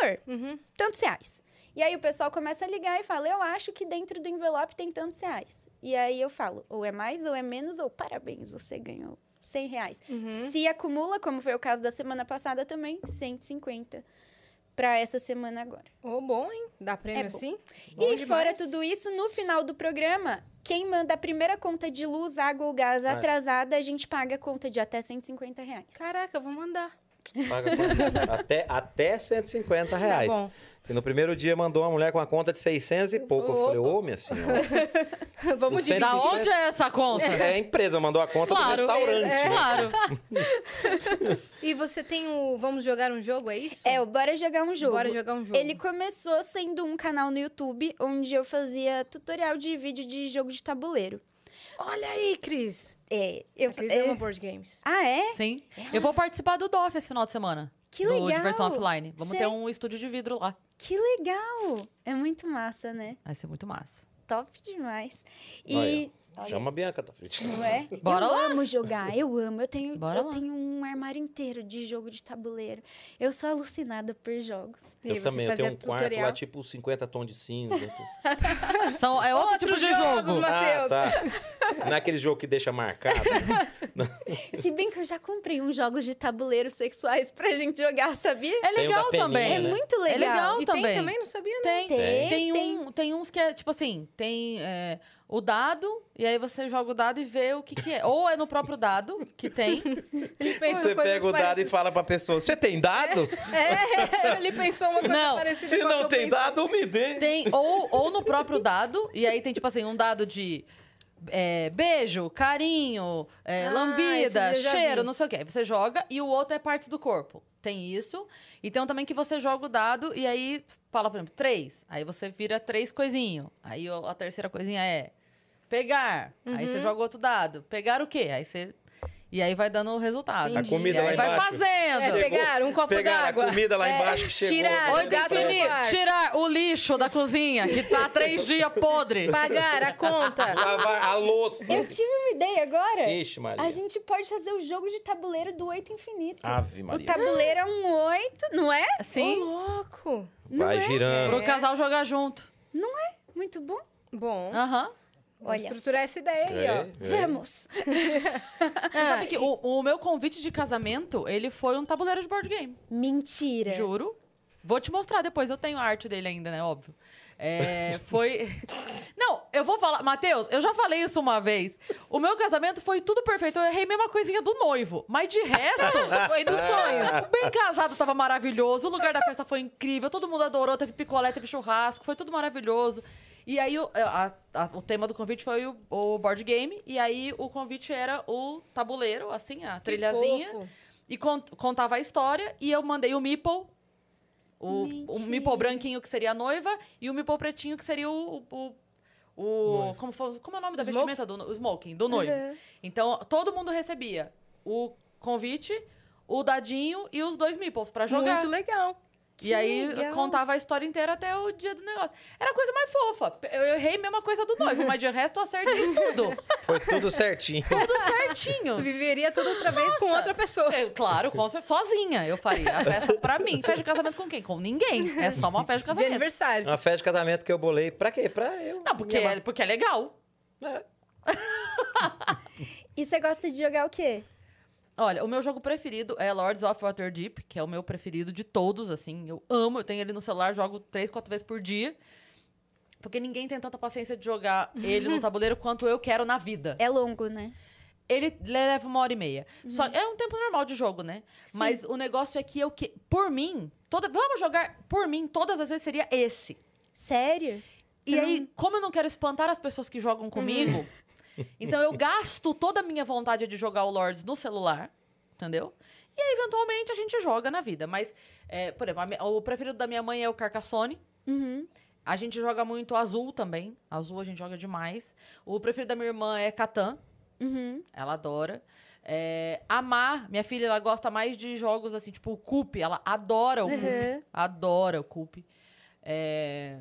Speaker 4: Valor.
Speaker 2: Uhum.
Speaker 4: Tantos reais. E aí o pessoal começa a ligar e fala: Eu acho que dentro do envelope tem tantos reais. E aí eu falo: Ou é mais, ou é menos, ou parabéns, você ganhou 100 reais.
Speaker 2: Uhum.
Speaker 4: Se acumula, como foi o caso da semana passada também, 150 pra essa semana agora.
Speaker 2: Ô, bom, hein? Dá prêmio
Speaker 4: bom.
Speaker 2: assim?
Speaker 4: e fora tudo isso, no final do programa, quem manda a primeira conta de luz, água ou gás
Speaker 2: É.
Speaker 3: Vai.
Speaker 4: atrasada, a gente paga a conta de até 150 reais.
Speaker 2: Caraca, eu vou mandar.
Speaker 3: Paga quanto? até, até 150 reais.
Speaker 2: Tá bom.
Speaker 3: E no primeiro dia mandou uma mulher com uma conta de 600 e pouco. Eu falei,
Speaker 2: Opa.
Speaker 3: ô, minha senhora.
Speaker 2: Vamos
Speaker 3: Os
Speaker 2: dividir.
Speaker 3: cento-
Speaker 1: Da onde é essa conta?
Speaker 3: É a empresa, mandou a conta
Speaker 1: Claro,
Speaker 3: do restaurante.
Speaker 1: é,
Speaker 3: né?
Speaker 1: claro.
Speaker 2: E você tem o Vamos Jogar um Jogo, é isso?
Speaker 4: É, o Bora Jogar um Jogo.
Speaker 2: Bora jogar um jogo.
Speaker 4: Ele começou sendo um canal no YouTube onde eu fazia tutorial de vídeo de jogo de tabuleiro.
Speaker 2: Olha aí, Cris.
Speaker 4: É, eu
Speaker 2: A Cris
Speaker 4: é-
Speaker 2: ama board games.
Speaker 4: Ah, é?
Speaker 1: Sim. Eu vou participar do DOF esse final de semana.
Speaker 4: Que
Speaker 1: do
Speaker 4: legal.
Speaker 1: Diversão Offline. Vamos
Speaker 4: Sei.
Speaker 1: ter um estúdio de vidro lá.
Speaker 4: Que legal! É muito massa, né?
Speaker 1: Vai ser muito massa.
Speaker 4: Top demais.
Speaker 3: Olha,
Speaker 4: E
Speaker 3: Chama a Bianca, tá frente.
Speaker 4: não é?
Speaker 1: Bora
Speaker 4: eu
Speaker 1: lá.
Speaker 4: amo jogar, eu amo. Eu tenho
Speaker 1: Bora
Speaker 4: eu
Speaker 1: lá.
Speaker 4: tenho um armário inteiro de jogo de tabuleiro. Eu sou alucinada por jogos.
Speaker 2: E aí
Speaker 3: Eu
Speaker 2: você
Speaker 3: também, eu
Speaker 2: fazia
Speaker 3: tenho um quarto lá, tipo 50 tons de cinza.
Speaker 1: São, é outro
Speaker 2: Outros
Speaker 1: tipo de
Speaker 2: jogos,
Speaker 1: jogo.
Speaker 2: mas- Matheus.
Speaker 3: Ah, tá. Não é aquele jogo que deixa marcado.
Speaker 4: Se bem que eu já comprei uns jogos de tabuleiro sexuais pra gente jogar, sabia?
Speaker 1: É
Speaker 3: Tem o da
Speaker 1: legal
Speaker 3: peninha,
Speaker 1: também.
Speaker 4: É
Speaker 3: né?
Speaker 4: muito legal.
Speaker 1: É legal.
Speaker 2: E
Speaker 1: também.
Speaker 2: tem também, não sabia, né?
Speaker 1: Tem,
Speaker 4: Tem,
Speaker 1: tem,
Speaker 4: tem.
Speaker 1: Um, tem uns que é tipo assim: tem é, o dado, e aí você joga o dado e vê o que, que é. Ou é no próprio dado, que tem.
Speaker 2: Ele pensou
Speaker 3: Você
Speaker 2: coisas
Speaker 3: pega o dado e
Speaker 2: parecidas.
Speaker 3: fala pra pessoa, você tem dado?
Speaker 2: É, ele pensou uma coisa
Speaker 1: Não.
Speaker 2: parecida
Speaker 3: Se
Speaker 2: com a
Speaker 3: não
Speaker 2: que eu
Speaker 3: tem
Speaker 2: pensei.
Speaker 3: dado, me dê.
Speaker 1: tem um ou, ou no próprio dado, e aí tem tipo assim: um dado de. é, beijo, carinho, é,
Speaker 2: Ah,
Speaker 1: lambida,
Speaker 2: esses eu já
Speaker 1: cheiro,
Speaker 2: vi.
Speaker 1: não sei o que. Você joga e o outro é parte do corpo. Tem isso. E tem um também que você joga o dado e aí fala, por exemplo, três. Aí você vira três coisinho. Aí o- a terceira coisinha é pegar. Aí
Speaker 2: Uhum.
Speaker 1: você joga outro dado. Pegar o quê? Aí você. E aí vai dando o resultado.
Speaker 2: A Entendi.
Speaker 3: comida
Speaker 1: e aí
Speaker 3: lá
Speaker 1: vai
Speaker 3: embaixo.
Speaker 1: fazendo.
Speaker 2: É, pegar um copo
Speaker 3: Pegaram a
Speaker 2: d'água.
Speaker 3: comida lá embaixo que chegou.
Speaker 2: Tiraram,
Speaker 1: Oi,
Speaker 3: Olha,
Speaker 2: gato
Speaker 3: tá-
Speaker 1: definir,
Speaker 2: quarto.
Speaker 1: tirar o lixo da cozinha, que tá há três dias podre.
Speaker 2: Pagar a conta.
Speaker 3: Lavar a louça.
Speaker 4: Eu tive uma ideia agora.
Speaker 3: Ixi, Maria.
Speaker 4: É. A gente pode fazer o jogo de tabuleiro do oito infinito.
Speaker 3: Ave
Speaker 4: o
Speaker 3: Maria.
Speaker 4: tabuleiro é um oito, não é?
Speaker 2: Ô,
Speaker 1: Sim,
Speaker 2: louco.
Speaker 3: Vai girando.
Speaker 1: pro casal jogar junto.
Speaker 4: Muito bom.
Speaker 2: Bom,
Speaker 1: Aham.
Speaker 2: vamos
Speaker 4: Olha
Speaker 2: estruturar essa ideia aí, ó.
Speaker 3: É, é.
Speaker 4: Vamos.
Speaker 1: Sabe que o, o meu convite de casamento, ele foi um tabuleiro de board game.
Speaker 4: Mentira.
Speaker 1: Juro. Vou te mostrar depois, eu tenho a arte dele ainda, né? Óbvio. É, foi. Não, eu vou falar. Matheus, eu já falei isso uma vez. O meu casamento foi tudo perfeito. Eu errei mesmo a coisinha do noivo. Mas de resto.
Speaker 2: Foi dos sonhos.
Speaker 1: Bem casado, tava maravilhoso. O lugar da festa foi incrível. Todo mundo adorou. Teve picolé, teve churrasco. Foi tudo maravilhoso. E aí, o, a- a- o tema do convite foi o, o board game. E aí, o convite era o tabuleiro, assim, a trilhazinha.
Speaker 2: fofo.
Speaker 1: E con- contava a história. E eu mandei o Meeple. O, o
Speaker 4: Mentira.
Speaker 1: Meeple branquinho, que seria a noiva. E o Meeple pretinho, que seria o... o, o- como, foi- como é o nome da
Speaker 2: Smoke? É.
Speaker 1: vestimenta? Do, no- o smoking, do noivo.
Speaker 4: Uhum.
Speaker 1: Então, todo mundo recebia o convite, o dadinho e os dois meeples pra jogar.
Speaker 2: Muito legal.
Speaker 1: e aí
Speaker 4: legal.
Speaker 1: contava a história inteira até o dia do negócio. Era a coisa mais fofa. Eu errei a mesma coisa do noivo, mas de resto eu acertei tudo.
Speaker 3: Foi tudo certinho.
Speaker 1: Tudo certinho.
Speaker 2: Viveria tudo outra vez com
Speaker 1: Nossa.
Speaker 2: outra pessoa.
Speaker 1: Eu, claro, com certeza, sozinha eu faria a festa pra mim. Festa de casamento com quem? Com ninguém. É só uma festa de
Speaker 2: De
Speaker 1: casamento.
Speaker 2: aniversário.
Speaker 3: Uma festa de casamento que eu bolei. Pra quê? Pra eu. né?
Speaker 1: Não, porque
Speaker 3: me amar.
Speaker 1: é, porque é legal.
Speaker 4: E você gosta de jogar o quê?
Speaker 1: Olha, o meu jogo preferido é Lords of Waterdeep, que é o meu preferido de todos, assim. Eu amo, eu tenho ele no celular, jogo três, quatro vezes por dia. Porque ninguém tem tanta paciência de jogar ele no tabuleiro quanto eu quero na vida.
Speaker 4: É longo, né?
Speaker 1: Ele leva uma hora e meia. Só é um tempo normal de jogo, né?
Speaker 4: Sim.
Speaker 1: Mas o negócio é que eu que por mim, toda vamos jogar por mim todas as vezes seria esse.
Speaker 4: Sério?
Speaker 1: E
Speaker 4: Você
Speaker 1: aí,
Speaker 4: não- Uhum.
Speaker 1: como eu não quero espantar as pessoas que jogam comigo, então eu gasto toda a minha vontade de jogar o Lords no celular, entendeu? E aí, eventualmente, a gente joga na vida. Mas, é, por exemplo, a mi- o preferido da minha mãe é o Carcassone.
Speaker 4: Uhum.
Speaker 1: A gente joga muito azul também. Azul a gente joga demais. O preferido da minha irmã é Catan.
Speaker 4: Uhum.
Speaker 1: Ela adora. É, Amar, minha filha, ela gosta mais de jogos assim, tipo o Coop. Ela adora o Coop.
Speaker 4: Uhum.
Speaker 1: Adora o Coop. É...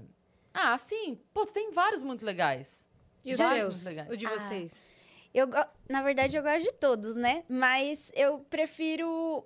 Speaker 1: Ah, sim. Pô, tem vários muito legais.
Speaker 2: E os
Speaker 1: Vários
Speaker 2: seus?
Speaker 1: muito legais.
Speaker 2: O de
Speaker 4: Ah.
Speaker 2: vocês?
Speaker 4: Eu go- Na verdade, eu gosto de todos, né? Mas eu prefiro.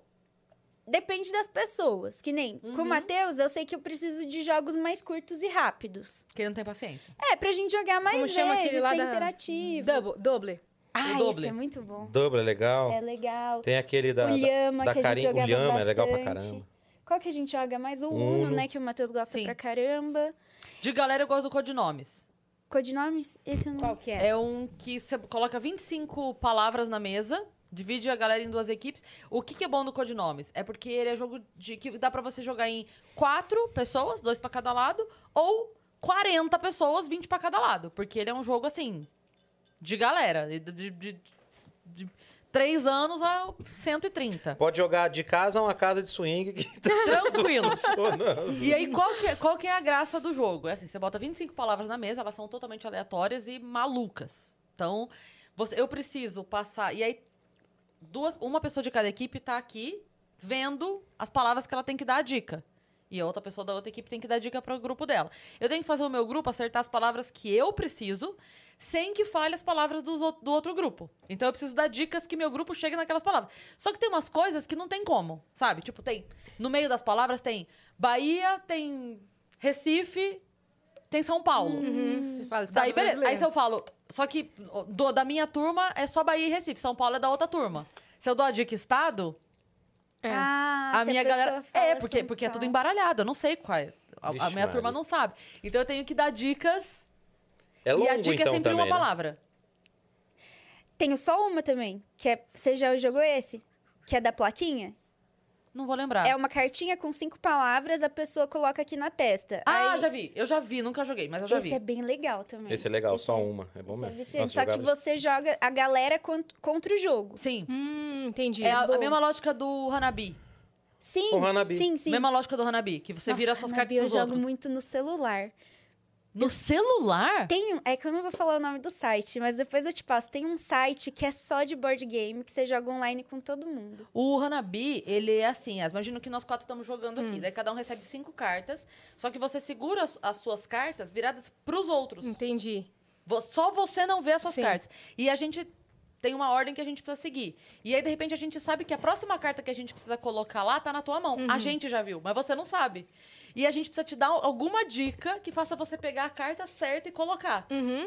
Speaker 4: Depende das pessoas. Que nem
Speaker 3: Uhum.
Speaker 4: com o Matheus, eu sei que eu preciso de jogos mais curtos e rápidos.
Speaker 1: Que ele não tem paciência.
Speaker 4: É, pra gente jogar mais
Speaker 2: Como chama
Speaker 4: vezes,
Speaker 2: aquele lá
Speaker 4: ser
Speaker 2: da-
Speaker 4: é, interativo.
Speaker 2: Double, doble.
Speaker 4: Ah,
Speaker 1: O
Speaker 4: isso
Speaker 1: Double.
Speaker 4: é muito bom.
Speaker 3: Dobro é legal.
Speaker 4: É legal.
Speaker 3: Tem aquele da.
Speaker 4: o Lhama,
Speaker 3: da
Speaker 4: que a gente
Speaker 3: Karim- o
Speaker 4: jogava
Speaker 3: Lhama é legal pra
Speaker 4: bastante.
Speaker 3: caramba.
Speaker 4: Qual que a gente joga mais? O
Speaker 3: Uno.
Speaker 4: Uno, né? Que o Matheus gosta
Speaker 1: Sim.
Speaker 4: pra caramba.
Speaker 1: De galera, eu gosto do Codinomes.
Speaker 4: Codinomes? Esse eu não.
Speaker 2: Qual que é?
Speaker 1: É um que você coloca 25 palavras na mesa, divide a galera em duas equipes. O que, que é bom do Codinomes? É porque ele é jogo de que dá pra você jogar em quatro pessoas, dois pra cada lado, ou 40 pessoas, 20 pra cada lado. Porque ele é um jogo assim, de galera. De, de, de, de 3 anos a 130.
Speaker 3: Pode jogar de casa a uma casa de swing que tá
Speaker 1: Tranquilo.
Speaker 3: funcionando.
Speaker 1: E aí, qual que, é, qual que é a graça do jogo? É assim, você bota 25 palavras na mesa, elas são totalmente aleatórias e malucas. Então, você- eu preciso passar. E aí, duas, uma pessoa de cada equipe tá aqui vendo as palavras que ela tem que dar a dica. E a outra pessoa da outra equipe tem que dar dica para o grupo dela. Eu tenho que fazer o meu grupo acertar as palavras que eu preciso, sem que falhe as palavras dos ou- do outro grupo. Então eu preciso dar dicas que meu grupo chegue naquelas palavras. Só que tem umas coisas que não tem como, sabe? Tipo, tem. No meio das palavras tem Bahia, tem Recife, tem São Paulo.
Speaker 2: Uhum. Você fala, Estado
Speaker 1: Daí, beleza. Aí
Speaker 2: brasileiro.
Speaker 1: se eu falo, só que ó, do- da minha turma é só Bahia e Recife, São Paulo é da outra turma. Se eu dou a dica estado,
Speaker 2: É.
Speaker 4: Ah,
Speaker 1: a
Speaker 4: se
Speaker 1: minha
Speaker 4: pessoa
Speaker 1: galera.
Speaker 4: fala assim, tá.
Speaker 1: É, porque,
Speaker 4: São
Speaker 1: porque é tudo
Speaker 4: Paulo.
Speaker 1: embaralhado, eu não sei qual é. A, a
Speaker 3: Vixe,
Speaker 1: minha turma
Speaker 3: Maria.
Speaker 1: não sabe. Então eu tenho que dar dicas.
Speaker 3: É longo,
Speaker 1: e a dica
Speaker 3: então,
Speaker 1: é sempre
Speaker 3: também,
Speaker 1: uma
Speaker 3: né?
Speaker 1: palavra.
Speaker 4: Tenho só uma também, que é. Você já jogou esse? Que é da plaquinha?
Speaker 1: Não vou lembrar.
Speaker 4: É uma cartinha com cinco palavras, a pessoa coloca aqui na testa.
Speaker 1: Ah,
Speaker 4: Aí-
Speaker 1: já vi. Eu já vi, nunca joguei, mas eu já
Speaker 4: Esse
Speaker 1: vi.
Speaker 4: é bem legal também.
Speaker 3: Esse é legal, só uma. É bom
Speaker 4: Esse é
Speaker 3: mesmo.
Speaker 4: viciante.
Speaker 3: Nossa,
Speaker 4: Só que
Speaker 3: jogava-
Speaker 4: você joga a galera cont- contra o jogo.
Speaker 1: Sim.
Speaker 2: Hum, entendi.
Speaker 1: É a, a
Speaker 4: boa.
Speaker 1: mesma lógica do Hanabi.
Speaker 4: Sim,
Speaker 3: O Hanabi.
Speaker 4: sim, sim.
Speaker 1: Mesma lógica do Hanabi, que assim, você
Speaker 4: Nossa,
Speaker 1: vira suas
Speaker 4: Hanabi
Speaker 1: cartas pros
Speaker 4: Eu jogo
Speaker 1: outros.
Speaker 4: muito no celular.
Speaker 1: No celular?
Speaker 4: Tem, um- é que eu não vou falar o nome do site, mas depois eu te passo. Tem um site que é só de board game, que você joga online com todo mundo.
Speaker 1: O Hanabi, ele é assim, as- imagina que nós quatro estamos jogando
Speaker 4: Hum.
Speaker 1: aqui, daí cada um recebe cinco cartas, só que você segura as, as suas cartas viradas pros outros.
Speaker 2: Entendi.
Speaker 1: Vo- Só você não vê as suas
Speaker 2: Sim.
Speaker 1: cartas. E a gente tem uma ordem que a gente precisa seguir. E aí, de repente, a gente sabe que a próxima carta que a gente precisa colocar lá tá na tua mão. A gente já viu, mas você não sabe. E a gente precisa te dar alguma dica que faça você pegar a carta certa e colocar.
Speaker 2: Uhum.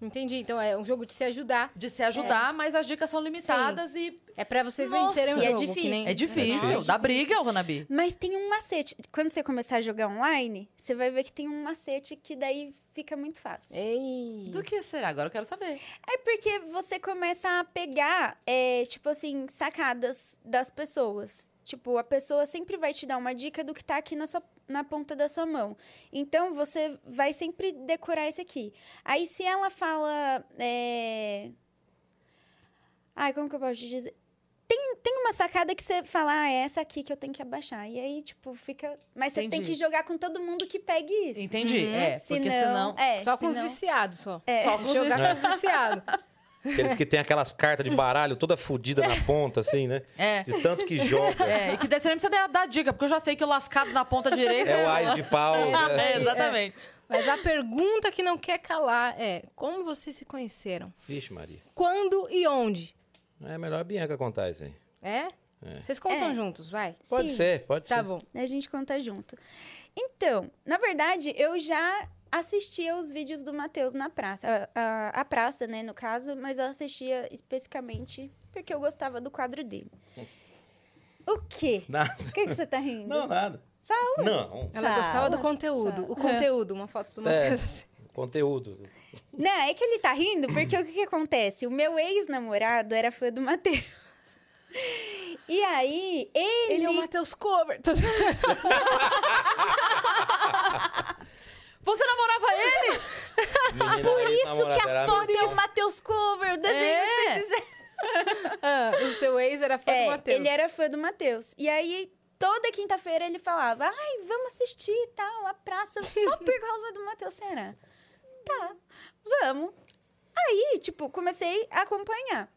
Speaker 2: Entendi. Então é um jogo de se ajudar.
Speaker 1: De se ajudar, mas as dicas são limitadas e
Speaker 2: É pra vocês
Speaker 1: Nossa,
Speaker 2: vencerem o
Speaker 4: e é
Speaker 2: jogo. que
Speaker 4: difícil.
Speaker 2: nem-
Speaker 1: é difícil.
Speaker 3: difícil.
Speaker 1: Dá briga, o Hanabi.
Speaker 4: Mas tem um macete. Quando você começar a jogar online, você vai ver que tem um macete que daí fica muito fácil.
Speaker 2: Ei.
Speaker 1: Do que será? Agora eu quero saber.
Speaker 4: É porque você começa a pegar, é, tipo assim, sacadas das pessoas. Tipo, a pessoa sempre vai te dar uma dica do que tá aqui na, sua, na ponta da sua mão. Então, você vai sempre decorar esse aqui. Aí, se ela fala. É... Ai, como que eu posso te dizer? Tem, tem uma sacada que você fala, ah, é essa aqui que eu tenho que abaixar. E aí, tipo, fica. Mas você tem
Speaker 1: Entendi.
Speaker 4: que jogar com todo mundo que pegue isso.
Speaker 1: Entendi.
Speaker 2: Uhum.
Speaker 1: É, porque senão.
Speaker 4: É,
Speaker 2: só com os
Speaker 4: senão-
Speaker 2: viciados, só.
Speaker 4: É.
Speaker 1: Só com os
Speaker 2: Jogar com os viciados.
Speaker 3: Aqueles que tem aquelas cartas de baralho toda fodida na ponta, assim, né?
Speaker 1: É.
Speaker 3: De tanto que joga.
Speaker 1: É, e que daí você nem precisa dar- dar dica, porque eu já sei que o lascado na ponta direita
Speaker 3: É o
Speaker 1: o-
Speaker 3: ás de pau. né?
Speaker 1: É, exatamente.
Speaker 2: Mas a pergunta que não quer calar é: como vocês se conheceram?
Speaker 3: Vixe, Maria.
Speaker 2: Quando e onde?
Speaker 3: É melhor a Bianca contar isso aí.
Speaker 2: É?
Speaker 3: É.
Speaker 2: Vocês contam
Speaker 4: É.
Speaker 2: juntos, vai.
Speaker 3: Pode
Speaker 4: Sim.
Speaker 3: ser, pode
Speaker 2: Tá
Speaker 3: ser.
Speaker 2: bom.
Speaker 4: né, A gente conta junto. Então, na verdade, eu já assistia os vídeos do Matheus na praça. A, a- a praça, né, no caso, mas eu assistia especificamente porque eu gostava do quadro dele. O quê?
Speaker 3: Nada.
Speaker 4: O que, que você tá rindo?
Speaker 3: Não, nada. Fala. Não,
Speaker 2: Ela
Speaker 4: Fala.
Speaker 2: gostava do conteúdo. O conteúdo, uma foto do Matheus. assim.
Speaker 3: conteúdo.
Speaker 4: Não, é que ele tá rindo porque o que, que acontece? O meu ex-namorado era fã do Matheus. E aí, ele...
Speaker 2: Ele é o Matheus Cover. Tô-
Speaker 1: Você namorava ele?
Speaker 4: Por isso que a foto é o Matheus Cover, o desenho que
Speaker 1: É.
Speaker 4: vocês fizeram.
Speaker 2: Ah, o seu ex era fã do
Speaker 4: É,
Speaker 2: Matheus.
Speaker 4: ele era fã do Matheus. E aí, toda quinta-feira ele falava, ai, vamos assistir e tal, a praça, só por causa do Matheus Será. Tá, vamos. Aí, tipo, comecei a acompanhar.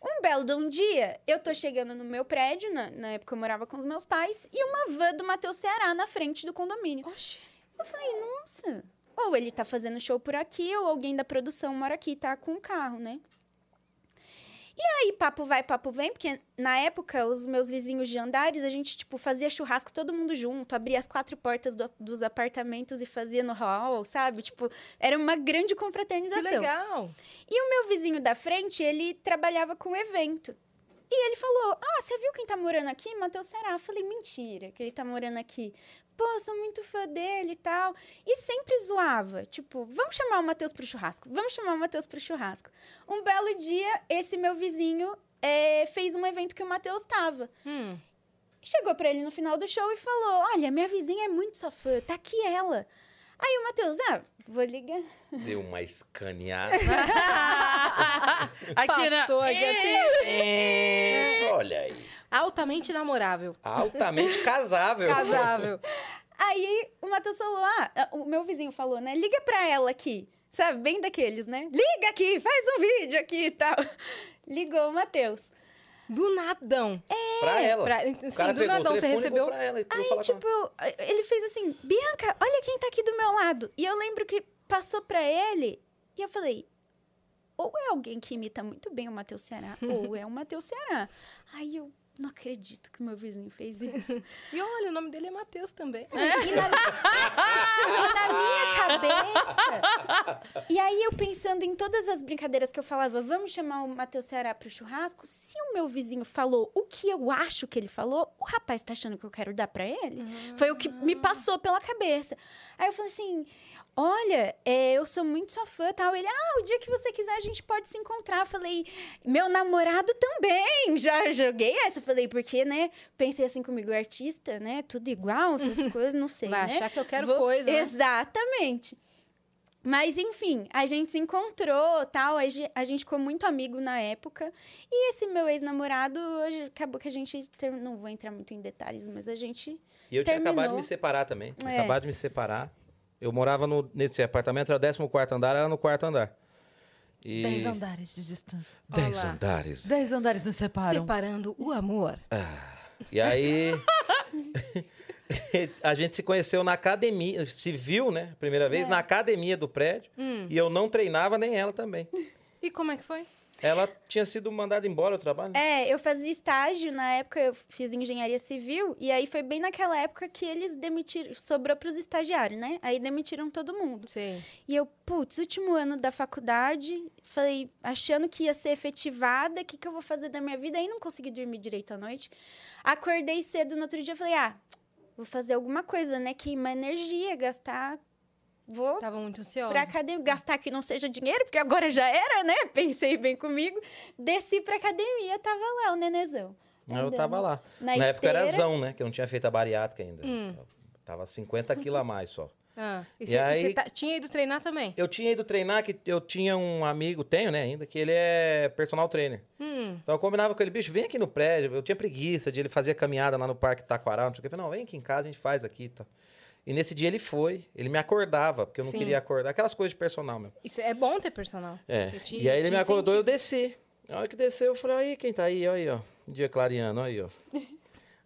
Speaker 4: Um belo de um dia, eu tô chegando no meu prédio, na, na época eu morava com os meus pais, e uma van do Matheus Ceará na frente do condomínio.
Speaker 2: Oxi.
Speaker 4: Eu falei, nossa, ou ele tá fazendo show por aqui, ou alguém da produção mora aqui, tá com um carro, né? E aí, papo vai, papo vem, porque na época, os meus vizinhos de andares, a gente, tipo, fazia churrasco todo mundo junto, abria as quatro portas do- dos apartamentos e fazia no hall, sabe? Tipo, era uma grande
Speaker 2: Que
Speaker 4: confraternização.
Speaker 2: legal.
Speaker 4: Meu vizinho da frente, ele trabalhava com evento. E ele falou: Ah, você viu quem tá morando aqui? Matheus Será. Eu falei: Mentira, que ele tá morando aqui. Pô, sou muito fã dele e tal. E sempre zoava. Tipo, vamos chamar o Matheus pro churrasco. Vamos chamar o Matheus pro churrasco. Um belo dia, esse meu vizinho eh, fez um evento que o Matheus tava.
Speaker 2: Hum.
Speaker 4: Chegou pra ele no final do show e falou: Olha, minha vizinha é muito sua fã, tá aqui ela. Aí o Matheus, ah, vou ligar.
Speaker 3: Deu uma escaneada.
Speaker 4: Ah.
Speaker 1: Aqui, né?
Speaker 2: Passou aqui
Speaker 4: É.
Speaker 2: até-
Speaker 3: Isso, Olha aí.
Speaker 2: Altamente namorável.
Speaker 3: Altamente casável.
Speaker 2: Casável.
Speaker 4: Aí o Matheus falou: Ah, o meu vizinho falou, né? Liga pra ela aqui. Sabe, bem daqueles, né? Liga aqui, faz um vídeo aqui e tal. Ligou o Matheus.
Speaker 2: Do nadão.
Speaker 3: Pra ela.
Speaker 2: Pra-
Speaker 3: O
Speaker 2: sim,
Speaker 3: cara
Speaker 2: do
Speaker 3: pegou
Speaker 2: nadão,
Speaker 3: o
Speaker 2: você
Speaker 3: telefone e ligou
Speaker 2: recebeu-
Speaker 3: Pra ela e
Speaker 4: Aí,
Speaker 3: falou com ela.
Speaker 4: tipo, eu- ele fez assim: Bianca, olha quem tá aqui do meu lado. E eu lembro que passou pra ele e eu falei: ou é alguém que imita muito bem o Matheus Ceará, ou é o Matheus Ceará. Aí eu não acredito que meu vizinho fez isso.
Speaker 2: E olha, o nome dele é Matheus também.
Speaker 4: E na, e na minha cabeça. E aí eu pensando em todas as brincadeiras que eu falava, vamos chamar o Matheus Ceará pro churrasco. Se o meu vizinho falou o que eu acho que ele falou, o rapaz tá achando que eu quero dar pra ele?
Speaker 2: Ah.
Speaker 4: Foi o que me passou pela cabeça. Aí eu falei assim: olha, é, eu sou muito sua fã tal. Ele, ah, o dia que você quiser a gente pode se encontrar. Eu falei, meu namorado também. Já joguei essa. Eu falei, porque, né? Pensei assim comigo, artista, né? Tudo igual, essas coisas, não sei.
Speaker 2: Vai
Speaker 4: né?
Speaker 2: achar que eu quero
Speaker 4: Vou-
Speaker 2: coisa. né?
Speaker 4: Exatamente. Mas, enfim, a gente se encontrou, tal, a ge- a gente ficou muito amigo na época. E esse meu ex-namorado, hoje, acabou que a gente, ter- não vou entrar muito em detalhes, mas a gente...
Speaker 3: E eu tinha
Speaker 4: Terminou.
Speaker 3: acabado de me separar também. Tinha
Speaker 4: É.
Speaker 3: Acabado de me separar. Eu morava no- nesse apartamento, era o 14 andar, era no quarto andar. E...
Speaker 1: Dez andares de distância.
Speaker 3: Dez
Speaker 2: Olá.
Speaker 3: andares.
Speaker 1: Dez andares nos separam.
Speaker 2: Separando o amor.
Speaker 3: É. E aí. a gente se conheceu na academia, se viu, né? a Primeira vez, na academia do prédio.
Speaker 2: Hum.
Speaker 3: E eu não treinava nem ela também.
Speaker 2: E como é que foi?
Speaker 3: Ela tinha sido mandada embora do trabalho. né?
Speaker 4: É, eu fazia estágio, na época eu fiz engenharia civil, e aí foi bem naquela época que eles demitiram, sobrou pros estagiários, né? Aí demitiram todo mundo.
Speaker 2: Sei.
Speaker 4: E eu, putz, último ano da faculdade, falei, achando que ia ser efetivada, o que, que eu vou fazer da minha vida? Aí não consegui dormir direito à noite. Acordei cedo no outro dia, falei, ah, vou fazer alguma coisa, né? Queimar energia, gastar. Vou
Speaker 2: Tava muito ansiosa.
Speaker 4: pra academia, gastar que não seja dinheiro, porque agora já era, né? Pensei bem comigo. Desci pra academia, tava lá o nenezão.
Speaker 3: eu
Speaker 4: andando
Speaker 3: tava lá.
Speaker 4: É. Na,
Speaker 3: Na época
Speaker 4: esteira.
Speaker 3: era zão, né? Que eu não tinha feito a bariátrica ainda.
Speaker 2: Hum.
Speaker 3: Eu tava 50 quilos a mais só.
Speaker 2: Ah, e
Speaker 3: E
Speaker 2: você
Speaker 3: aí-
Speaker 2: você tá- tinha ido treinar também?
Speaker 3: Eu tinha ido treinar, que eu tinha um amigo, tenho, né, ainda, que ele é personal trainer.
Speaker 2: Hum.
Speaker 3: Então eu combinava com ele, bicho, vem aqui no prédio. Eu tinha preguiça de ele fazer caminhada lá no Parque Taquaral, não sei o que. Eu falei, não, vem aqui em casa, a gente faz aqui e tal. E nesse dia ele foi, ele me acordava, porque eu não
Speaker 2: Sim.
Speaker 3: queria acordar. Aquelas coisas de personal mesmo.
Speaker 2: Isso é bom ter personal.
Speaker 3: É.
Speaker 2: Eu te-
Speaker 3: e aí ele
Speaker 2: te
Speaker 3: me acordou,
Speaker 2: incentivo.
Speaker 3: eu desci. Na hora que desceu, eu falei, aí, quem tá aí? Olha aí, ó. Dia clareando, olha aí, ó.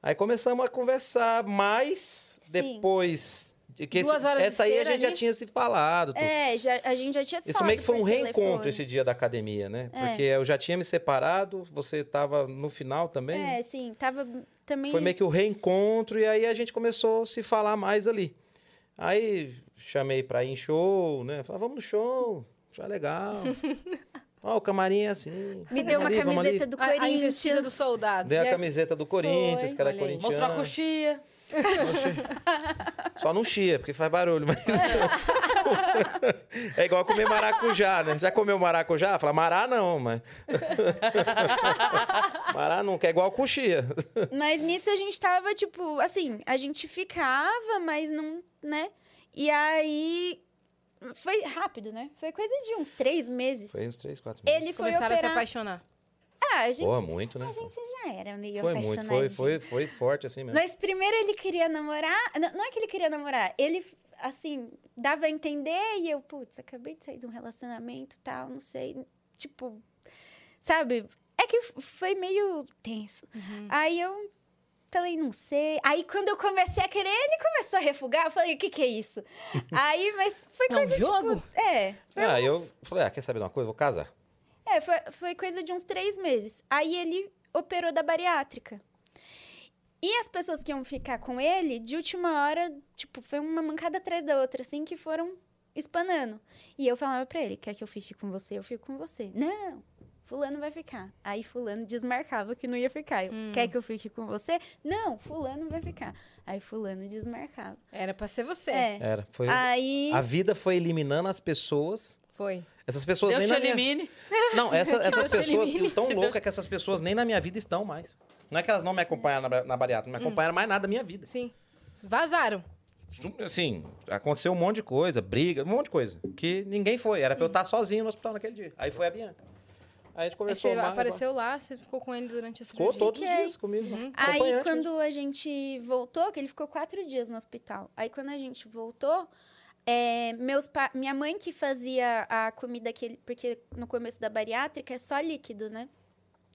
Speaker 3: aí começamos a conversar, mas
Speaker 4: Sim.
Speaker 3: depois. de Que
Speaker 2: Duas horas de
Speaker 3: essa aí a
Speaker 2: esteira
Speaker 3: gente já
Speaker 2: ali.
Speaker 3: tinha se falado. tudo.
Speaker 4: É, já, a gente já tinha
Speaker 3: Isso meio que foi um reencontro
Speaker 4: esse
Speaker 3: esse dia da academia, né?
Speaker 4: É.
Speaker 3: Porque eu já tinha me separado, você tava no final também. né?
Speaker 4: É, sim, tava também...
Speaker 3: Foi meio que o reencontro e aí a gente começou a se falar mais ali. Aí chamei pra ir em show, né? Falei, vamos no show, show é legal. Ó, o camarim é assim.
Speaker 4: Me deu uma
Speaker 3: Vamos ali, vamos ali.
Speaker 4: camiseta do
Speaker 2: A,
Speaker 4: Corinthians.
Speaker 2: a investida do soldado.
Speaker 3: Dei a
Speaker 4: Já-
Speaker 3: camiseta do Corinthians,
Speaker 4: Foi.
Speaker 3: que ela é
Speaker 2: Olha aí.
Speaker 3: corintiana.
Speaker 1: Mostrou a coxia.
Speaker 3: Só não chia, porque faz barulho, mas... é igual comer maracujá, né? Já comeu maracujá? Fala, mará não, mas... mará nunca, é igual com chia.
Speaker 4: Mas nisso a gente tava, tipo, assim, a gente ficava, mas não, né? E aí. Foi rápido, né? Foi coisa de uns três meses.
Speaker 3: Foi uns três, quatro meses.
Speaker 4: Ele foi
Speaker 2: Começaram a se
Speaker 4: operar.
Speaker 2: apaixonar.
Speaker 4: Ah, a gente,
Speaker 3: Boa, muito, né?
Speaker 4: a gente já era meio
Speaker 3: Foi muito,
Speaker 4: apaixonadinho.
Speaker 3: foi, foi, foi forte assim mesmo.
Speaker 4: Mas primeiro ele queria namorar. Não, não é que ele queria namorar. Ele, assim, dava a entender e eu, putz, acabei de sair de um relacionamento e tal, não sei. Tipo, sabe? É que f- foi meio tenso.
Speaker 2: Uhum.
Speaker 4: Aí eu falei, não sei. Aí quando eu comecei a querer, ele começou a refugar. Eu falei, o que que é isso? Aí, mas foi
Speaker 2: É um
Speaker 4: coisa
Speaker 2: jogo?
Speaker 4: tipo... É. Foi
Speaker 3: Ah,
Speaker 4: umas-
Speaker 3: eu falei, ah, quer saber de uma coisa? Vou casar.
Speaker 4: é, foi, foi coisa de uns três meses. Aí ele operou da bariátrica. E as pessoas que iam ficar com ele, de última hora, tipo, foi uma mancada atrás da outra, assim, que foram espanando. E eu falava pra ele, quer que eu fique com você? Eu fico com você. Não, Fulano vai ficar. Aí Fulano desmarcava que não ia ficar. Eu, Quer que eu fique com você? Não, Fulano vai ficar. Aí Fulano desmarcava.
Speaker 2: Era pra ser você.
Speaker 4: É.
Speaker 3: Era. Foi,
Speaker 4: Aí.
Speaker 3: A vida foi eliminando as pessoas.
Speaker 2: Foi.
Speaker 3: Essas pessoas
Speaker 1: Deus
Speaker 3: nem
Speaker 1: te
Speaker 3: na minha...
Speaker 1: elimine.
Speaker 3: Não, essa- essas
Speaker 2: Deus te
Speaker 3: pessoas.
Speaker 2: elimine.
Speaker 3: Tão
Speaker 1: Que
Speaker 3: louca é que essas pessoas nem na minha vida estão mais. Não é que elas não me acompanharam na, na bariátrica,
Speaker 4: Hum.
Speaker 3: não me acompanharam mais nada da minha vida.
Speaker 2: Sim. Vazaram.
Speaker 3: Sum- Assim, aconteceu um monte de coisa, briga, um monte de coisa. Que ninguém foi. Era pra eu
Speaker 4: Hum.
Speaker 3: estar sozinho no hospital naquele dia. Aí foi a Bianca. Aí a gente
Speaker 2: Aí
Speaker 3: conversou
Speaker 2: você
Speaker 3: mais. ó.
Speaker 2: apareceu lá, você ficou com ele durante a cirurgia.
Speaker 3: Ficou todos os
Speaker 4: Fiquei.
Speaker 3: dias comigo.
Speaker 4: é. Aí,
Speaker 3: acompanhante
Speaker 4: quando a gente voltou, que ele ficou quatro dias no hospital. Aí, quando a gente voltou, é, meus pa- minha mãe que fazia a comida que ele... Porque no começo da bariátrica é só líquido, né?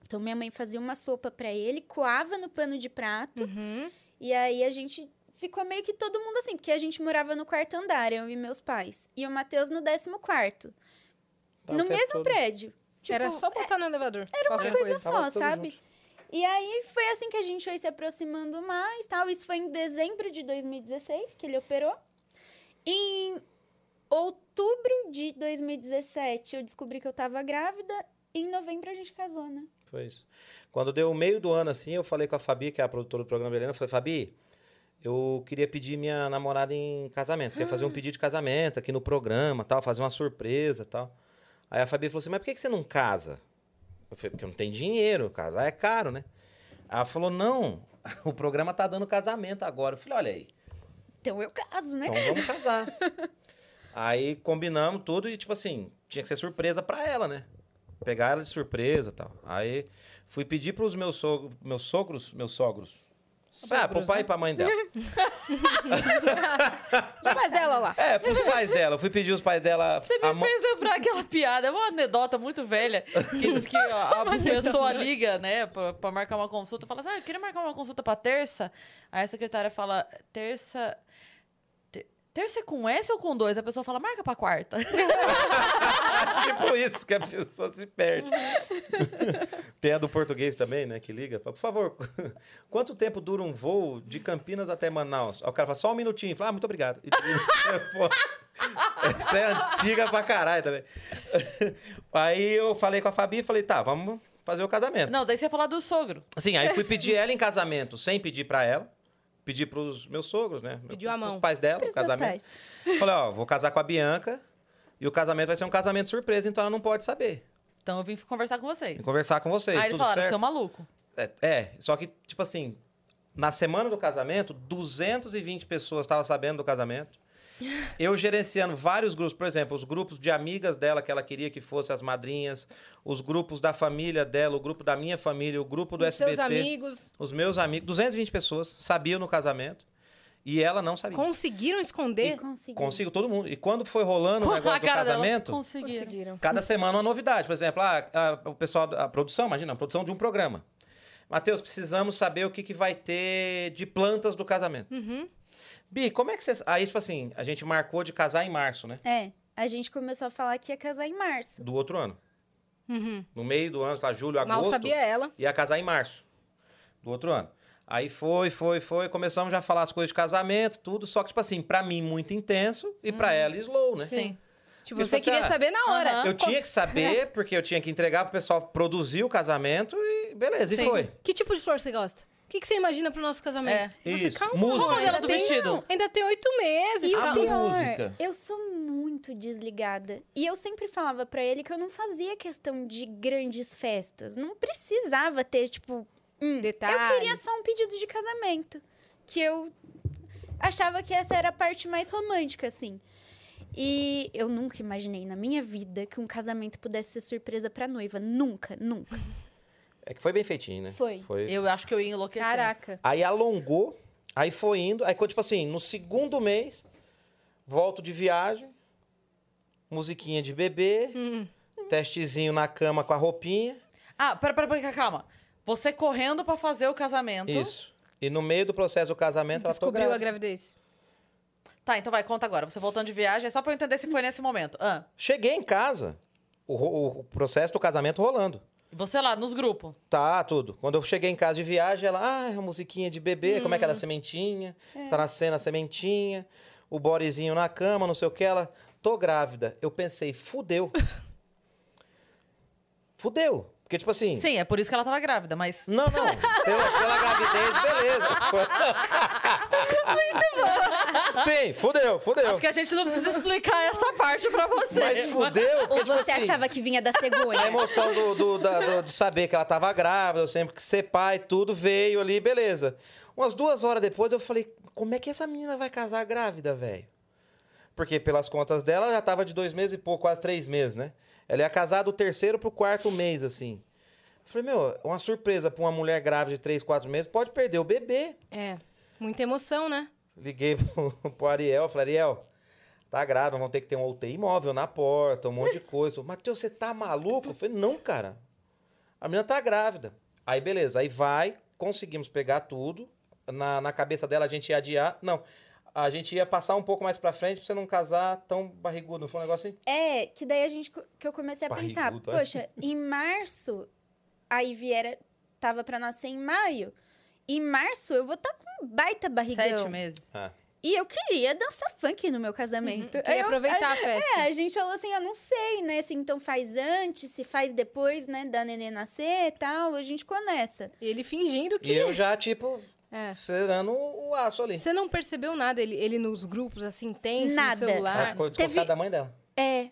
Speaker 4: Então, minha mãe fazia uma sopa pra ele, coava no pano de prato.
Speaker 2: Uhum.
Speaker 4: E aí, a gente ficou meio que todo mundo assim. Porque a gente morava no quarto andar, eu e meus pais. E o Matheus no décimo quarto.
Speaker 3: Tava Tá,
Speaker 4: no
Speaker 3: o tempo
Speaker 4: mesmo
Speaker 3: todo.
Speaker 4: prédio. Tipo,
Speaker 2: Era só botar no elevador. Era
Speaker 4: uma coisa,
Speaker 3: Tava
Speaker 4: só,
Speaker 3: tudo
Speaker 4: sabe? E aí foi assim que a gente foi se aproximando mais, tal. Isso foi em dezembro de 2016 que ele operou. Em outubro de 2017 eu descobri que eu tava grávida. E em novembro a gente casou, né?
Speaker 3: Foi isso. Quando deu o meio do ano, assim, eu falei com a Fabi, que é a produtora do programa Helena, eu falei, Fabi, eu queria pedir minha namorada em casamento. Queria fazer um pedido de casamento aqui no programa, tal, fazer uma surpresa tal. Aí a Fabi falou assim, mas por que que você não casa? Eu falei, porque eu não tenho dinheiro, casar é caro, né? Ela falou, não, o programa tá dando casamento agora. Eu falei, olha aí,
Speaker 4: Então eu caso, né?
Speaker 3: então vamos casar. Aí combinamos tudo e, tipo assim, tinha que ser surpresa pra ela, né? Pegar ela de surpresa e tal. Aí fui pedir pros meus sogros. Meus sogros? Meus sogros. ah, pro
Speaker 2: Sogros,
Speaker 3: pai
Speaker 2: né?
Speaker 3: e pra mãe dela.
Speaker 2: Os pais dela lá.
Speaker 3: É, pros pais dela. Eu Fui pedir os pais dela.
Speaker 1: Você me
Speaker 3: a mãe-
Speaker 1: fez lembrar aquela piada, é uma anedota muito velha, que diz que a a pessoa liga, né, pra, pra marcar uma consulta, fala assim, ah, eu queria marcar uma consulta pra terça. Aí a secretária fala, terça... ter- Terça é com S ou com dois? A pessoa fala, marca pra quarta.
Speaker 3: tipo isso, que a pessoa se perde. Tem a do português também, né? Que liga. Fala, Por favor, quanto tempo dura um voo de Campinas até Manaus? Aí o cara fala, só um minutinho. Fala, ah, muito obrigado. E- e- pô, Essa é antiga pra caralho também. Aí eu falei com a Fabi e falei, tá, vamos fazer o casamento.
Speaker 1: Não, daí você ia falar do sogro.
Speaker 3: Assim, aí fui pedir ela em casamento, sem pedir pra ela. Pedi pros meus sogros, né?
Speaker 2: Pediu a mão.
Speaker 3: Os pais dela, o
Speaker 4: Pros meus
Speaker 3: casamento.
Speaker 4: pais.
Speaker 3: Falei, ó, vou casar com a Bianca e o casamento vai ser um casamento surpresa, então ela não pode saber.
Speaker 1: Então eu vim conversar com vocês.
Speaker 3: Tem que conversar com vocês,
Speaker 1: Aí eles
Speaker 3: tudo
Speaker 1: falaram,
Speaker 3: certo?
Speaker 1: você é um maluco.
Speaker 3: É, é, só que, tipo assim, na semana do casamento, 220 pessoas estavam sabendo do casamento. Eu gerenciando vários grupos, por exemplo, os grupos de amigas dela que ela queria que fossem as madrinhas, os grupos da família dela, o grupo da minha família, o grupo do
Speaker 2: Os
Speaker 3: SBT.
Speaker 2: seus amigos
Speaker 3: Os meus amigos, 220 pessoas sabiam no casamento e ela não sabia.
Speaker 2: conseguiram esconder?
Speaker 4: Consegui.
Speaker 3: Consigo todo mundo. E quando foi rolando o negócio do casamento,
Speaker 1: Conseguiram.
Speaker 2: Conseguiram.
Speaker 3: Cada semana uma novidade. Por exemplo, ah, a, o pessoal, da- a produção, imagina, a produção de um programa. Matheus, precisamos saber o que, que vai ter de plantas do casamento.
Speaker 2: Uhum,
Speaker 3: Bi, como é que você. Aí, tipo assim, a gente marcou de casar em março, né?
Speaker 4: É, a gente começou a falar que ia casar em março.
Speaker 3: Do outro ano.
Speaker 2: Uhum.
Speaker 3: No meio do ano, tá? Julho, agosto.
Speaker 2: Mal sabia ela.
Speaker 3: Ia casar em março do outro ano. Aí foi, foi, foi. Começamos já a falar as coisas de casamento, tudo. Só que, tipo assim, pra mim muito intenso e pra ela slow, né?
Speaker 1: Sim.
Speaker 2: Tipo,
Speaker 3: Porque
Speaker 2: você
Speaker 3: você- é.
Speaker 2: queria saber na hora.
Speaker 1: Aham.
Speaker 3: Eu tinha que saber, porque eu tinha que entregar pro pessoal produzir o casamento e beleza,
Speaker 1: Sim.
Speaker 3: e foi.
Speaker 2: Que tipo de flor você gosta? O que, que você imagina pro nosso casamento?
Speaker 3: É.
Speaker 2: Você,
Speaker 3: Isso,
Speaker 2: calma,
Speaker 3: música.
Speaker 2: ainda
Speaker 1: Qual o modelo do
Speaker 2: tem-
Speaker 1: vestido?
Speaker 2: não, ainda tem oito meses. Ah,
Speaker 3: é
Speaker 4: E o
Speaker 3: A
Speaker 2: calma.
Speaker 4: pior,
Speaker 3: música.
Speaker 4: eu sou muito desligada. E eu sempre falava pra ele que eu não fazia questão de grandes festas. Não precisava ter, tipo. hum,
Speaker 2: Detalhes.
Speaker 3: Ah,
Speaker 4: Eu queria só um pedido de casamento. Que eu achava que essa era a parte mais romântica, assim. E eu nunca imaginei na minha vida que um casamento pudesse ser surpresa pra noiva. Nunca, nunca.
Speaker 3: É que foi bem feitinho, né?
Speaker 4: Foi.
Speaker 1: Eu acho que eu ia enlouquecer.
Speaker 2: Caraca.
Speaker 3: Aí alongou, aí foi indo. Aí, quando, tipo assim, no segundo mês, volto de viagem, musiquinha de bebê,
Speaker 2: Hum.
Speaker 3: testezinho na cama com a roupinha.
Speaker 1: Ah, pera, pera, pera, calma. Você correndo pra fazer o casamento.
Speaker 3: Isso. E no meio do processo do casamento,
Speaker 2: Descobriu
Speaker 3: ela
Speaker 2: a
Speaker 3: tô grávida.
Speaker 2: gravidez.
Speaker 1: Tá, então vai, conta agora. Você voltando de viagem, é só pra eu entender se foi nesse momento. Ah,
Speaker 3: Cheguei em casa, o, ro- o processo do casamento rolando.
Speaker 1: você lá, nos grupos.
Speaker 3: Tá, tudo. Quando eu cheguei em casa de viagem, ela, ah, a musiquinha de bebê, como é que era a sementinha? Tá nascendo a sementinha, o bodezinho na cama, não sei o que. Ela, tô grávida. Eu pensei, fudeu. Fudeu. Porque, tipo assim.
Speaker 1: Sim, é por isso que ela tava grávida, mas.
Speaker 3: Não, não. Pela, pela gravidez, beleza. Muito bom. Sim, fudeu, fudeu.
Speaker 1: Acho que a gente não precisa explicar essa parte pra você.
Speaker 3: Mas fudeu. Porque,
Speaker 4: Ou
Speaker 3: tipo
Speaker 4: você
Speaker 3: assim,
Speaker 4: achava que vinha da
Speaker 3: A
Speaker 4: cegonha?
Speaker 3: emoção do, do- da- do- de saber que ela tava grávida, eu sempre que ser pai, tudo veio ali, beleza. Umas duas horas depois eu falei, como é que essa menina vai casar grávida, velho? Porque pelas contas dela, ela já tava de dois meses e pouco, quase três meses, né? Ela ia casar do terceiro pro quarto mês, assim. Eu falei, meu, uma surpresa pra uma mulher grávida de três, quatro meses, pode perder o bebê.
Speaker 2: É. Muita emoção, né?
Speaker 3: Liguei pro, pro Ariel, falei, Ariel, tá grávida, vão ter que ter um UTI móvel na porta, um monte de coisa. Matheus, você tá maluco? Eu falei, não, cara. A menina tá grávida. Aí, beleza, aí vai, conseguimos pegar tudo. Na, na cabeça dela, a gente ia adiar. Não, a gente ia passar um pouco mais pra frente pra você não casar tão barrigudo. Não foi um negócio assim?
Speaker 4: É, que daí a gente co- que eu comecei a pensar,
Speaker 3: Barrigudo, é?
Speaker 4: poxa, em março a Iviera tava pra nascer em maio. Em março eu vou estar com um baita barrigão.
Speaker 1: Sete meses.
Speaker 3: Ah.
Speaker 4: E eu queria dançar funk no meu casamento.
Speaker 2: Uhum. Queria
Speaker 4: Eu-
Speaker 2: aproveitar a festa.
Speaker 4: É, a gente falou assim, eu não sei, né? Se então faz antes, se faz depois, né? Da nenê nascer e tal. A gente ficou nessa.
Speaker 2: E ele fingindo
Speaker 3: E
Speaker 2: que.
Speaker 3: eu já, tipo,
Speaker 2: É.
Speaker 3: cerando o aço ali.
Speaker 2: Você não percebeu nada, ele, ele nos grupos, assim, tenso,
Speaker 4: Nada.
Speaker 2: no
Speaker 3: Ela
Speaker 2: celular.
Speaker 3: ficou desconfiada
Speaker 4: Teve-
Speaker 3: da mãe dela.
Speaker 4: É,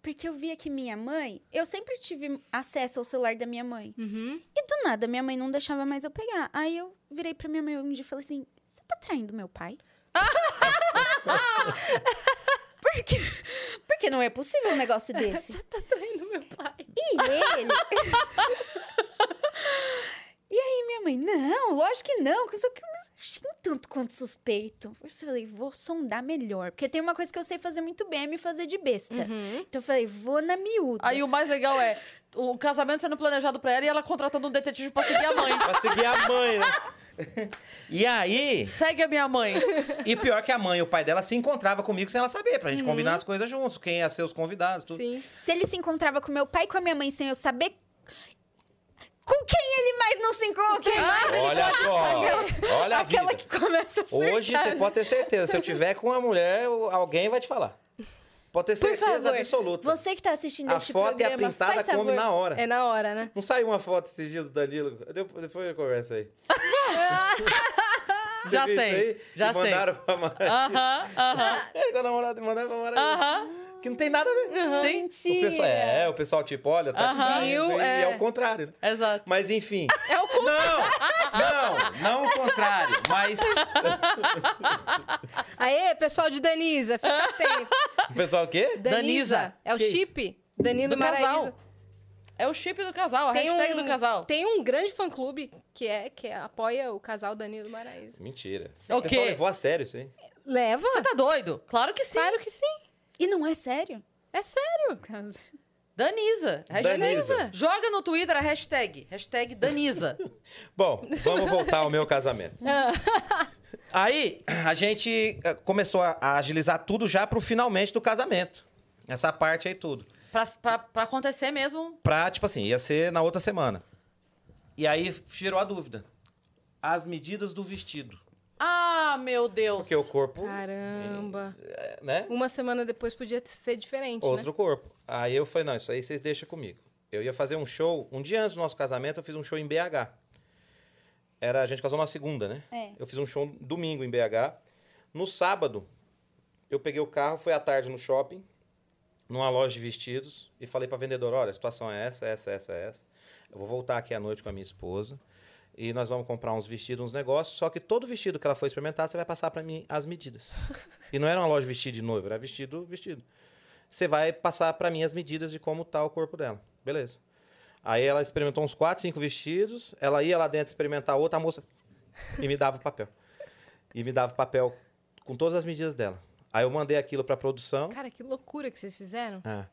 Speaker 4: porque eu via que minha mãe... Eu sempre tive acesso ao celular da minha mãe.
Speaker 2: Uhum.
Speaker 4: E do nada, minha mãe não deixava mais eu pegar. Aí eu virei pra minha mãe um dia e falei assim: Você tá traindo meu pai? porque, porque não é possível um negócio desse.
Speaker 2: Tá traindo meu pai.
Speaker 4: E ele. e aí, minha mãe, não, lógico que não, que eu sou que mas eu achei um tanto quanto suspeito. Eu falei, vou sondar melhor. Porque tem uma coisa que eu sei fazer muito bem, é me fazer de besta.
Speaker 2: Uhum.
Speaker 4: Então eu falei, vou na miúda.
Speaker 1: Aí o mais legal é o casamento sendo planejado pra ela e ela contratando um detetive pra seguir a mãe.
Speaker 3: Pra seguir a mãe, né? E aí,
Speaker 1: Segue a minha mãe.
Speaker 3: E pior que a mãe e o pai dela se encontrava comigo sem ela saber, pra gente combinar as coisas juntos, quem ia ser os convidados, tudo.
Speaker 2: Sim.
Speaker 4: Se ele se encontrava com meu pai e com a minha mãe sem eu saber. Com quem ele mais não se encontra?
Speaker 3: Olha só, olha a
Speaker 4: Aquela
Speaker 3: vida.
Speaker 4: que começa a surtar.
Speaker 3: Hoje você pode ter certeza, se eu tiver com uma mulher, eu- alguém vai te falar. Pode ter
Speaker 4: Por
Speaker 3: certeza
Speaker 4: favor,
Speaker 3: absoluta.
Speaker 4: você que tá assistindo
Speaker 3: a
Speaker 4: este
Speaker 3: foto e a
Speaker 4: programa,
Speaker 3: pintada
Speaker 4: faz
Speaker 3: come
Speaker 4: favor.
Speaker 3: na hora.
Speaker 2: É na hora, né?
Speaker 3: Não saiu uma foto esses dias do Danilo? Depois depois eu converso aí. Você
Speaker 1: Já
Speaker 3: viu isso
Speaker 1: sei,
Speaker 3: aí?
Speaker 1: já
Speaker 3: E
Speaker 1: sei.
Speaker 3: Mandaram pra Mara.
Speaker 1: Aham, aham,
Speaker 3: É, com a namorada, mandaram pra Mara.
Speaker 1: aham.
Speaker 3: Que não tem nada a ver.
Speaker 1: Sim,
Speaker 3: O
Speaker 4: Mentira.
Speaker 3: pessoal, é, o pessoal tipo, olha, tá te
Speaker 1: Aham.
Speaker 3: traindo,
Speaker 2: Viu?
Speaker 3: e é
Speaker 2: É.
Speaker 3: o contrário, né?
Speaker 1: exato.
Speaker 3: Mas enfim.
Speaker 2: É o cu.
Speaker 3: Não, não, não o contrário, mas
Speaker 2: Aê, pessoal de Danisa,
Speaker 1: Ah.
Speaker 2: fica atento.
Speaker 3: o pessoal o quê?
Speaker 1: Danisa.
Speaker 2: É o
Speaker 3: Que
Speaker 2: chip? Danilo
Speaker 1: Do
Speaker 2: Maraíza.
Speaker 1: casal. É o chip do casal, a hashtag do casal.
Speaker 2: Tem um grande fã clube que é que apoia o casal Danilo Maraíza.
Speaker 3: Mentira.
Speaker 1: O
Speaker 3: O pessoal
Speaker 1: quê?
Speaker 3: levou a sério isso aí.
Speaker 2: Leva?
Speaker 1: Você tá doido? Claro que sim.
Speaker 2: Claro que sim.
Speaker 4: E não é sério?
Speaker 2: É sério.
Speaker 1: Danisa. Hashtag-
Speaker 3: Danisa.
Speaker 1: Joga no Twitter a hashtag. Hashtag Danisa.
Speaker 3: Bom, vamos voltar ao meu casamento.
Speaker 2: Ah.
Speaker 3: Aí a gente eh, começou a- a agilizar tudo já pro finalmente do casamento. Essa parte aí tudo.
Speaker 1: pra, pra, pra acontecer mesmo.
Speaker 3: Pra, tipo assim, ia ser na outra semana. E aí gerou a dúvida. As medidas do vestido.
Speaker 1: Ah, meu Deus.
Speaker 3: Porque o corpo,
Speaker 2: Caramba.
Speaker 3: né?
Speaker 2: Uma semana depois podia ser diferente, né?
Speaker 3: Outro corpo. Aí eu falei, não, isso aí vocês deixam comigo. Eu ia fazer um show, um dia antes do nosso casamento, eu fiz um show em BH. Era, a gente casou na segunda, né?
Speaker 4: É.
Speaker 3: Eu fiz um show domingo em BH. No sábado, eu peguei o carro, fui à tarde no shopping, numa loja de vestidos, e falei pra vendedora, olha, a situação é essa, essa, essa, essa. Eu vou voltar aqui à noite com a minha esposa, e nós vamos comprar uns vestidos, uns negócios, só que todo vestido que ela for experimentar, você vai passar pra mim as medidas. e não era uma loja de vestido de noivo, era vestido, vestido você vai passar pra mim as medidas de como tá o corpo dela. Beleza. Aí ela experimentou uns 4, 5 vestidos, ela ia lá dentro experimentar outra, a moça e me dava o papel. E me dava o papel com todas as medidas dela. Aí eu mandei aquilo pra produção.
Speaker 2: né? Cara, que loucura que vocês fizeram.
Speaker 3: É.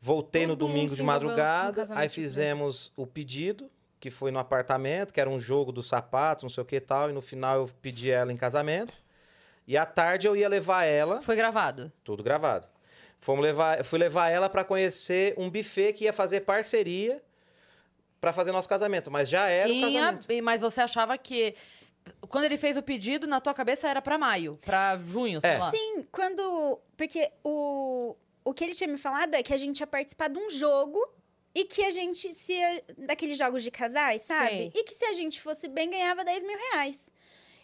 Speaker 3: Voltei no
Speaker 2: Todo mundo
Speaker 3: domingo
Speaker 2: se
Speaker 3: de
Speaker 2: envolveu num
Speaker 3: madrugada,
Speaker 2: casamento
Speaker 3: aí
Speaker 2: de criança.
Speaker 3: fizemos o pedido, que foi no apartamento, que era um jogo do sapato, não sei o que e tal, e no final eu pedi ela em casamento. E à tarde eu ia levar ela
Speaker 1: Foi gravado.
Speaker 3: tudo gravado. Fomos levar, fui levar ela para conhecer um buffet que ia fazer parceria para fazer nosso casamento, mas já era o
Speaker 1: Em
Speaker 3: casamento.
Speaker 1: ab- Mas você achava que. Quando ele fez o pedido, na tua cabeça era pra maio, pra junho, sei
Speaker 3: É.
Speaker 1: lá.
Speaker 4: Sim, quando. Porque o. O que ele tinha me falado é que a gente ia participar de um jogo E que a gente, se a- daqueles jogos de casais, sabe?
Speaker 2: Sei.
Speaker 4: E que se a gente fosse bem, ganhava 10 mil reais.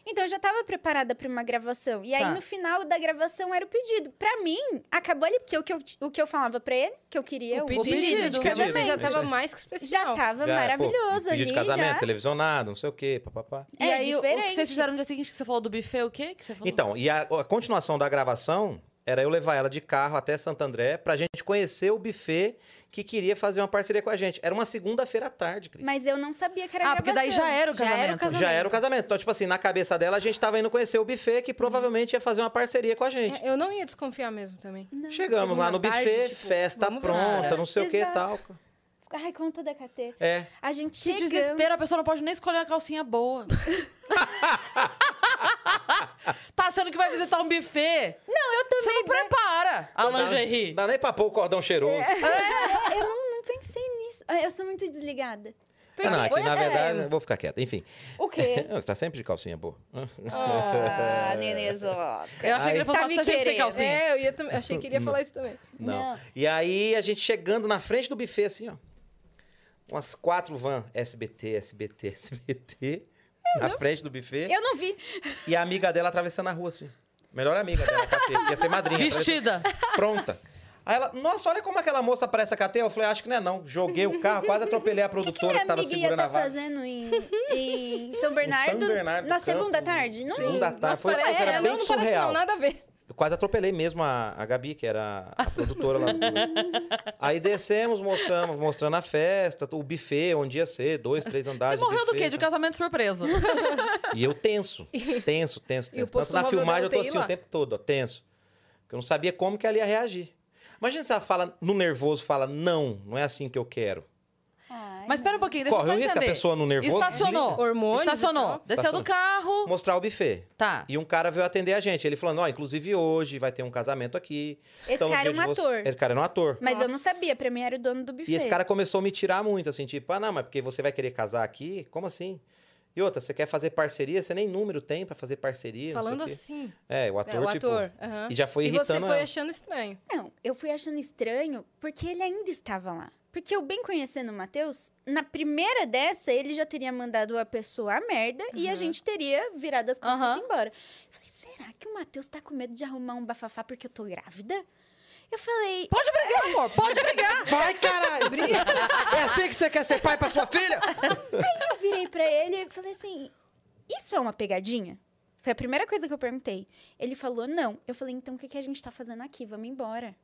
Speaker 4: Então eu já tava preparada pra uma gravação. E aí,
Speaker 1: Tá.
Speaker 4: no final da gravação, era o pedido. Pra mim, acabou ali, porque o que eu, t- o que eu falava pra ele, que eu queria,
Speaker 2: O
Speaker 4: o,
Speaker 2: pedido,
Speaker 1: É pedido
Speaker 4: de
Speaker 1: do tá.
Speaker 2: Pra você
Speaker 4: casamento.
Speaker 2: já
Speaker 3: casamento.
Speaker 2: tava mais que especial.
Speaker 4: Já tava
Speaker 3: Já,
Speaker 4: maravilhoso
Speaker 3: pô,
Speaker 4: ali.
Speaker 3: Pedido de casamento,
Speaker 4: já.
Speaker 3: televisionado, não sei o quê, papapá.
Speaker 1: E
Speaker 4: É
Speaker 1: aí, o- o que
Speaker 4: diferente.
Speaker 1: vocês fizeram no dia seguinte que você falou do buffet, o quê? Que você falou?
Speaker 3: Então, e a, a continuação da gravação era eu levar ela de carro até Santo André pra gente conhecer o buffet que queria fazer uma parceria com a gente. Era uma segunda-feira à tarde, Cris.
Speaker 4: Mas eu não sabia que era
Speaker 1: ah, porque daí
Speaker 4: gravação.
Speaker 1: já era o
Speaker 2: Já era o
Speaker 1: casamento.
Speaker 2: casamento.
Speaker 3: Já era o casamento. Então, tipo assim, na cabeça dela, a gente tava indo conhecer o buffet que provavelmente ia fazer uma parceria com a gente.
Speaker 2: É, Eu não ia desconfiar mesmo também.
Speaker 3: Chegamos lá no
Speaker 2: segunda
Speaker 3: buffet,
Speaker 2: tarde, tipo,
Speaker 3: festa
Speaker 2: vamos ver.
Speaker 3: pronta, não sei o que e tal.
Speaker 4: Exato.
Speaker 1: é.
Speaker 4: Ai, conta da KT.
Speaker 3: É.
Speaker 4: A gente
Speaker 1: Que
Speaker 4: chegando...
Speaker 1: desespero, a pessoa não pode nem escolher uma calcinha boa. tá achando que vai visitar um buffet? Não, eu também. Você não prepara a lingerie.
Speaker 3: Ah, Não dá nem pra pôr o cordão cheiroso.
Speaker 4: Eu não, não pensei nisso. Ah, Eu sou muito desligada.
Speaker 3: Ah, não, é que,
Speaker 2: Pois
Speaker 3: na
Speaker 2: é.
Speaker 3: verdade, eu vou ficar quieto. Enfim.
Speaker 4: O quê?
Speaker 3: Você tá sempre de calcinha boa.
Speaker 4: Ah, Nenezoca.
Speaker 1: Eu achei que ele
Speaker 3: Aí-
Speaker 1: falou
Speaker 4: Tá
Speaker 1: tá
Speaker 4: me
Speaker 1: sempre sem
Speaker 4: querendo.
Speaker 1: calcinha.
Speaker 2: É, eu ia tam- achei que ele ia falar isso também.
Speaker 3: Não.
Speaker 4: Não.
Speaker 3: E aí a gente chegando na frente do buffet, assim, ó. Umas quatro van SBT, SBT, SBT. na frente do buffet.
Speaker 4: Eu não vi.
Speaker 3: E a amiga dela atravessando a rua, assim. Melhor amiga dela, KT. Ia ser madrinha.
Speaker 1: Vestida.
Speaker 3: atravessando, Pronta. Aí ela, nossa, olha como aquela moça parece a KT. Eu falei, acho que não é não. Joguei o carro, quase atropelei a
Speaker 4: O que, que
Speaker 3: produtora que,
Speaker 4: minha
Speaker 3: tava
Speaker 4: amiga ia
Speaker 3: segurando
Speaker 1: tá
Speaker 3: a
Speaker 4: estar
Speaker 3: vaga.
Speaker 4: fazendo em, em São Bernardo,
Speaker 3: Bernardo
Speaker 4: na
Speaker 3: do
Speaker 4: segunda
Speaker 3: Campo.
Speaker 4: tarde? Não,
Speaker 3: Segunda tarde.
Speaker 2: Nossa,
Speaker 3: foi,
Speaker 2: parece-
Speaker 3: mas era
Speaker 2: é,
Speaker 3: bem
Speaker 2: não, não
Speaker 3: surreal.
Speaker 2: parece não, nada a ver.
Speaker 3: Eu quase atropelei mesmo a, a Gabi, que era a produtora lá do Aí descemos, mostramos, mostrando a festa, o buffet, onde ia ser, dois, três
Speaker 1: Você
Speaker 3: andares. de
Speaker 1: morreu do
Speaker 3: buffet,
Speaker 1: quê? De um
Speaker 3: tá?
Speaker 1: casamento surpresa.
Speaker 3: E eu tenso, tenso, tenso,
Speaker 2: E o
Speaker 3: tenso. Tanto na
Speaker 2: postomóvel
Speaker 3: filmagem
Speaker 2: da
Speaker 3: eu tô
Speaker 2: UTI
Speaker 3: assim
Speaker 2: lá?
Speaker 3: o tempo todo, ó, tenso. Porque eu não sabia como que ela ia reagir. Imagina se ela fala, no nervoso, fala, não, não é assim que eu quero.
Speaker 4: Ai,
Speaker 1: Mas
Speaker 4: não.
Speaker 1: espera um pouquinho, deixa
Speaker 3: Corre
Speaker 1: eu
Speaker 3: o
Speaker 1: só
Speaker 3: risco a
Speaker 1: entender.
Speaker 3: pessoa tá. no nervoso.
Speaker 1: Estacionou.
Speaker 3: desliga.
Speaker 2: Hormônios e
Speaker 1: Estacionou.
Speaker 2: tal.
Speaker 1: Desceu do
Speaker 3: Estacionou.
Speaker 1: carro.
Speaker 3: Mostrar o buffet.
Speaker 1: Tá.
Speaker 3: E um cara veio atender a gente. Ele falando, ó, inclusive hoje vai ter um casamento aqui. Então,
Speaker 4: Esse
Speaker 3: no
Speaker 4: cara é
Speaker 3: dia
Speaker 4: um
Speaker 3: de você-
Speaker 4: ator.
Speaker 3: Esse cara é um ator.
Speaker 4: Mas eu não
Speaker 2: Nossa.
Speaker 4: sabia, pra mim era o dono do buffet.
Speaker 3: E esse cara começou a me tirar muito, assim, tipo, ah, não, mas porque você vai querer casar aqui? Como assim? E outra, você quer fazer parceria? Você nem número tem pra fazer parceria. não sei
Speaker 2: Falando
Speaker 3: o quê.
Speaker 2: assim.
Speaker 3: É, o ator,
Speaker 2: é, o
Speaker 3: tipo.
Speaker 2: ator. aham.
Speaker 3: E já foi
Speaker 2: E você
Speaker 3: irritando
Speaker 2: foi
Speaker 3: ela.
Speaker 2: achando estranho.
Speaker 4: Não, eu fui achando estranho porque ele ainda estava lá. Porque eu bem conhecendo o Matheus, na primeira dessa, ele já teria mandado a pessoa a merda e a
Speaker 2: Aham.
Speaker 4: gente teria virado as coisas e
Speaker 1: Aham.
Speaker 4: ido embora. Eu falei, será que o Matheus tá com medo de arrumar um bafafá porque eu tô grávida? Eu falei,
Speaker 1: Pode brigar, amor. Pode brigar.
Speaker 3: Vai, caralho! é assim que você quer ser pai pra sua filha?
Speaker 4: eu virei pra ele e falei assim: Isso é uma pegadinha? Foi a primeira coisa que eu perguntei. Ele falou não. Eu falei: Então o que, que a gente tá fazendo aqui? Vamos embora.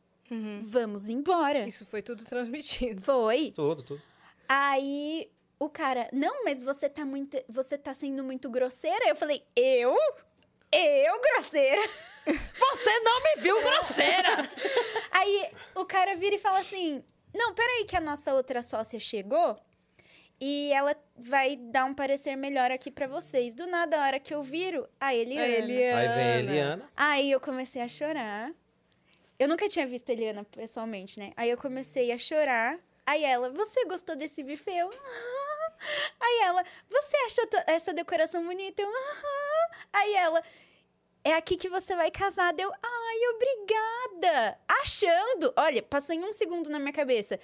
Speaker 4: Vamos embora.
Speaker 2: Uhum. Isso foi tudo transmitido.
Speaker 4: Foi.
Speaker 3: tudo, tudo.
Speaker 4: Aí o cara: Não, mas você tá muito. Você tá sendo muito grosseira. Eu falei: Eu? Eu, grosseira?
Speaker 1: Você não me viu grosseira.
Speaker 4: Aí o cara vira e fala assim: Não, peraí, que a nossa outra sócia chegou e ela vai dar um parecer melhor aqui pra vocês. Do nada, a hora que eu viro, a Eliana.
Speaker 2: A Eliana.
Speaker 3: Aí vem a Eliana.
Speaker 4: Aí eu comecei a chorar. Eu nunca tinha visto a Eliana pessoalmente, né? Aí eu comecei a chorar. Aí ela, você gostou desse buffet? Eu, "Aham." Aí ela, você achou to- essa decoração bonita? Eu, "Aham." Aí ela, é aqui que você vai casar. Deu, ai, obrigada. Achando, olha, passou em um segundo na minha cabeça,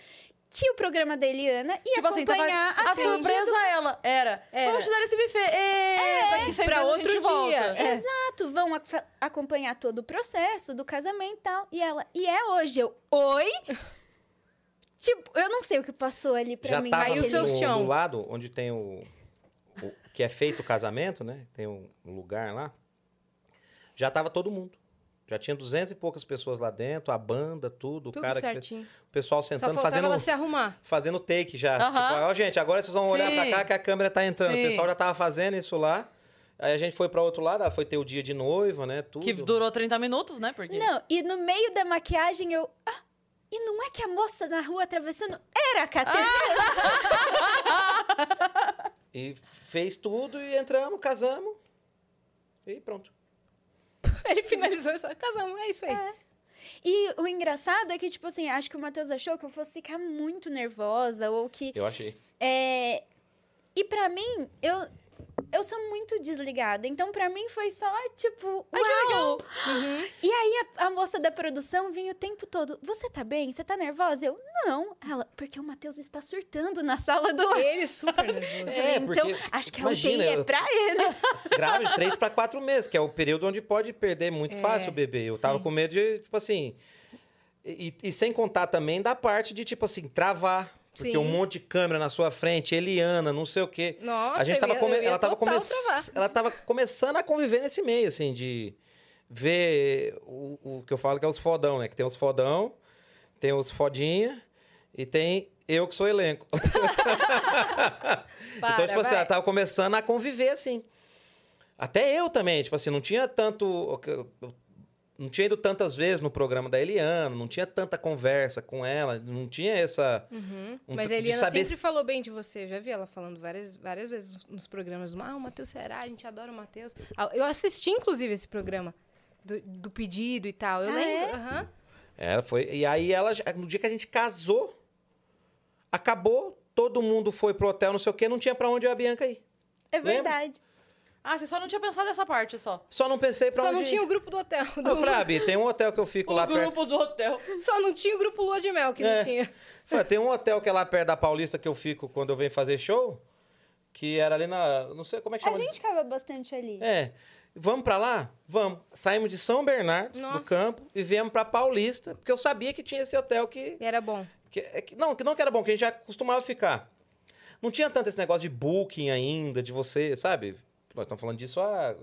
Speaker 4: que o programa da Eliana ia
Speaker 1: Tipo assim, tava-
Speaker 4: acompanhar
Speaker 1: a
Speaker 4: a, surpresa.
Speaker 1: surpresa era, era.
Speaker 2: Era.
Speaker 1: Vamos te dar esse buffet. É, daqui seis meses
Speaker 2: pra
Speaker 1: a
Speaker 2: outro
Speaker 1: gente
Speaker 2: dia.
Speaker 1: volta.
Speaker 2: É.
Speaker 4: Exato, vão ac- fa- acompanhar todo o processo do casamento e tal. E ela, e é hoje. Eu, oi? tipo, eu não sei o que passou ali pra
Speaker 3: já
Speaker 4: mim.
Speaker 3: tava
Speaker 2: Aí o
Speaker 3: no,
Speaker 4: naquele-
Speaker 2: seu chão.
Speaker 3: do lado onde tem o, o- que é feito o casamento, né? Tem um lugar lá. Já tava todo mundo. Já tinha duzentas e poucas pessoas lá dentro, a banda, tudo. o
Speaker 2: Tudo
Speaker 3: cara que fez-
Speaker 2: certinho.
Speaker 3: o pessoal
Speaker 2: Só
Speaker 3: sentando,
Speaker 2: faltava
Speaker 3: fazendo
Speaker 2: ela se arrumar.
Speaker 3: fazendo take já.
Speaker 1: Aham.
Speaker 3: Tipo, ó, gente, agora vocês vão olhar
Speaker 1: Sim.
Speaker 3: pra cá que a câmera tá entrando.
Speaker 1: Sim.
Speaker 3: O pessoal já tava fazendo isso lá. Aí a gente foi pra outro lado, ah, foi ter o dia de noiva, né? Tudo.
Speaker 1: Que durou 30 minutos, né? Porque...
Speaker 4: Não, e no meio da maquiagem eu. "Ah, e não é que a moça na rua atravessando era a Caterina?
Speaker 3: Ah! E fez tudo e entramos, casamos. E pronto.
Speaker 2: Ele finalizou e só casamos. É isso aí.
Speaker 4: E o engraçado é que, tipo assim, acho que o Matheus achou que eu fosse ficar muito nervosa ou que
Speaker 3: Eu achei.
Speaker 4: É, E pra mim, eu eu sou muito desligada. Então, pra mim, foi só, tipo, uau!
Speaker 2: Uhum.
Speaker 4: E aí, a, a moça da produção vinha o tempo todo, você tá bem? Você tá nervosa? Eu, não. Ela, porque o Matheus está surtando na sala do... lado."
Speaker 2: Ele super nervoso.
Speaker 4: Eu
Speaker 3: É,
Speaker 4: falei, então,
Speaker 3: porque-
Speaker 4: acho que a
Speaker 3: imagina,
Speaker 4: UTI é
Speaker 3: eu-
Speaker 4: pra ele.
Speaker 3: Grave de três para quatro meses, que é o período onde pode perder muito
Speaker 2: É,
Speaker 3: fácil o bebê. Eu tava
Speaker 2: sim.
Speaker 3: com medo de, tipo assim. E, e sem contar também da parte de, tipo assim, travar. Porque
Speaker 2: Sim.
Speaker 3: um monte de câmera na sua frente, Eliana, não sei o quê.
Speaker 2: Nossa,
Speaker 3: É. a gente
Speaker 2: eu
Speaker 3: tava
Speaker 2: ia-
Speaker 3: come-
Speaker 2: eu ia
Speaker 3: ela tava
Speaker 2: total
Speaker 3: come-
Speaker 2: travar.
Speaker 3: ela tava começando a conviver nesse meio assim de ver o, o que eu falo que é os fodão, né? Que tem os fodão, tem os fodinha e tem eu que sou elenco. então,
Speaker 2: Para,
Speaker 3: tipo assim,
Speaker 2: vai.
Speaker 3: ela tava começando a conviver assim. Até eu também, tipo assim, não tinha tanto não tinha ido tantas vezes no programa da Eliana, não tinha tanta conversa com ela, não tinha essa
Speaker 2: Uhum.
Speaker 3: Um
Speaker 2: Mas
Speaker 3: t-
Speaker 2: a
Speaker 3: de
Speaker 2: Eliana
Speaker 3: saber
Speaker 2: sempre
Speaker 3: se-
Speaker 2: falou bem de você. Eu já vi ela falando várias, várias vezes nos programas. Ah, o Matheus Será, a gente adora o Matheus. Ah, Eu assisti, inclusive, esse programa do, do pedido e tal. Eu
Speaker 4: Ah,
Speaker 2: lembro. aham.
Speaker 3: Ela é, foi. E aí ela, já- no dia que a gente casou, acabou, todo mundo foi pro hotel, não sei o quê, não tinha pra onde a Bianca ir.
Speaker 4: É
Speaker 3: Lembra?
Speaker 4: verdade.
Speaker 1: Ah, você só não tinha pensado nessa parte, só.
Speaker 3: Só não pensei É pra
Speaker 2: Só
Speaker 3: onde
Speaker 2: não
Speaker 3: ir.
Speaker 2: tinha o grupo do hotel. do-
Speaker 3: Eu falei, ah, Bi, tem um hotel que eu fico
Speaker 1: O
Speaker 3: lá
Speaker 1: grupo
Speaker 3: perto.
Speaker 1: do hotel.
Speaker 2: Só não tinha o grupo Lua de Mel, que
Speaker 3: É.
Speaker 2: não tinha.
Speaker 3: Falei, tem um hotel que é lá perto da Paulista que eu fico quando eu venho fazer show, que era ali na. Não sei como é que
Speaker 4: A
Speaker 3: chama.
Speaker 4: gente ficava bastante ali.
Speaker 3: É. Vamos pra lá? Vamos. Saímos de São Bernardo,
Speaker 2: Nossa.
Speaker 3: do campo, e viemos pra Paulista, porque eu sabia que tinha esse hotel que
Speaker 2: E era bom.
Speaker 3: Que, é que- não, que não que era bom, que a gente já costumava ficar. Não tinha tanto esse negócio de booking ainda, de você, sabe? Nós estamos falando disso há.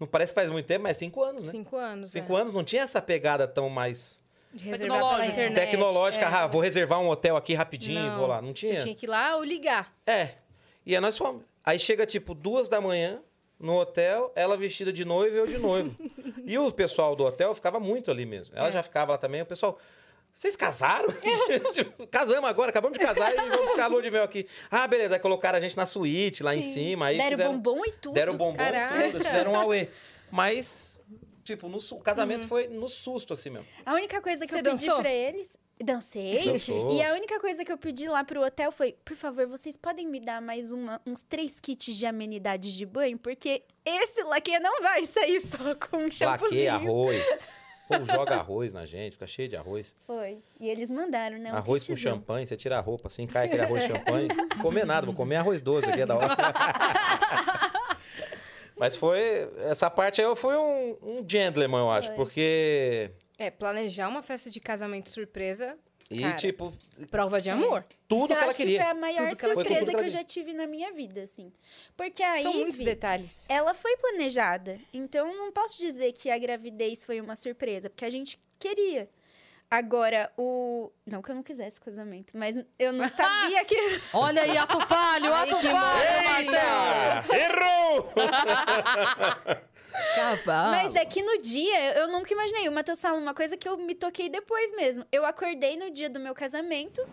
Speaker 3: Não parece que faz muito tempo, mas cinco anos, né? Cinco,
Speaker 2: Cinco anos. é.
Speaker 3: anos não tinha essa pegada tão mais
Speaker 2: De reservar pela
Speaker 1: Tecnológica.
Speaker 2: internet.
Speaker 3: tecnológica.
Speaker 2: é.
Speaker 3: Ah, vou reservar um hotel aqui rapidinho e
Speaker 2: Não,
Speaker 3: vou lá. Não tinha.
Speaker 2: Você tinha que ir lá ou ligar.
Speaker 3: É. E aí nós fomos. Aí chega tipo duas da manhã no hotel, ela vestida de noiva e eu de noivo. e o pessoal do hotel ficava muito ali mesmo. Ela
Speaker 2: É.
Speaker 3: já ficava lá também. O pessoal, vocês casaram?
Speaker 4: É.
Speaker 3: tipo, casamos agora, acabamos de casar e vamos ficar lua de mel aqui. Ah, beleza. Aí colocaram a gente na suíte lá em
Speaker 4: Sim.
Speaker 3: cima. Aí
Speaker 4: Deram
Speaker 3: fizeram,
Speaker 4: bombom e tudo.
Speaker 3: deram bombom
Speaker 2: Caraca.
Speaker 3: e tudo. Fizeram um auê. Mas, tipo, no, su- o
Speaker 4: Uhum.
Speaker 3: casamento foi no susto assim mesmo.
Speaker 4: A única coisa que
Speaker 2: Você
Speaker 4: eu pedi
Speaker 2: dançou?
Speaker 4: pra eles. Dancei.
Speaker 3: Dançou.
Speaker 4: E a única coisa que eu pedi lá pro hotel foi: por favor, vocês podem me dar mais uma- uns três kits de amenidades de banho? Porque esse laque não vai sair só com um
Speaker 3: Laque,
Speaker 4: shampoozinho.
Speaker 3: arroz. O povo joga arroz na gente, fica cheio de arroz.
Speaker 4: Foi. E eles mandaram, né? Um
Speaker 3: arroz com
Speaker 4: kitzão.
Speaker 3: champanhe, você tira a roupa assim, cai aquele arroz com champanhe. Não comer nada, vou comer arroz doce aqui é da hora. Mas foi. Essa parte aí eu fui um, um gentleman, eu acho,
Speaker 4: Foi.
Speaker 3: porque.
Speaker 2: É, planejar uma festa de casamento surpresa,
Speaker 3: E,
Speaker 2: Cara,
Speaker 3: tipo,
Speaker 2: prova de amor.
Speaker 3: tudo
Speaker 4: Eu
Speaker 3: que ela
Speaker 4: acho que foi
Speaker 3: queria.
Speaker 4: a maior
Speaker 2: Tudo que ela
Speaker 3: queria.
Speaker 4: surpresa
Speaker 3: Foi tudo
Speaker 4: que
Speaker 3: que
Speaker 4: eu
Speaker 3: ela
Speaker 4: já tive na minha vida, assim. Porque a
Speaker 2: São muitos
Speaker 4: Ivy,
Speaker 2: detalhes.
Speaker 4: ela foi planejada. Então, não posso dizer que a gravidez foi uma surpresa, porque a gente queria. Agora, o. Não que eu não quisesse o casamento, mas eu não sabia que.
Speaker 1: Olha aí, ato falho,
Speaker 2: Ai,
Speaker 1: ato
Speaker 2: que
Speaker 1: falho, Matheus.
Speaker 3: Ah, errou!
Speaker 2: Cavalo.
Speaker 4: Mas é que no dia, eu nunca imaginei. O Matheus fala uma coisa que eu me toquei depois mesmo. Eu acordei no dia do meu casamento,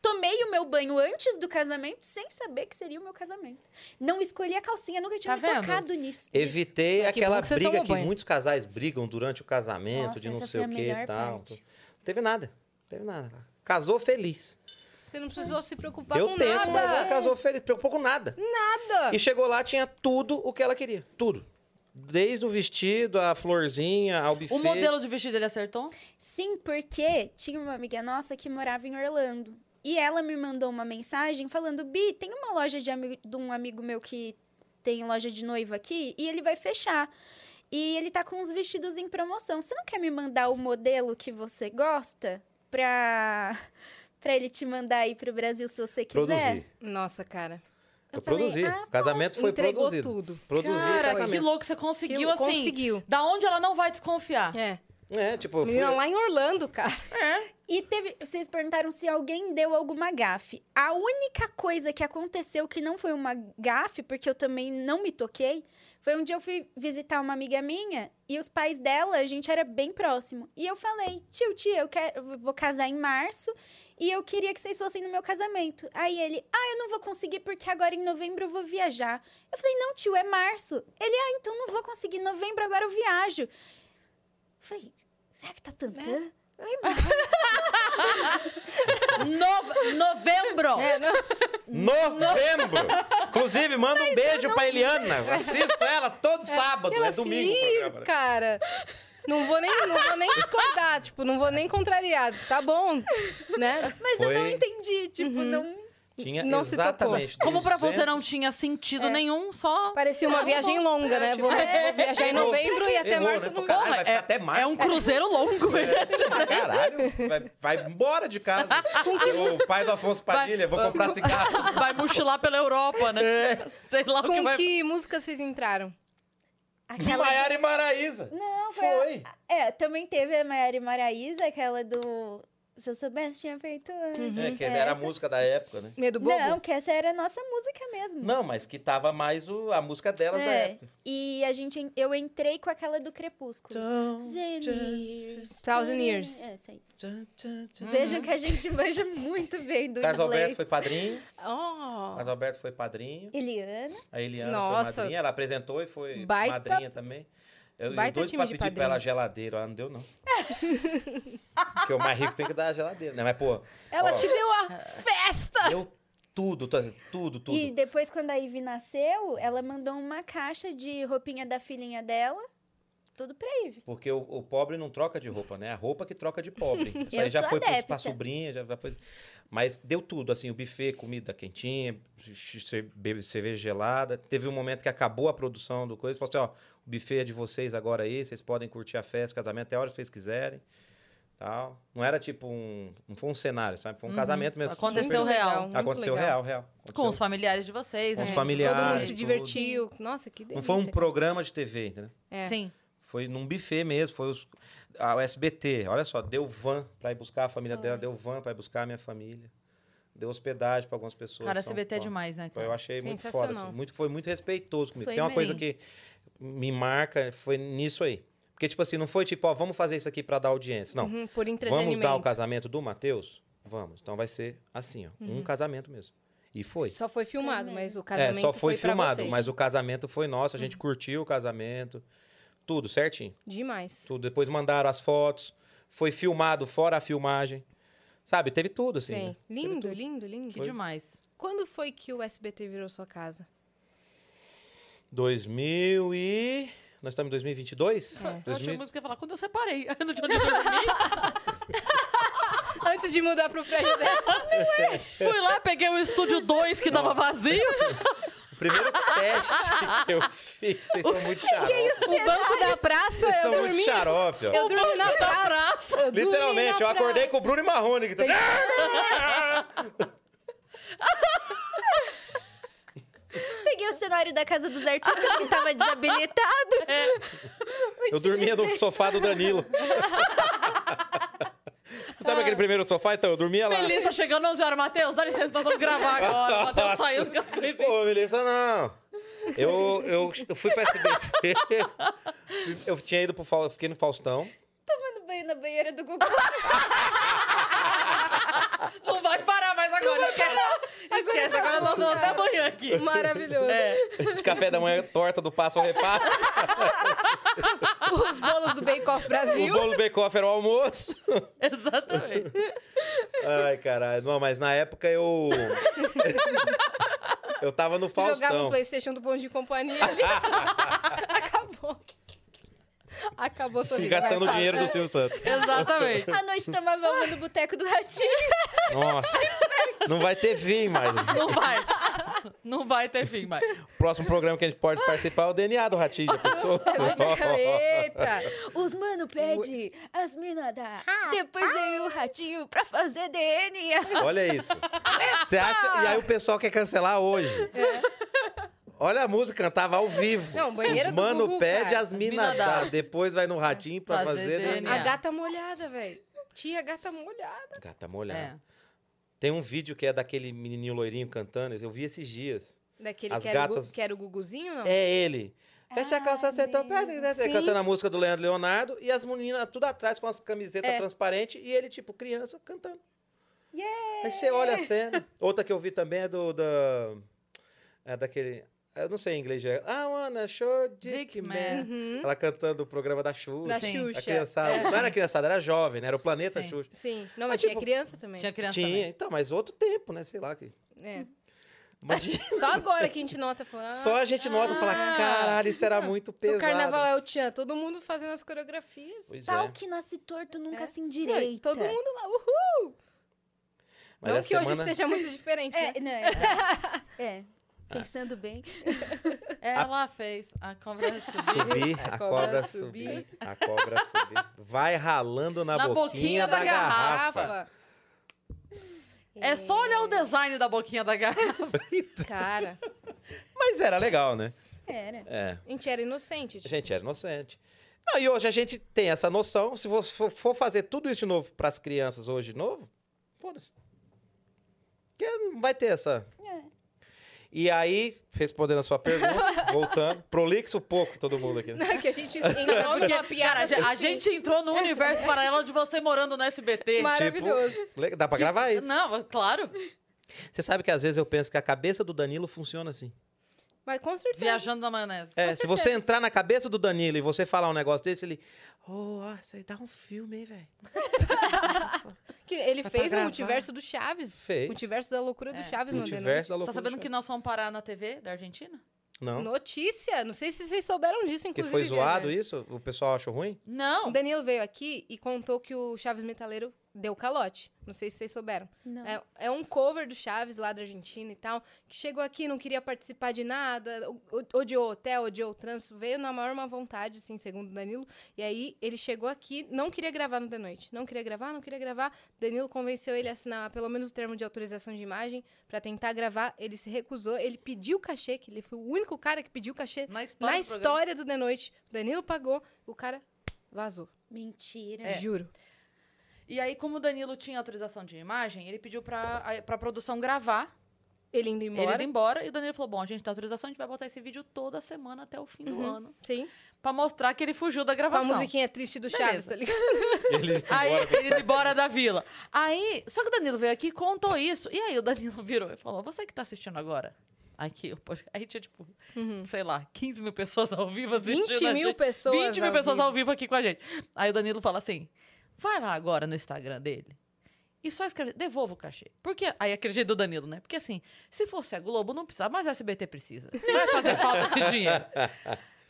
Speaker 4: tomei o meu banho antes do casamento, sem saber que seria o meu casamento. Não escolhi a calcinha, nunca tinha
Speaker 1: Tá
Speaker 4: me
Speaker 1: vendo?
Speaker 4: tocado nisso. disso.
Speaker 3: Evitei
Speaker 2: É que bom
Speaker 3: aquela
Speaker 2: que você
Speaker 3: briga
Speaker 2: tomou
Speaker 3: que
Speaker 2: banho.
Speaker 3: muitos casais brigam durante o casamento,
Speaker 4: Nossa,
Speaker 3: de não
Speaker 4: essa
Speaker 3: sei
Speaker 4: foi
Speaker 3: o
Speaker 4: a
Speaker 3: que e
Speaker 4: melhor
Speaker 3: tal.
Speaker 4: parte.
Speaker 3: Teve nada. Teve nada. Casou feliz.
Speaker 2: Você não precisou se preocupar
Speaker 3: Deu
Speaker 2: com
Speaker 3: tenso,
Speaker 2: nada.
Speaker 3: mas é ela casou feliz. Preocupou com nada.
Speaker 2: Nada.
Speaker 3: E chegou lá, tinha tudo o que ela queria. Tudo. Desde o vestido, a florzinha, ao buffet.
Speaker 1: O modelo de vestido ele acertou?
Speaker 4: Sim, porque tinha uma amiga nossa que morava em Orlando. E ela me mandou uma mensagem falando: Bi, tem uma loja de, ami- de um amigo meu que tem loja de noiva aqui e ele vai fechar. E ele tá com uns vestidos em promoção. Você não quer me mandar o modelo que você gosta pra, pra ele te mandar aí pro Brasil se você quiser?
Speaker 3: Produzir.
Speaker 2: Nossa, cara.
Speaker 3: Eu,
Speaker 4: falei,
Speaker 3: produzi.
Speaker 4: "Ah,
Speaker 3: o casamento foi
Speaker 2: Entregou
Speaker 3: produzido.
Speaker 2: tudo.
Speaker 3: Produzi o
Speaker 1: Cara, que
Speaker 3: casamento.
Speaker 1: louco, você
Speaker 2: Que
Speaker 1: conseguiu assim.
Speaker 2: Conseguiu.
Speaker 1: Da onde ela não vai desconfiar?
Speaker 2: É.
Speaker 3: É, tipo, eu fui-
Speaker 2: Menina, lá em Orlando, cara.
Speaker 4: E teve. Vocês perguntaram se alguém deu alguma gafe. A única coisa que aconteceu que não foi uma gafe, porque eu também não me toquei, foi um dia eu fui visitar uma amiga minha e os pais dela, a gente era bem próximo. E eu falei, tio, tia, eu quero, eu vou casar em março e eu queria que vocês fossem no meu casamento. Aí ele, ah, eu não vou conseguir porque agora em novembro eu vou viajar. Eu falei, não, tio, é março. Ele, ah, então não vou conseguir, novembro agora eu viajo. Eu falei, será que tá tantã? É. março.
Speaker 1: Nove- novembro!
Speaker 3: É, Novembro! Inclusive, manda um beijo pra Eliana. Assisto ela todo sábado,
Speaker 2: Ela
Speaker 3: é domingo. o
Speaker 2: assim,
Speaker 3: programa, né?
Speaker 2: cara. Não vou, nem, não vou nem discordar, tipo, não vou nem contrariar. Tá bom, né?
Speaker 4: Mas eu não
Speaker 3: Foi-
Speaker 4: entendi, tipo,
Speaker 2: Uhum.
Speaker 4: não.
Speaker 3: Tinha
Speaker 2: não se tocou.
Speaker 3: exatamente.
Speaker 1: Como pra você
Speaker 3: 200
Speaker 1: não tinha sentido
Speaker 2: É.
Speaker 1: nenhum, só.
Speaker 2: Parecia uma viagem longa, né?
Speaker 1: tipo,
Speaker 2: Vou, vou viajar em
Speaker 3: Errou.
Speaker 2: novembro e até
Speaker 3: Errou,
Speaker 2: março
Speaker 3: né?
Speaker 2: eu não
Speaker 3: Caralho, vai
Speaker 1: Porra,
Speaker 3: ficar até março.
Speaker 1: É um cruzeiro longo, velho.
Speaker 3: Caralho, vai, vai embora de casa. O pai do Afonso Padilha, vou comprar cigarro.
Speaker 1: Vai mochilar pela Europa, né?
Speaker 3: É.
Speaker 1: Sei lá o que
Speaker 2: Com
Speaker 1: vai.
Speaker 2: que música vocês entraram?
Speaker 4: Aquela.
Speaker 3: Maiara e Maraísa.
Speaker 4: Não, foi. a-
Speaker 3: Foi.
Speaker 4: É, também teve a Maiara e Maraísa, aquela do. Se eu soubesse, tinha feito antes.
Speaker 3: É, que era a
Speaker 4: Essa-
Speaker 3: música da época, né?
Speaker 2: Medo Bobo?
Speaker 4: Não, que essa era a nossa música mesmo.
Speaker 3: Não, mas que tava mais o- a música delas da
Speaker 4: É,
Speaker 3: época.
Speaker 4: e a gente, eu entrei com aquela do Crepúsculo.
Speaker 3: Então,
Speaker 2: Thousand Years.
Speaker 4: É, isso aí. Vejam que a gente manja muito bem do
Speaker 3: Carlos Alberto
Speaker 4: inglês.
Speaker 3: Uhum. foi padrinho,
Speaker 2: Oh,
Speaker 3: Carlos Alberto foi padrinho,
Speaker 4: Eliana.
Speaker 3: a Eliana
Speaker 2: Nossa.
Speaker 3: foi madrinha, ela apresentou e foi
Speaker 2: Baita-
Speaker 3: madrinha também. Eu, eu
Speaker 2: baita
Speaker 3: doido
Speaker 2: time
Speaker 3: pra
Speaker 2: de
Speaker 3: pedir pra ela a
Speaker 2: padrinhos.
Speaker 3: geladeira, ela não deu não. Porque o mais rico tem que dar a geladeira, né? Mas, pô,
Speaker 2: ela
Speaker 3: ó,
Speaker 2: te deu a
Speaker 1: É.
Speaker 2: festa!
Speaker 3: deu tudo, tudo, tudo.
Speaker 4: E depois, quando a Ivy nasceu, ela mandou uma caixa de roupinha da filhinha dela. Tudo pra Ivy.
Speaker 3: Porque o, o pobre não troca de roupa, né? A roupa que troca de pobre. Essa
Speaker 4: Eu
Speaker 3: aí já
Speaker 4: sou
Speaker 3: foi pro- pra
Speaker 4: adepta.
Speaker 3: sobrinha, já, já foi. Mas deu tudo, assim, o buffet, comida quentinha, x- ce- be- cerveja gelada. Teve um momento que acabou a produção do coisa, falou assim, ó, o buffet é de vocês agora aí, vocês podem curtir a festa, casamento, até a hora que vocês quiserem. Tal. Não era tipo um. Não foi um cenário, sabe? Foi um
Speaker 1: Uhum.
Speaker 3: casamento mesmo.
Speaker 1: Aconteceu
Speaker 2: Muito
Speaker 1: real.
Speaker 2: muito
Speaker 3: Aconteceu
Speaker 2: legal.
Speaker 3: real, real.
Speaker 1: Com os
Speaker 3: Aconteceu
Speaker 1: familiares de vocês,
Speaker 3: Com os
Speaker 1: né?
Speaker 3: familiares.
Speaker 2: Todo mundo
Speaker 3: familiares,
Speaker 2: se
Speaker 3: tudo.
Speaker 2: divertiu. Nossa, que delícia.
Speaker 3: Não foi um programa de TV, entendeu?
Speaker 2: É.
Speaker 1: Sim.
Speaker 3: Foi num buffet mesmo, foi os, a o SBT, olha só, deu van pra ir buscar a família
Speaker 4: Foi.
Speaker 3: dela, deu van pra ir buscar a minha família. Deu hospedagem pra algumas pessoas.
Speaker 1: Cara,
Speaker 3: São
Speaker 1: SBT é
Speaker 3: Paulo.
Speaker 1: demais, né?
Speaker 3: Foi- Eu
Speaker 1: Cara?
Speaker 3: achei muito foda,
Speaker 2: Sensacional.
Speaker 3: assim, muito, foi muito respeitoso comigo.
Speaker 4: Foi
Speaker 3: Tem uma coisa
Speaker 1: mesmo.
Speaker 3: que me marca, foi nisso aí. Porque, tipo assim, não foi tipo, ó, vamos fazer isso aqui pra dar um audiência. Não,
Speaker 2: Uhum, por entretenimento.
Speaker 3: vamos dar o casamento do Matheus? Vamos. Então vai ser assim, ó, um casamento mesmo. E foi.
Speaker 2: Só foi filmado,
Speaker 4: Foi
Speaker 2: mas
Speaker 4: mesmo.
Speaker 2: o casamento
Speaker 3: é, só foi,
Speaker 2: pra
Speaker 3: filmado,
Speaker 2: vocês.
Speaker 3: mas o casamento foi nosso, a gente curtiu o casamento, tudo certinho.
Speaker 2: Demais.
Speaker 3: Tudo. Depois mandaram as fotos. Foi filmado fora a filmagem. Sabe, teve tudo, assim.
Speaker 2: Sim.
Speaker 3: né?
Speaker 2: Lindo, lindo, lindo.
Speaker 1: Que demais.
Speaker 2: Quando foi que o SBT virou sua casa?
Speaker 3: 2000 e... Nós estamos em 2022?
Speaker 2: É.
Speaker 1: Eu achei
Speaker 3: 2000...
Speaker 1: música ia falar, quando eu separei. Aí no dia onde eu dormi,
Speaker 2: Antes de mudar pro prédio dela.
Speaker 1: fui lá, peguei o estúdio 2 que tava vazio,
Speaker 3: O primeiro teste que eu fiz. Vocês são muito xarope.
Speaker 2: O banco da praça,
Speaker 3: Vocês
Speaker 2: eu
Speaker 3: são muito
Speaker 2: dormi.
Speaker 3: xarope, ó.
Speaker 2: Eu dormi na
Speaker 1: a
Speaker 2: praça.
Speaker 1: praça.
Speaker 2: Eu dormi na
Speaker 3: Literalmente, eu acordei
Speaker 2: praça.
Speaker 3: com o Bruno e Marrone. Que... tá-
Speaker 4: Peguei o cenário da Casa dos Artistas que tava desabilitado.
Speaker 3: Eu dormia no sofá do Danilo. Sabe
Speaker 2: É.
Speaker 3: aquele primeiro sofá? Então, eu dormia lá.
Speaker 1: Melissa chegando 11 horas, Matheus, dá licença, nós vamos gravar agora. O Matheus saindo com as coisinhas.
Speaker 3: Pô, Melissa, não. Eu, eu, eu fui pra SBT. eu tinha ido pro Faustão. Eu fiquei no Faustão.
Speaker 4: Tomando banho na banheira do Gugu.
Speaker 1: Não vai parar mais agora. eu quero- Esquece, agora nós vamos até amanhã aqui.
Speaker 2: Maravilhoso.
Speaker 1: É.
Speaker 3: De café da manhã, torta do passo ao repasso.
Speaker 2: Os bolos do Bake Off
Speaker 3: O
Speaker 2: Brasil.
Speaker 3: bolo bake-off era o almoço.
Speaker 1: Exatamente.
Speaker 3: Ai, caralho. Não, mas na época eu... eu tava no
Speaker 2: Jogava um
Speaker 3: Faustão.
Speaker 2: Playstation do Bonde de Companhia ali. Acabou. Acabou sua
Speaker 3: E
Speaker 2: vida.
Speaker 3: gastando o
Speaker 2: Vai,
Speaker 3: dinheiro
Speaker 2: fala.
Speaker 3: do Silvio Santos.
Speaker 1: Exatamente.
Speaker 4: À noite tomava uma no Boteco do Ratinho.
Speaker 3: Nossa. Não vai ter fim mais.
Speaker 1: Não vai. Não vai ter fim mais.
Speaker 3: Próximo programa que a gente pode participar é o DNA do Ratinho. já pensou?
Speaker 2: É Eita.
Speaker 4: Os mano pede, as mina dá. Depois veio o Ratinho pra fazer DNA.
Speaker 3: Olha isso. Você acha. E aí o pessoal quer cancelar hoje. Olha a música, cantava ao vivo.
Speaker 2: É. Não, banheira
Speaker 3: Os
Speaker 2: do
Speaker 3: mano
Speaker 2: Gugu,
Speaker 3: pede
Speaker 2: cara.
Speaker 3: as minas
Speaker 1: minas
Speaker 3: dá.
Speaker 1: dá.
Speaker 3: Depois vai no ratinho pra
Speaker 1: Fazer
Speaker 3: fazer. né?
Speaker 1: DNA.
Speaker 2: A gata molhada, velho. Tia gata molhada.
Speaker 3: Gata molhada.
Speaker 1: É.
Speaker 3: Tem um vídeo que é daquele menininho loirinho cantando. Eu vi esses dias.
Speaker 2: Daquele
Speaker 3: As
Speaker 2: que era, o
Speaker 3: gatas-
Speaker 2: Gu- que era o Guguzinho, não?
Speaker 3: É ele. Fecha a calça,
Speaker 4: Ah,
Speaker 3: você tá perto, né?
Speaker 2: Sim.
Speaker 3: cantando a música do Leandro Leonardo e as meninas tudo atrás com as camisetas transparentes e ele, tipo, criança cantando. Aí você olha a cena. Outra que eu vi também é do. Da, é daquele. Eu não sei em inglês. É, I wanna show dick,
Speaker 1: Dick
Speaker 3: man.
Speaker 1: man.
Speaker 2: Uhum.
Speaker 3: Ela cantando o programa da Xuxa.
Speaker 2: Da
Speaker 1: Sim.
Speaker 3: A
Speaker 2: Xuxa.
Speaker 3: criançada. Não era criançada, era jovem, né? Era o planeta
Speaker 1: Sim.
Speaker 3: Xuxa.
Speaker 2: Sim. Não,
Speaker 3: Mas,
Speaker 2: mas tinha
Speaker 3: tipo,
Speaker 2: criança também.
Speaker 1: Tinha criança
Speaker 3: Tinha,
Speaker 1: também.
Speaker 3: então, mas outro tempo, né? Sei lá. Que...
Speaker 2: É.
Speaker 3: Imagina.
Speaker 2: Só agora que a gente nota falando. "Ah,
Speaker 3: Só a gente nota e fala,
Speaker 1: ah.
Speaker 3: caralho, isso era muito
Speaker 2: O
Speaker 3: pesado.
Speaker 2: carnaval é o Tchan, todo mundo fazendo as coreografias.
Speaker 3: Pois
Speaker 4: Tal
Speaker 3: é.
Speaker 4: que nasce torto nunca
Speaker 2: É.
Speaker 4: se endireita.
Speaker 2: Todo mundo lá, uhul.
Speaker 3: Mas
Speaker 2: não
Speaker 3: essa
Speaker 2: que hoje
Speaker 3: semana-
Speaker 2: esteja muito diferente, né?
Speaker 4: É, não, é, verdade. é. Pensando bem.
Speaker 1: Ela fez a conversa subir.
Speaker 3: Subir, a cobra subir, a cobra subir. Vai ralando na,
Speaker 1: Na boquinha da garrafa. É só olhar o design da boquinha da garrafa.
Speaker 2: Cara,
Speaker 3: Mas era legal, né?
Speaker 4: Era.
Speaker 3: É.
Speaker 2: a gente era inocente.
Speaker 3: A
Speaker 2: tipo,
Speaker 3: gente era inocente. Não, e hoje a gente tem essa noção. Se você for- for fazer tudo isso de novo pras crianças hoje de novo, foda-se. Que não vai ter essa.
Speaker 4: É.
Speaker 3: E aí, respondendo a sua pergunta, voltando, prolixo um pouco todo mundo aqui. né?
Speaker 2: que a gente entrou numa
Speaker 1: Cara, a
Speaker 2: piada. assim.
Speaker 1: ge- a gente entrou num universo paralelo de você morando no SBT.
Speaker 2: Maravilhoso.
Speaker 3: Tipo, Le- Dá pra gravar isso.
Speaker 1: Tipo, Não, claro.
Speaker 3: Você sabe que às vezes eu penso que a cabeça do Danilo funciona assim.
Speaker 2: Mas com certeza.
Speaker 1: Viajando na maionese.
Speaker 3: É, se você entrar na cabeça do Danilo e você falar um negócio desse, ele. Ô, oh, isso aí dá um filme, hein, velho?
Speaker 2: Que ele
Speaker 3: Mas pra
Speaker 2: fez o
Speaker 3: gravar.
Speaker 2: multiverso do Chaves.
Speaker 3: Fez.
Speaker 2: Multiverso da loucura do
Speaker 1: É.
Speaker 2: Chaves, não deu
Speaker 3: Multiverso da
Speaker 1: Tá
Speaker 3: loucura.
Speaker 1: sabendo que nós vamos parar na TV da Argentina?
Speaker 3: Não.
Speaker 2: Notícia. Não sei se vocês souberam disso,
Speaker 3: Porque
Speaker 2: inclusive. né?
Speaker 3: foi zoado
Speaker 2: viajantes.
Speaker 3: isso? O pessoal achou ruim?
Speaker 2: O
Speaker 1: Não.
Speaker 2: Danilo veio aqui e contou que o Chaves Metaleiro deu calote. Não sei se vocês souberam.
Speaker 4: Não.
Speaker 2: É, é um cover do Chaves lá da Argentina e tal, que chegou aqui, não queria participar de nada, o- o- odiou o hotel, odiou o trânsito, veio na maior má vontade, assim, segundo o Danilo. E aí ele chegou aqui, não queria gravar no The Noite. Não queria gravar, não queria gravar. Danilo convenceu ele a assinar pelo menos o termo de autorização de imagem pra tentar gravar. Ele se recusou, ele pediu o cachê, que ele foi o único cara que pediu o cachê
Speaker 1: Na história.
Speaker 2: na
Speaker 1: do programa.
Speaker 2: história do The Noite. O Danilo pagou, o cara vazou.
Speaker 4: Mentira.
Speaker 1: É.
Speaker 2: Juro.
Speaker 1: E aí, como o Danilo tinha autorização de imagem, ele pediu pra, a- pra produção gravar.
Speaker 2: Ele indo
Speaker 1: Ele
Speaker 2: embora.
Speaker 1: indo embora. E o Danilo falou: Bom, a gente tem autorização, a gente vai botar esse vídeo toda semana até o fim do
Speaker 2: Uhum.
Speaker 1: ano.
Speaker 2: Sim.
Speaker 1: Pra mostrar que ele fugiu da
Speaker 2: Com a
Speaker 1: gravação.
Speaker 2: musiquinha triste do
Speaker 1: Beleza.
Speaker 2: Chaves, tá ligado?
Speaker 3: Ele
Speaker 1: Aí ele indo embora da vila. Aí, só que o Danilo veio aqui e contou isso. E aí o Danilo virou e falou: Você que tá assistindo agora? Aqui, o pod- aí tinha tipo, sei lá, 15 mil pessoas ao vivo assistindo.
Speaker 2: 20
Speaker 1: a
Speaker 2: Uhum. mil
Speaker 1: gente.
Speaker 2: pessoas
Speaker 1: 20 mil
Speaker 2: ao
Speaker 1: pessoas
Speaker 2: vivo.
Speaker 1: ao vivo aqui com a gente. Aí o Danilo fala assim: Vai lá agora no Instagram dele. E só escreve, devolva o cachê. Porque, aí acredito do Danilo, né? Porque assim, se fosse a Globo, não precisava, mas a SBT precisa. Não vai fazer falta esse dinheiro.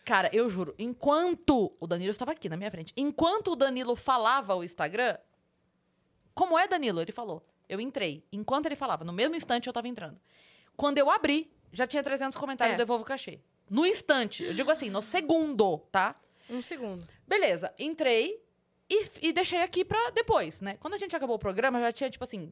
Speaker 1: Cara, eu juro, enquanto o Danilo estava aqui na minha frente, enquanto o Danilo falava o Instagram, como é Danilo? Ele falou, eu entrei. Enquanto ele falava, no mesmo instante eu estava entrando. Quando eu abri, já tinha 300 comentários,
Speaker 2: É.
Speaker 1: devolvo o cachê. No instante, eu digo assim, no segundo, tá?
Speaker 2: Um segundo.
Speaker 1: Beleza, entrei e, e deixei aqui pra depois, né? Quando a gente acabou o programa, já tinha, tipo assim,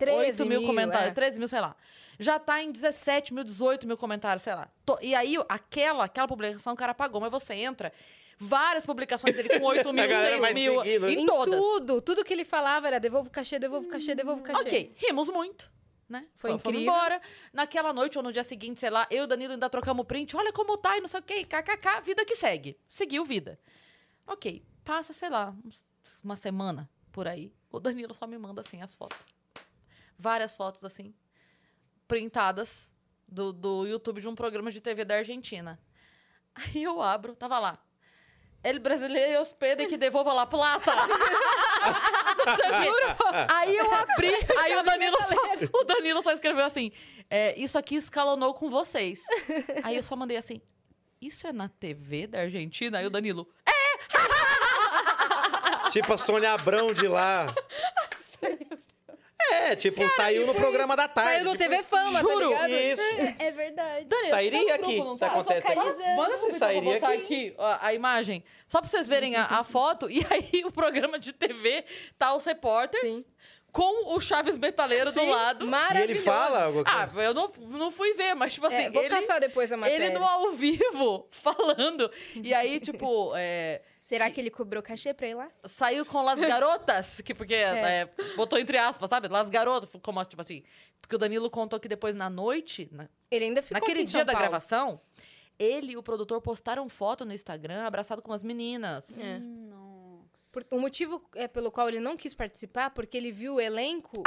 Speaker 1: 8 mil, comentários,
Speaker 2: é.
Speaker 1: 13 mil, sei lá. Já tá em 17 mil, 18 mil comentários, sei lá. Tô- e aí, aquela, aquela publicação o cara apagou, mas você entra, várias publicações dele com 8 mil,
Speaker 3: galera
Speaker 1: 6
Speaker 3: vai
Speaker 1: mil,
Speaker 3: seguindo, né?
Speaker 1: em
Speaker 2: Em
Speaker 1: todas.
Speaker 2: tudo, tudo que ele falava era devolvo o cachê, devolvo o cachê, devolvo o cachê.
Speaker 1: Ok, rimos muito. Né?
Speaker 2: Foi
Speaker 1: Fomos
Speaker 2: incrível.
Speaker 1: embora. Naquela noite ou no dia seguinte, sei lá, eu e o Danilo ainda trocamos print. Olha como tá e não sei o quê. KKK, vida que segue. Seguiu vida. Ok, passa, sei lá, uns- uma semana por aí. O Danilo só me manda, assim, as fotos. Várias fotos, assim, printadas do, do YouTube de um programa de TV da Argentina. Aí eu abro, tava lá. Ele brasileiro hospeda que devolva lá plata.
Speaker 3: Ah,
Speaker 1: Você jura? Aí eu abri, aí o Danilo, só, o Danilo só escreveu assim: é, Isso aqui escalonou com vocês. Aí eu só mandei assim: Isso é na TV da Argentina? Aí o Danilo.
Speaker 3: Tipo a Sônia Abrão de lá. É, tipo, saiu no programa da tarde.
Speaker 2: Saiu no
Speaker 3: tipo,
Speaker 2: TV Fama, tá
Speaker 1: Juro.
Speaker 2: ligado?
Speaker 3: Isso.
Speaker 4: É verdade.
Speaker 1: Danilo,
Speaker 3: Sairia
Speaker 1: tá no grupo,
Speaker 3: aqui,
Speaker 1: não
Speaker 3: se
Speaker 1: tá?
Speaker 3: acontece.
Speaker 4: Focalizando.
Speaker 1: Manda
Speaker 3: Se
Speaker 1: pro Vitor pra
Speaker 3: sairia
Speaker 1: botar aqui ó, a imagem. Só pra vocês verem a, a foto. E aí o programa de TV tá os repórteres
Speaker 2: Sim.
Speaker 1: com o Chaves Metaleiro do lado.
Speaker 3: E
Speaker 2: Maravilhoso.
Speaker 3: ele fala assim. alguma coisa?
Speaker 1: Ah, eu não, não fui ver, mas tipo assim,
Speaker 2: É, vou
Speaker 1: ele,
Speaker 2: caçar depois a matéria.
Speaker 1: ele no ao vivo falando. E aí, tipo, é,
Speaker 4: Será que ele cobrou cachê pra ir lá?
Speaker 1: saiu com Las Garotas, que porque é, botou entre aspas, sabe? Las Garotas, como tipo assim. Porque o Danilo contou que depois na noite, na-
Speaker 2: Ele ainda ficou
Speaker 1: naquele
Speaker 2: aqui em
Speaker 1: dia
Speaker 2: São
Speaker 1: da
Speaker 2: Paulo.
Speaker 1: gravação, ele e o produtor postaram foto no Instagram abraçado com as meninas.
Speaker 2: É.
Speaker 4: Nossa.
Speaker 2: Por- o motivo é pelo qual ele não quis participar, porque ele viu o elenco,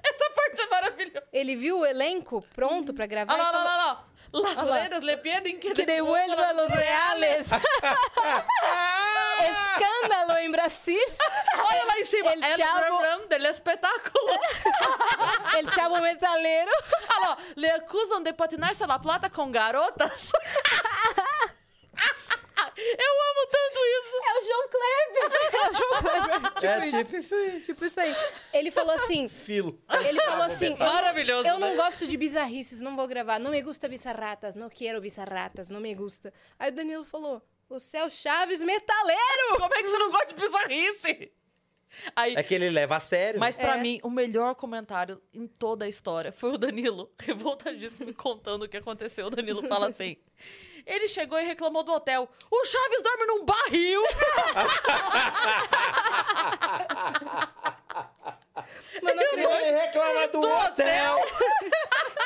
Speaker 1: Essa parte é maravilhosa.
Speaker 2: ele viu o elenco pronto pra gravar
Speaker 1: Olha lá,
Speaker 2: e
Speaker 1: olha
Speaker 2: falou,
Speaker 1: lá, olha lá. Las
Speaker 2: lá.
Speaker 1: lendas le piden que,
Speaker 2: Que devuelva los reales. é Escândalo em Brasil.
Speaker 1: Olha lá em cima. é
Speaker 2: El É.
Speaker 1: El
Speaker 2: chavo-
Speaker 1: programa del espetáculo.
Speaker 2: El chavo um metaleiro.
Speaker 1: Olha lá. Le acusam de patinar-se na plata com garotas. Eu amo tanto isso.
Speaker 4: É o João Kleber!
Speaker 3: é tipo isso aí.
Speaker 2: Tipo isso aí. Ele falou assim.
Speaker 3: Filo.
Speaker 2: Ele
Speaker 3: Ah,
Speaker 2: falou assim. eu-
Speaker 1: Maravilhoso. né?
Speaker 2: Eu não gosto de bizarrices, não vou gravar. Não me gusta bizarratas, não quero bizarratas, não me gusta. Aí o Danilo falou: Você é o Chaves metaleiro!
Speaker 1: Como é que você não gosta de bizarrice? Aí,
Speaker 3: É que ele leva a sério.
Speaker 1: Mas pra
Speaker 2: É.
Speaker 1: mim, o melhor comentário em toda a história foi o Danilo, revoltadíssimo, contando o que aconteceu. O Danilo fala assim: ele chegou e reclamou do hotel. O Chaves dorme num barril!
Speaker 2: Mas eu não acredito
Speaker 3: Ele reclama do
Speaker 1: Do
Speaker 3: hotel.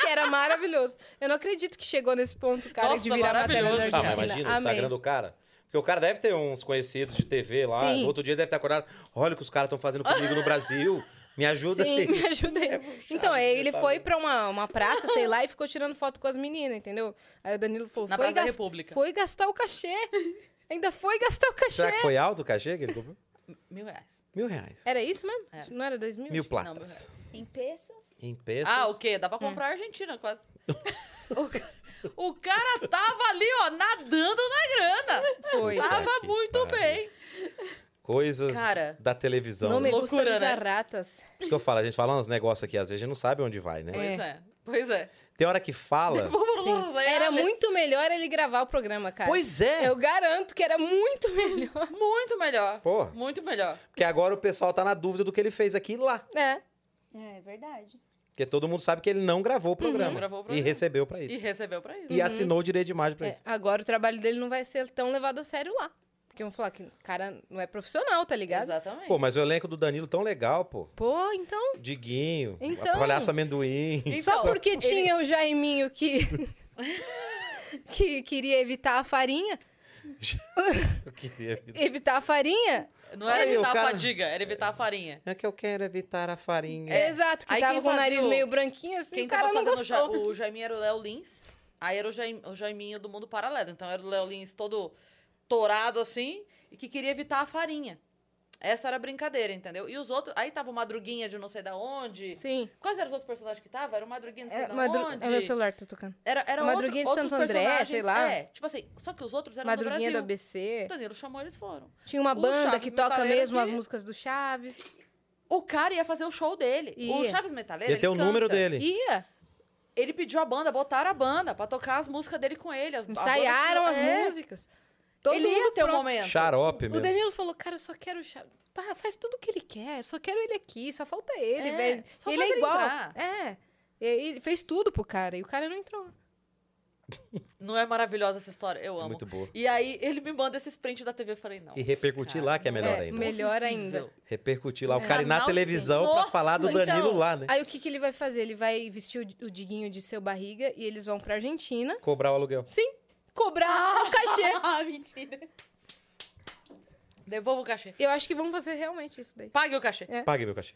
Speaker 2: que era maravilhoso. Eu não acredito que chegou nesse ponto, cara,
Speaker 1: Nossa,
Speaker 2: de virar matéria
Speaker 1: maravilhoso.
Speaker 2: da
Speaker 3: Ah, mas
Speaker 2: Argentina.
Speaker 3: imagina o
Speaker 2: Amei.
Speaker 3: Instagram do cara. Porque o cara deve ter uns conhecidos de TV lá.
Speaker 2: Sim.
Speaker 3: No outro dia deve ter acordado. Olha o que os caras estão fazendo comigo no Brasil. Me ajuda É
Speaker 2: Sim,
Speaker 3: aí.
Speaker 2: me ajuda aí. Então,
Speaker 3: Chaves
Speaker 2: ele
Speaker 3: metaleiro.
Speaker 2: foi pra uma, uma praça, sei lá, e ficou tirando foto com as meninas, entendeu? Aí o Danilo falou:
Speaker 1: Na
Speaker 2: foi,
Speaker 1: Praça da
Speaker 2: gas-
Speaker 1: República.
Speaker 2: foi gastar o cachê. Ainda foi gastar o cachê.
Speaker 3: Será que foi alto o cachê que ele comprou?
Speaker 1: Mil reais.
Speaker 3: Mil reais.
Speaker 2: Era isso mesmo?
Speaker 1: Era.
Speaker 2: Não era dois mil?
Speaker 3: Mil
Speaker 1: Não, mil
Speaker 3: platas.
Speaker 1: reais.
Speaker 4: Em pesos?
Speaker 3: Em pesos.
Speaker 1: Ah, o quê? Dá pra comprar a Argentina quase. o, cara, o cara tava ali, ó, nadando na grana.
Speaker 2: Foi.
Speaker 1: Tava
Speaker 3: é, que
Speaker 1: muito
Speaker 3: pariu.
Speaker 1: bem.
Speaker 3: Coisas
Speaker 1: Cara,
Speaker 3: da televisão.
Speaker 2: Não
Speaker 3: né?
Speaker 2: me
Speaker 1: Loucura,
Speaker 2: gusta
Speaker 1: né?
Speaker 2: bizarratas.
Speaker 3: Por isso que eu falo, a gente fala uns negócios aqui, às vezes a gente não sabe onde vai, né?
Speaker 1: Pois é, pois é.
Speaker 3: Tem hora que fala.
Speaker 1: Vamos
Speaker 2: Sim.
Speaker 1: lá,
Speaker 2: Era
Speaker 1: Alex.
Speaker 2: muito melhor ele gravar o programa, cara.
Speaker 3: Pois é!
Speaker 2: Eu garanto que era muito melhor.
Speaker 1: Muito melhor.
Speaker 3: Porra.
Speaker 1: Muito melhor.
Speaker 3: Porque agora o pessoal tá na dúvida do que ele fez aqui e lá.
Speaker 2: né?
Speaker 4: É, é verdade.
Speaker 3: Porque todo mundo sabe que ele não gravou o programa.
Speaker 1: Não gravou o
Speaker 3: E
Speaker 1: programa.
Speaker 3: recebeu pra
Speaker 1: E Uhum.
Speaker 3: isso.
Speaker 1: recebeu pra isso.
Speaker 3: E, assinou o direito de imagem pra
Speaker 2: É,
Speaker 3: isso.
Speaker 2: agora o trabalho dele não vai ser tão levado a sério lá. Porque vão falar que o cara não é profissional, tá ligado?
Speaker 1: Exatamente.
Speaker 3: Pô, mas o elenco do Danilo tão legal, pô.
Speaker 2: Pô, então.
Speaker 3: Diguinho,
Speaker 2: Então.
Speaker 3: palhaço amendoim.
Speaker 1: Então,
Speaker 2: só porque tinha o Jaiminho que. que queria evitar a farinha.
Speaker 3: Eu queria evitar.
Speaker 2: Evitar a farinha?
Speaker 1: Não era
Speaker 3: Aí, o
Speaker 1: evitar a
Speaker 3: cara-
Speaker 1: fadiga, era evitar a farinha.
Speaker 3: É que eu quero evitar a farinha.
Speaker 2: Exato, que
Speaker 1: É. Aí
Speaker 2: tava
Speaker 1: quem
Speaker 2: com o nariz
Speaker 1: fazia o-
Speaker 2: meio branquinho, assim,
Speaker 1: Quem
Speaker 2: o cara
Speaker 1: tava
Speaker 2: não
Speaker 1: fazendo
Speaker 2: gostou.
Speaker 1: o, ja... o Jaiminho era o Léo Lins, aí era o, Jaim... o Jaiminho do Mundo Paralelo. Então era o Léo Lins todo tourado assim, e que queria evitar a farinha. Essa era a brincadeira, entendeu? E os outros. Aí tava o Madruguinha de não sei da onde.
Speaker 2: Sim.
Speaker 1: Quais eram os outros personagens que tava? Era o Madruguinha de não sei
Speaker 2: É,
Speaker 1: da
Speaker 2: madru...
Speaker 1: onde.
Speaker 2: é meu celular que tá tocando.
Speaker 1: Era, era
Speaker 2: Madruguinha de
Speaker 1: outro,
Speaker 2: Santo
Speaker 1: outros
Speaker 2: André,
Speaker 1: personagens,
Speaker 2: sei lá.
Speaker 1: É, tipo assim, só que os outros eram
Speaker 2: Madruguinha do
Speaker 1: do Brasil.
Speaker 2: ABC.
Speaker 1: Danilo chamou, eles foram.
Speaker 2: Tinha uma
Speaker 1: O
Speaker 2: banda
Speaker 1: Chaves
Speaker 2: que toca
Speaker 1: Metaleiro
Speaker 2: mesmo
Speaker 1: que-
Speaker 2: as músicas do Chaves.
Speaker 1: O cara ia fazer o show dele. O
Speaker 2: Ia.
Speaker 1: Chaves Metaleiro.
Speaker 3: Ia ter
Speaker 1: ele
Speaker 3: o número
Speaker 1: canta.
Speaker 3: dele.
Speaker 2: Ia.
Speaker 1: Ele pediu a banda, botaram a banda pra tocar as músicas dele com ele. As, a banda
Speaker 2: Ensaiaram
Speaker 1: tinha-
Speaker 2: as
Speaker 1: É,
Speaker 2: músicas. Todo
Speaker 1: ele ia
Speaker 2: mundo
Speaker 1: ter o
Speaker 2: pronto.
Speaker 1: momento.
Speaker 3: Xarope,
Speaker 2: O
Speaker 3: meu.
Speaker 2: Danilo falou, cara, eu só quero o Chaves. Pá, faz tudo o que ele quer, eu só quero ele aqui, só falta ele,
Speaker 1: É,
Speaker 2: velho.
Speaker 1: só
Speaker 2: ele
Speaker 1: faz
Speaker 2: é
Speaker 1: ele
Speaker 2: igual.
Speaker 1: entrar.
Speaker 2: É. E- Ele fez tudo pro cara e o cara não entrou.
Speaker 1: Não é um maravilhosa essa história? Eu amo.
Speaker 3: Muito boa.
Speaker 1: E aí ele me manda esse print da TV. Eu falei, não.
Speaker 3: E repercutir lá, que é melhor
Speaker 2: É,
Speaker 3: ainda.
Speaker 2: me- Melhor
Speaker 1: Impossível.
Speaker 3: Repercutir lá. O cara ir na
Speaker 1: Canal de-
Speaker 3: televisão pra
Speaker 1: Nossa,
Speaker 3: falar do
Speaker 2: então,
Speaker 3: Danilo lá, né?
Speaker 2: Aí o que, que ele vai fazer? Ele vai vestir o, o diguinho de seu barriga e eles vão pra Argentina
Speaker 3: Cobrar o aluguel.
Speaker 2: cobrar o cachê.
Speaker 1: ah, mentira. Devolva o cachê.
Speaker 2: Eu acho que vão fazer realmente isso daí.
Speaker 1: Pague o cachê.
Speaker 3: Pague meu cachê.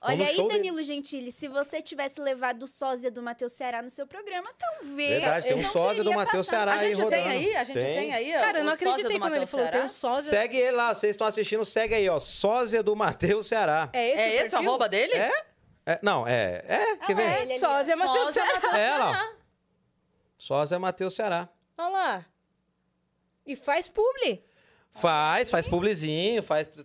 Speaker 3: Vamos
Speaker 4: Olha
Speaker 3: no
Speaker 4: aí,
Speaker 3: show dele.
Speaker 4: Danilo Gentili, se você tivesse levado o sósia do Matheus Ceará no seu programa, talvez.
Speaker 3: Verdade, tem um
Speaker 4: não
Speaker 3: sósia do
Speaker 4: teria
Speaker 3: Matheus
Speaker 4: passado.
Speaker 3: Ceará
Speaker 1: a gente
Speaker 3: rodando.
Speaker 1: tem aí? A gente tem,
Speaker 3: Tem.
Speaker 1: aí? ó,
Speaker 2: Cara, eu não
Speaker 1: É, o sósia
Speaker 2: acreditei
Speaker 1: do
Speaker 2: quando ele
Speaker 1: Matheus
Speaker 2: falou, tem
Speaker 1: Ceará?
Speaker 2: um sósia.
Speaker 3: Segue ele lá, vocês estão assistindo, segue aí, ó. Sósia do Matheus Ceará.
Speaker 2: É esse
Speaker 1: É
Speaker 2: o
Speaker 1: esse o
Speaker 2: perfil?
Speaker 1: arroba dele?
Speaker 3: É? É, não, é. É, quer
Speaker 4: Ah,
Speaker 3: ver?
Speaker 4: é.
Speaker 2: É, sósia Matheus
Speaker 1: Sósia
Speaker 2: Ceará.
Speaker 1: Matheus
Speaker 3: É, ela, ó.
Speaker 1: Ceará.
Speaker 3: Sósia Matheus Ceará.
Speaker 2: Olha lá. E faz publi.
Speaker 3: Faz, faz publizinho, faz.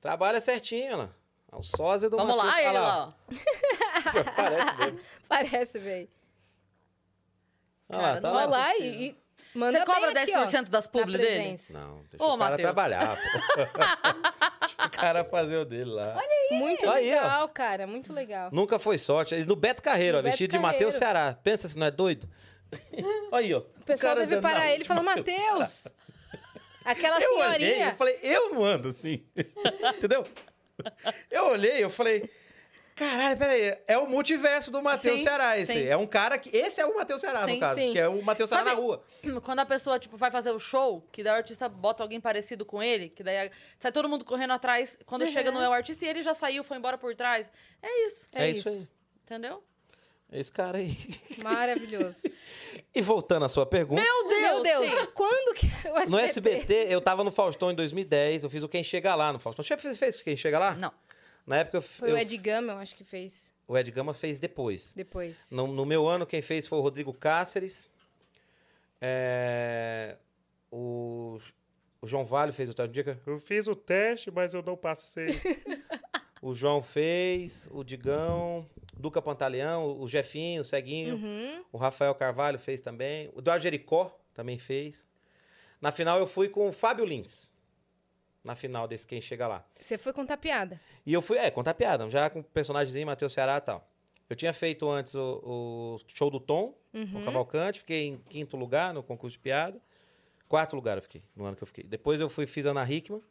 Speaker 3: Trabalha certinho, né? É o sósia do
Speaker 1: Vamos
Speaker 3: Matheus.
Speaker 1: lá,
Speaker 3: Ah,
Speaker 1: ele lá, ó.
Speaker 3: Parece mesmo.
Speaker 2: Parece, velho.
Speaker 3: Olha
Speaker 1: Cara,
Speaker 3: lá, tá
Speaker 1: não
Speaker 2: Olha
Speaker 1: é
Speaker 3: lá.
Speaker 2: lá
Speaker 1: possível.
Speaker 2: e, e manda
Speaker 1: Você cobra
Speaker 2: bem aqui, ó, Tá
Speaker 1: 10% das
Speaker 2: na
Speaker 1: publi dele?
Speaker 2: presença.
Speaker 3: Não, deixa
Speaker 1: Ô,
Speaker 3: o cara
Speaker 1: Matheus.
Speaker 3: trabalhar, pô. deixa o cara fazer o dele lá. Olha aí.
Speaker 2: Muito
Speaker 3: Aí, ó. Um
Speaker 2: legal, cara. Muito legal.
Speaker 3: Nunca foi sorte. E No Beto Carreiro,
Speaker 2: No
Speaker 3: ó,
Speaker 2: Beto
Speaker 3: vestido de
Speaker 2: Carreiro.
Speaker 3: Matheus Ceará. Pensa se não é doido? Olha aí, ó.
Speaker 2: O pessoal deve parar ele e falar, Matheus! Aquela
Speaker 3: Eu olhei, eu
Speaker 2: senhorinha.
Speaker 3: falei, eu não ando assim. Entendeu? Eu olhei, eu falei, caralho, peraí, é o multiverso do Matheus
Speaker 1: Sim,
Speaker 3: Ceará esse.
Speaker 1: sim.
Speaker 3: É um cara que. Esse é o Matheus Ceará,
Speaker 1: Sim,
Speaker 3: no caso,
Speaker 2: sim.
Speaker 3: que é o Matheus Ceará
Speaker 1: Sabe-
Speaker 3: na rua.
Speaker 1: Quando a pessoa, tipo, vai fazer o show, que daí o artista bota alguém parecido com ele, que daí a- sai todo mundo correndo atrás.
Speaker 2: Uhum.
Speaker 1: Quando chega, não é o artista e ele já saiu, foi embora por trás. É isso.
Speaker 2: É É isso isso. aí.
Speaker 1: Entendeu?
Speaker 3: Esse cara aí.
Speaker 2: Maravilhoso.
Speaker 3: E voltando à sua pergunta,
Speaker 1: Meu
Speaker 2: Meu Deus,
Speaker 1: sim.
Speaker 2: quando que o SBT?
Speaker 3: no SBT, eu tava no Faustão em 2010, eu fiz o Quem Chega Lá no Faustão. Você fez- fez Quem Chega Lá?
Speaker 1: Não.
Speaker 3: Na época eu, f-
Speaker 2: Foi
Speaker 3: eu
Speaker 2: o Ed Gama, eu acho que fez
Speaker 3: o Ed Gama fez depois.
Speaker 2: depois.
Speaker 3: No, no meu ano, quem fez foi o Rodrigo Cáceres. É, o, o João Vale fez o teste. No dia que Eu fiz o teste, mas eu não passei. o João fez, o Digão, Duca Pantaleão, o Jefinho, o Ceguinho.
Speaker 2: Uhum.
Speaker 3: O Rafael Carvalho fez também. O Eduardo Jericó também fez. Na final, eu fui com o Fábio Lins. Na final desse Quem Chega Lá.
Speaker 2: Você foi contar piada.
Speaker 3: E eu fui, é, contar piada, já com o personagemzinho, Matheus Ceará e tal. Eu tinha feito antes o, o show do Tom, no Cavalcante, fiquei em quinto lugar no concurso de piada. Quarto lugar eu fiquei, no ano que eu fiquei. Depois eu fui, fiz Ana Hickman.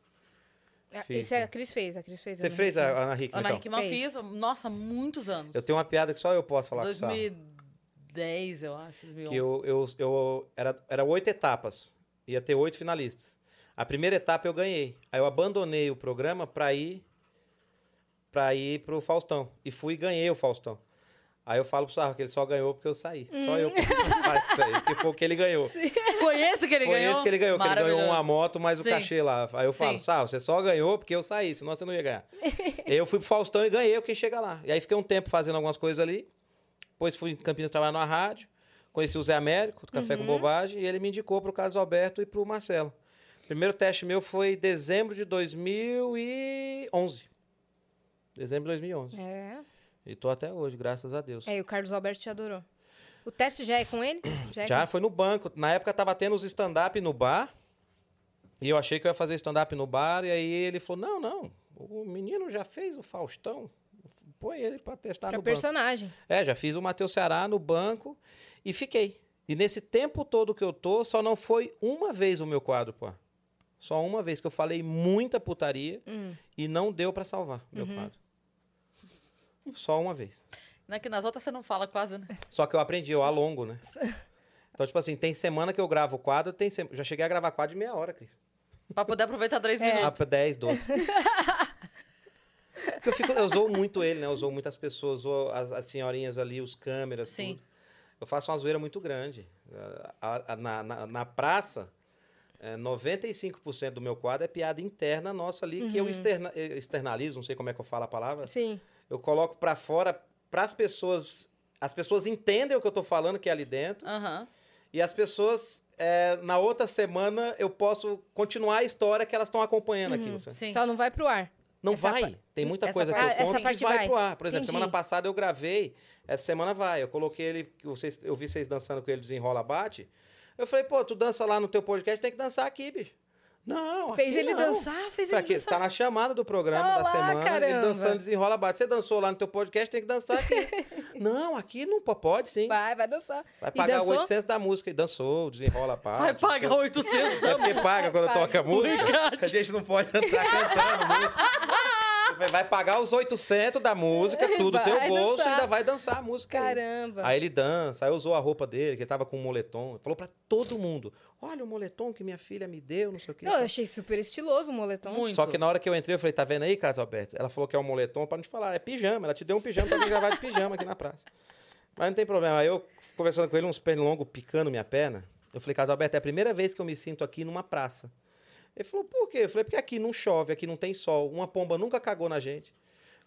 Speaker 2: Ah,
Speaker 3: Fiz,
Speaker 2: Isso é
Speaker 3: né?
Speaker 2: a Cris fez, a Cris fez.
Speaker 3: Você
Speaker 2: né?
Speaker 3: fez a Ana Hickman,
Speaker 1: Ana
Speaker 3: então?
Speaker 1: Hickman
Speaker 2: Fez.
Speaker 1: fiz, nossa, muitos anos.
Speaker 3: Eu tenho uma piada que só eu posso falar com o Sarro.
Speaker 1: 2010, eu acho, 2011.
Speaker 3: Que eu, eu, eu era, era oito etapas. Ia ter oito finalistas. A primeira etapa eu ganhei. Aí eu abandonei o programa pra ir pra ir pro Faustão. E fui e ganhei o Faustão. Aí eu falo pro Sarro que ele só ganhou porque eu saí. Só eu participar disso aí. Porque foi o que ele ganhou.
Speaker 1: Foi esse que ele
Speaker 3: foi
Speaker 1: ganhou?
Speaker 3: esse que ele ganhou, que ele ganhou um
Speaker 1: Maravilhoso.
Speaker 3: uma moto mais o
Speaker 1: Sim.
Speaker 3: cachê lá. Aí eu falo,
Speaker 1: Sim.
Speaker 3: Sarro, você só ganhou porque eu saí, senão você não ia ganhar. aí eu fui pro Faustão e ganhei o Quem Chega Lá. E aí fiquei um tempo fazendo algumas coisas ali. Depois fui em Campinas trabalhar numa rádio. Conheci o Zé Américo, do Café
Speaker 1: Uhum.
Speaker 3: com Bobagem, e ele me indicou pro Carlos Alberto e pro Marcelo. Primeiro teste meu foi em dezembro de 2011. Dezembro de 2011.
Speaker 2: É.
Speaker 3: E tô até hoje, graças a Deus.
Speaker 2: É, e o Carlos Alberto te adorou. O teste já é com ele? é
Speaker 3: Já foi no banco. Na época tava tendo os stand-up no bar. E eu achei que eu ia fazer stand-up no bar. E aí ele falou: não, não. O menino já fez o Faustão. Põe ele pra testar
Speaker 2: Pra
Speaker 3: tá no banco.
Speaker 2: personagem.
Speaker 3: É, já fiz o Matheus Ceará no banco e fiquei. E nesse tempo todo que eu tô, só não foi uma vez o meu quadro, pô. Só uma vez que eu falei muita putaria
Speaker 2: Hum.
Speaker 3: e não deu pra salvar o meu quadro. Só uma vez.
Speaker 1: Né, que nas outras você não fala quase, né?
Speaker 3: Só que eu aprendi, eu alongo, né? Então, tipo assim, tem semana que eu gravo o quadro, tem sema- já cheguei a gravar quadro de meia hora, Cris.
Speaker 1: Pra poder aproveitar três
Speaker 2: É.
Speaker 1: minutos.
Speaker 3: Ah, pra 10, 12. Porque eu, fico, eu zoo muito ele, né? Eu zoo muitas pessoas, zoo as, as senhorinhas ali, os câmeras,
Speaker 1: Sim.
Speaker 3: tudo. Eu faço uma zoeira muito grande. A- a- na, na, na praça, é, 95% do meu quadro é piada interna nossa ali, que eu, externa, eu externalizo, não sei como é que eu falo a palavra.
Speaker 2: Sim.
Speaker 3: Eu coloco pra fora, pras pessoas... As pessoas entendem o que eu tô falando, que é ali dentro.
Speaker 1: Aham.
Speaker 3: E as pessoas, é, na outra semana, eu posso continuar a história que elas estão acompanhando aqui. não sei.
Speaker 1: Sim.
Speaker 2: Só não vai pro ar.
Speaker 3: Não
Speaker 2: Uhum. Essa
Speaker 3: vai.
Speaker 2: pa-
Speaker 3: Tem muita
Speaker 2: essa
Speaker 3: coisa
Speaker 2: parte-
Speaker 3: que eu
Speaker 2: Ah,
Speaker 3: conto
Speaker 2: essa
Speaker 3: que
Speaker 2: parte
Speaker 3: vai,
Speaker 2: vai.
Speaker 3: pro ar. Por exemplo,
Speaker 2: Entendi.
Speaker 3: semana passada eu gravei, essa semana vai. Eu coloquei ele, que vocês, eu vi vocês dançando com ele, desenrola, bate. Eu falei, pô, tu dança lá no teu podcast, tem que dançar aqui, bicho. Não,
Speaker 2: Fez
Speaker 3: aqui
Speaker 2: ele
Speaker 3: não.
Speaker 2: dançar, fez
Speaker 3: Isso
Speaker 2: ele
Speaker 3: aqui,
Speaker 2: dançar.
Speaker 3: tá na chamada do programa
Speaker 2: Ah
Speaker 3: da
Speaker 2: lá,
Speaker 3: semana, ele
Speaker 2: caramba.
Speaker 3: dançando, desenrola, bate. Você dançou lá no teu podcast, tem que dançar aqui. não, aqui não po- pode, sim. Vai,
Speaker 2: Vai, vai dançar. E
Speaker 3: pagar o
Speaker 2: dançou?
Speaker 3: 800 da música. E dançou, desenrola, bate.
Speaker 1: Vai pagar 800
Speaker 3: É porque paga quando
Speaker 2: Paga.
Speaker 3: toca música. A gente não pode entrar cantando música. Você vai- Vai pagar os 800 da música, tudo,
Speaker 2: Vai
Speaker 3: teu bolso,
Speaker 2: dançar.
Speaker 3: e ainda vai dançar a música. aí.
Speaker 2: Caramba.
Speaker 3: Aí ele dança, aí usou a roupa dele, que ele tava com um moletom. Ele Falou pra todo mundo: Olha o moletom que minha filha me deu, não sei o quê.
Speaker 2: Não, eu achei super estiloso o
Speaker 3: é
Speaker 2: moletom.
Speaker 1: Muito.
Speaker 3: Só que na hora que eu entrei, eu falei: Tá vendo aí, Carlos Alberto? Ela falou que é um moletom, pra não te falar, é pijama. Ela te deu um pijama pra me gravar de pijama aqui na praça. Mas não tem problema. Aí eu, conversando com ele, uns pernilongos picando minha perna. Eu falei, Carlos Alberto, é a primeira vez que eu me sinto aqui numa praça. Ele falou, por quê? Eu falei, porque aqui não chove, aqui não tem sol. Uma pomba nunca cagou na gente.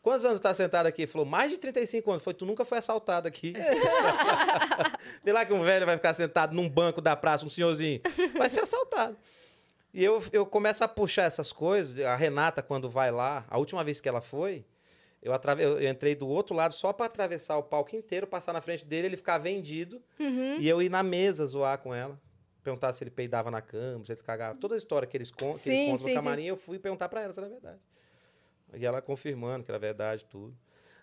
Speaker 3: Quantos anos tu tá sentado aqui? Ele falou, mais de 35 anos. Foi, tu nunca foi assaltado aqui. Vê lá que um velho vai ficar sentado num banco da praça, um senhorzinho. Vai ser assaltado. E eu, eu começo a puxar essas coisas. A Renata, quando vai lá, a última vez que ela foi, eu, atrave- eu- eu entrei do outro lado só pra atravessar o palco inteiro, passar na frente dele, ele ficar vendido.
Speaker 2: Uhum.
Speaker 3: E eu ir na mesa zoar com ela. Perguntar se ele peidava na cama, se ele se cagava. Toda a história que eles contam, que ele
Speaker 2: Sim,
Speaker 3: conta
Speaker 2: sim,
Speaker 3: no
Speaker 2: sim.
Speaker 3: camarim, eu fui perguntar pra ela se era verdade. E ela confirmando que era verdade tudo.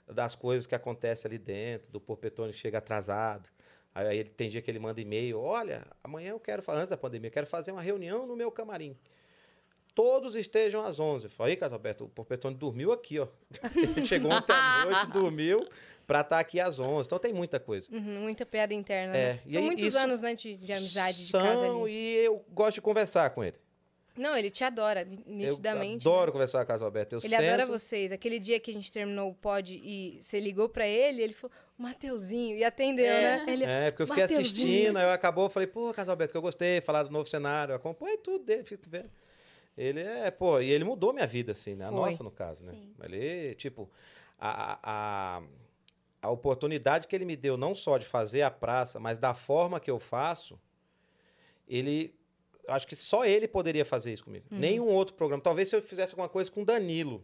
Speaker 3: Das coisas que acontecem ali dentro, do Porpetone que chega atrasado. Aí aí ele, tem dia que ele manda e-mail, olha, amanhã eu quero, fa- antes da pandemia, eu quero fazer uma reunião no meu camarim. Todos estejam às 11. Eu falei, "Ih, Carlos Alberto, o Porpetone dormiu aqui, ó. Ele chegou ontem à noite, dormiu, pra estar aqui às 11. Então tem muita coisa.
Speaker 2: Uhum, muita piada interna.
Speaker 3: É,
Speaker 2: né?
Speaker 3: e
Speaker 2: São
Speaker 3: aí
Speaker 2: muitos
Speaker 3: isso-
Speaker 2: anos, né, de, de amizade, de casa
Speaker 3: São,
Speaker 2: ali.
Speaker 3: E eu gosto de conversar com ele.
Speaker 2: Não, ele te adora,
Speaker 3: Eu
Speaker 2: nitidamente. né?
Speaker 3: adoro conversar com o Carlos Alberto. Eu
Speaker 2: Ele
Speaker 3: sento,
Speaker 2: adora vocês. Aquele dia que a gente terminou o pod e você ligou pra ele, ele falou: Mateuzinho, e atendeu,
Speaker 1: É.
Speaker 2: né? Ele,
Speaker 3: É, porque eu fiquei
Speaker 2: Mateuzinho.
Speaker 3: assistindo, aí eu acabou, eu falei, pô, Casal Beto, que eu gostei, falar do novo cenário, eu acompanho tudo dele, fico vendo. Ele é, pô, e ele mudou minha vida, assim, né? A
Speaker 2: Foi.
Speaker 3: nossa, no caso, né?
Speaker 4: Sim.
Speaker 3: Ele, tipo, a, a, a- a oportunidade que ele me deu, não só de fazer a praça, mas da forma que eu faço, ele. Acho que só ele poderia fazer isso comigo. Nenhum outro programa. Talvez se eu fizesse alguma coisa com o Danilo.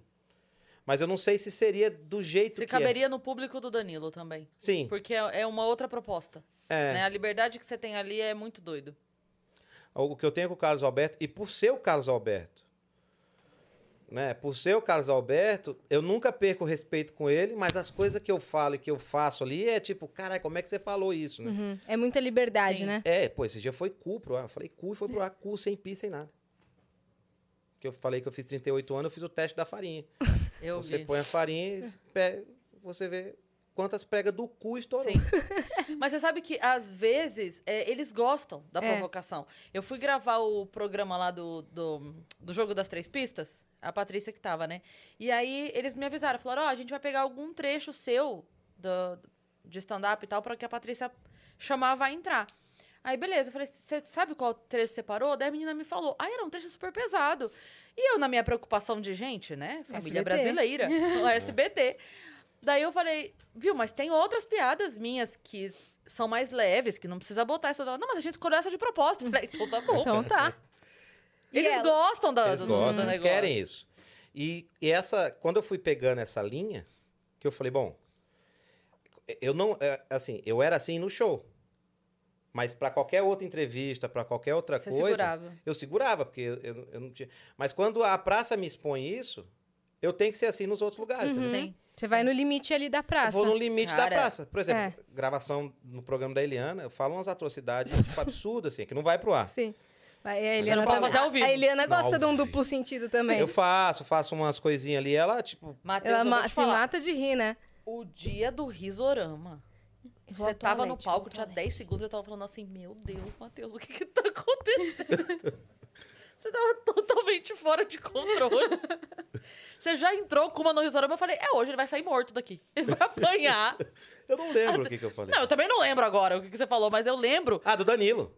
Speaker 3: Mas eu não sei se seria do jeito
Speaker 1: Se
Speaker 3: que. é.
Speaker 1: caberia no público do Danilo também.
Speaker 3: Sim.
Speaker 1: Porque é é uma outra proposta.
Speaker 3: É.
Speaker 1: né? A liberdade que você tem ali é muito doido.
Speaker 3: o que eu tenho com o Carlos Alberto, e por ser o Carlos Alberto, né? Por ser o Carlos Alberto, eu nunca perco o respeito com ele, mas as coisas que eu falo e que eu faço ali é tipo, caralho, como é que você falou isso, né?
Speaker 2: Uhum. É muita liberdade,
Speaker 1: Sim.
Speaker 2: né?
Speaker 3: É, pô, esse dia foi cu pro ar. Eu falei cu e foi pro ar, cu sem pi, sem nada. Que eu falei que eu fiz 38 anos, eu fiz o teste da farinha.
Speaker 1: Eu
Speaker 3: você
Speaker 1: vi.
Speaker 3: põe a farinha e pe- você vê quantas pregas do cu estourou.
Speaker 1: Sim. Mas você sabe que, às vezes, é, eles gostam da
Speaker 2: É.
Speaker 1: provocação. Eu fui gravar o programa lá do, do, do Jogo das Três Pistas, a Patrícia que tava, né? E aí eles me avisaram, falaram, ó, a gente vai pegar algum trecho seu do- de stand-up e tal, pra que a Patrícia chamar vai entrar. Aí, beleza, eu falei, você sabe qual trecho você parou? Daí a menina me falou, ah, era um trecho super pesado. E eu, na minha preocupação de gente, né? Família
Speaker 2: SBT.
Speaker 1: brasileira, o SBT. Daí eu falei, viu, mas tem outras piadas minhas que são mais leves, que não precisa botar essa dela. Não, mas a gente escolheu essa de propósito. Eu Falei, então tá bom.
Speaker 2: Então tá.
Speaker 4: E
Speaker 1: eles
Speaker 4: ela?
Speaker 1: gostam da,
Speaker 3: Eles
Speaker 1: do, do
Speaker 3: gostam, eles
Speaker 1: negócio.
Speaker 3: querem isso. E, e essa, quando eu fui pegando essa linha, que eu falei, bom, eu não, é, assim, eu era assim no show. Mas pra qualquer outra entrevista, pra qualquer outra
Speaker 1: Você
Speaker 3: coisa,
Speaker 1: segurava.
Speaker 3: eu segurava, porque eu, eu não- eu não tinha. Mas quando a praça me expõe isso, eu tenho que ser assim nos outros lugares, entendeu?
Speaker 1: Sim.
Speaker 2: Você vai no limite ali da
Speaker 3: Eu
Speaker 2: praça.
Speaker 3: vou no limite
Speaker 1: Uhum. Cara.
Speaker 3: da praça. Por exemplo,
Speaker 2: É.
Speaker 3: gravação no programa da Eliana, eu falo umas atrocidades tipo, absurdas, assim, que não vai pro ar.
Speaker 2: Sim. Vai, a
Speaker 1: não
Speaker 2: Eliana,
Speaker 1: pode
Speaker 2: tá-
Speaker 1: fazer ao vivo.
Speaker 2: a Eliana
Speaker 3: Não,
Speaker 2: gosta
Speaker 3: ao
Speaker 2: de um
Speaker 3: vivo.
Speaker 2: duplo sentido também.
Speaker 3: Eu faço, faço umas coisinhas ali, ela, tipo,
Speaker 1: Matheus,
Speaker 2: Ela
Speaker 1: eu
Speaker 2: ma- assim,
Speaker 1: vou te
Speaker 2: se
Speaker 1: falar.
Speaker 2: mata de rir, né?
Speaker 1: O dia do risorama.
Speaker 2: Vou ao
Speaker 1: Você tava no
Speaker 2: toalete, vou
Speaker 1: palco,
Speaker 2: ao
Speaker 1: tinha
Speaker 2: toalete.
Speaker 1: 10 segundos, eu tava falando assim, meu Deus, Matheus, o que que tá acontecendo? Você tava totalmente fora de controle. Você já entrou com uma no risorama, eu falei, é hoje, ele vai sair morto daqui. Ele vai apanhar.
Speaker 3: eu não lembro o que, que eu falei.
Speaker 1: Não, eu também não lembro agora o que que você falou, mas eu lembro.
Speaker 3: Ah, do Danilo.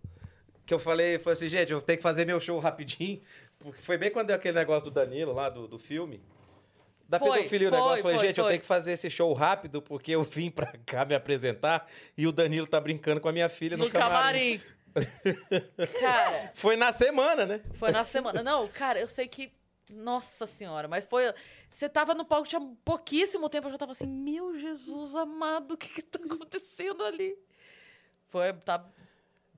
Speaker 3: Que eu falei, falei assim, gente, eu tenho que fazer meu show rapidinho. Porque foi bem quando deu aquele negócio do Danilo lá, do, do filme. Da
Speaker 1: Foi,
Speaker 3: pedofilia, o
Speaker 1: foi,
Speaker 3: negócio. Eu falei,
Speaker 1: foi,
Speaker 3: gente, eu
Speaker 1: foi.
Speaker 3: tenho que fazer esse show rápido, porque eu vim pra cá me apresentar e o Danilo tá brincando com a minha filha no,
Speaker 1: No camarim. Cara,
Speaker 3: Foi na semana, né?
Speaker 1: Foi na semana. Não, cara, eu sei que. Nossa senhora, mas foi. Você tava no palco, tinha pouquíssimo tempo, eu já tava assim, meu Jesus amado, o que que tá acontecendo ali? Foi, tá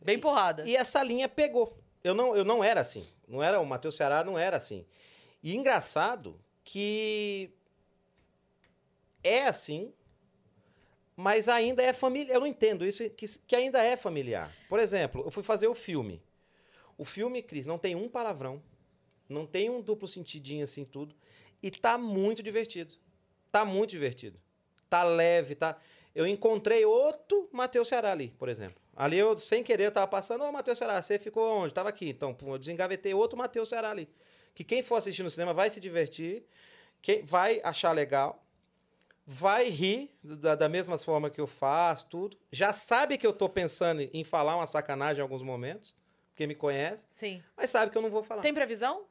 Speaker 1: bem porrada.
Speaker 3: E essa linha pegou. Eu não, eu não era assim. Não era, o Matheus Ceará não era assim. E engraçado que é assim, mas ainda é familiar. Eu não entendo isso, que, que ainda é familiar. Por exemplo, eu fui fazer o filme. O filme, Cris, não tem um palavrão, não tem um duplo sentidinho assim, tudo. E tá muito divertido. Tá muito divertido. Tá leve, tá. Eu encontrei outro Matheus Ceará ali, por exemplo. Ali eu, sem querer, eu tava passando, ô Matheus Ceará, você ficou onde? Tava aqui. Então, pum, eu desengavetei outro Matheus Ceará ali. Que quem for assistir no cinema vai se divertir, quem vai achar legal, vai rir da, da mesma forma que eu faço, tudo. Já sabe que eu tô pensando em- em falar uma sacanagem em alguns momentos, porque me conhece,
Speaker 1: Sim.
Speaker 3: mas sabe que eu não vou falar.
Speaker 1: Tem previsão?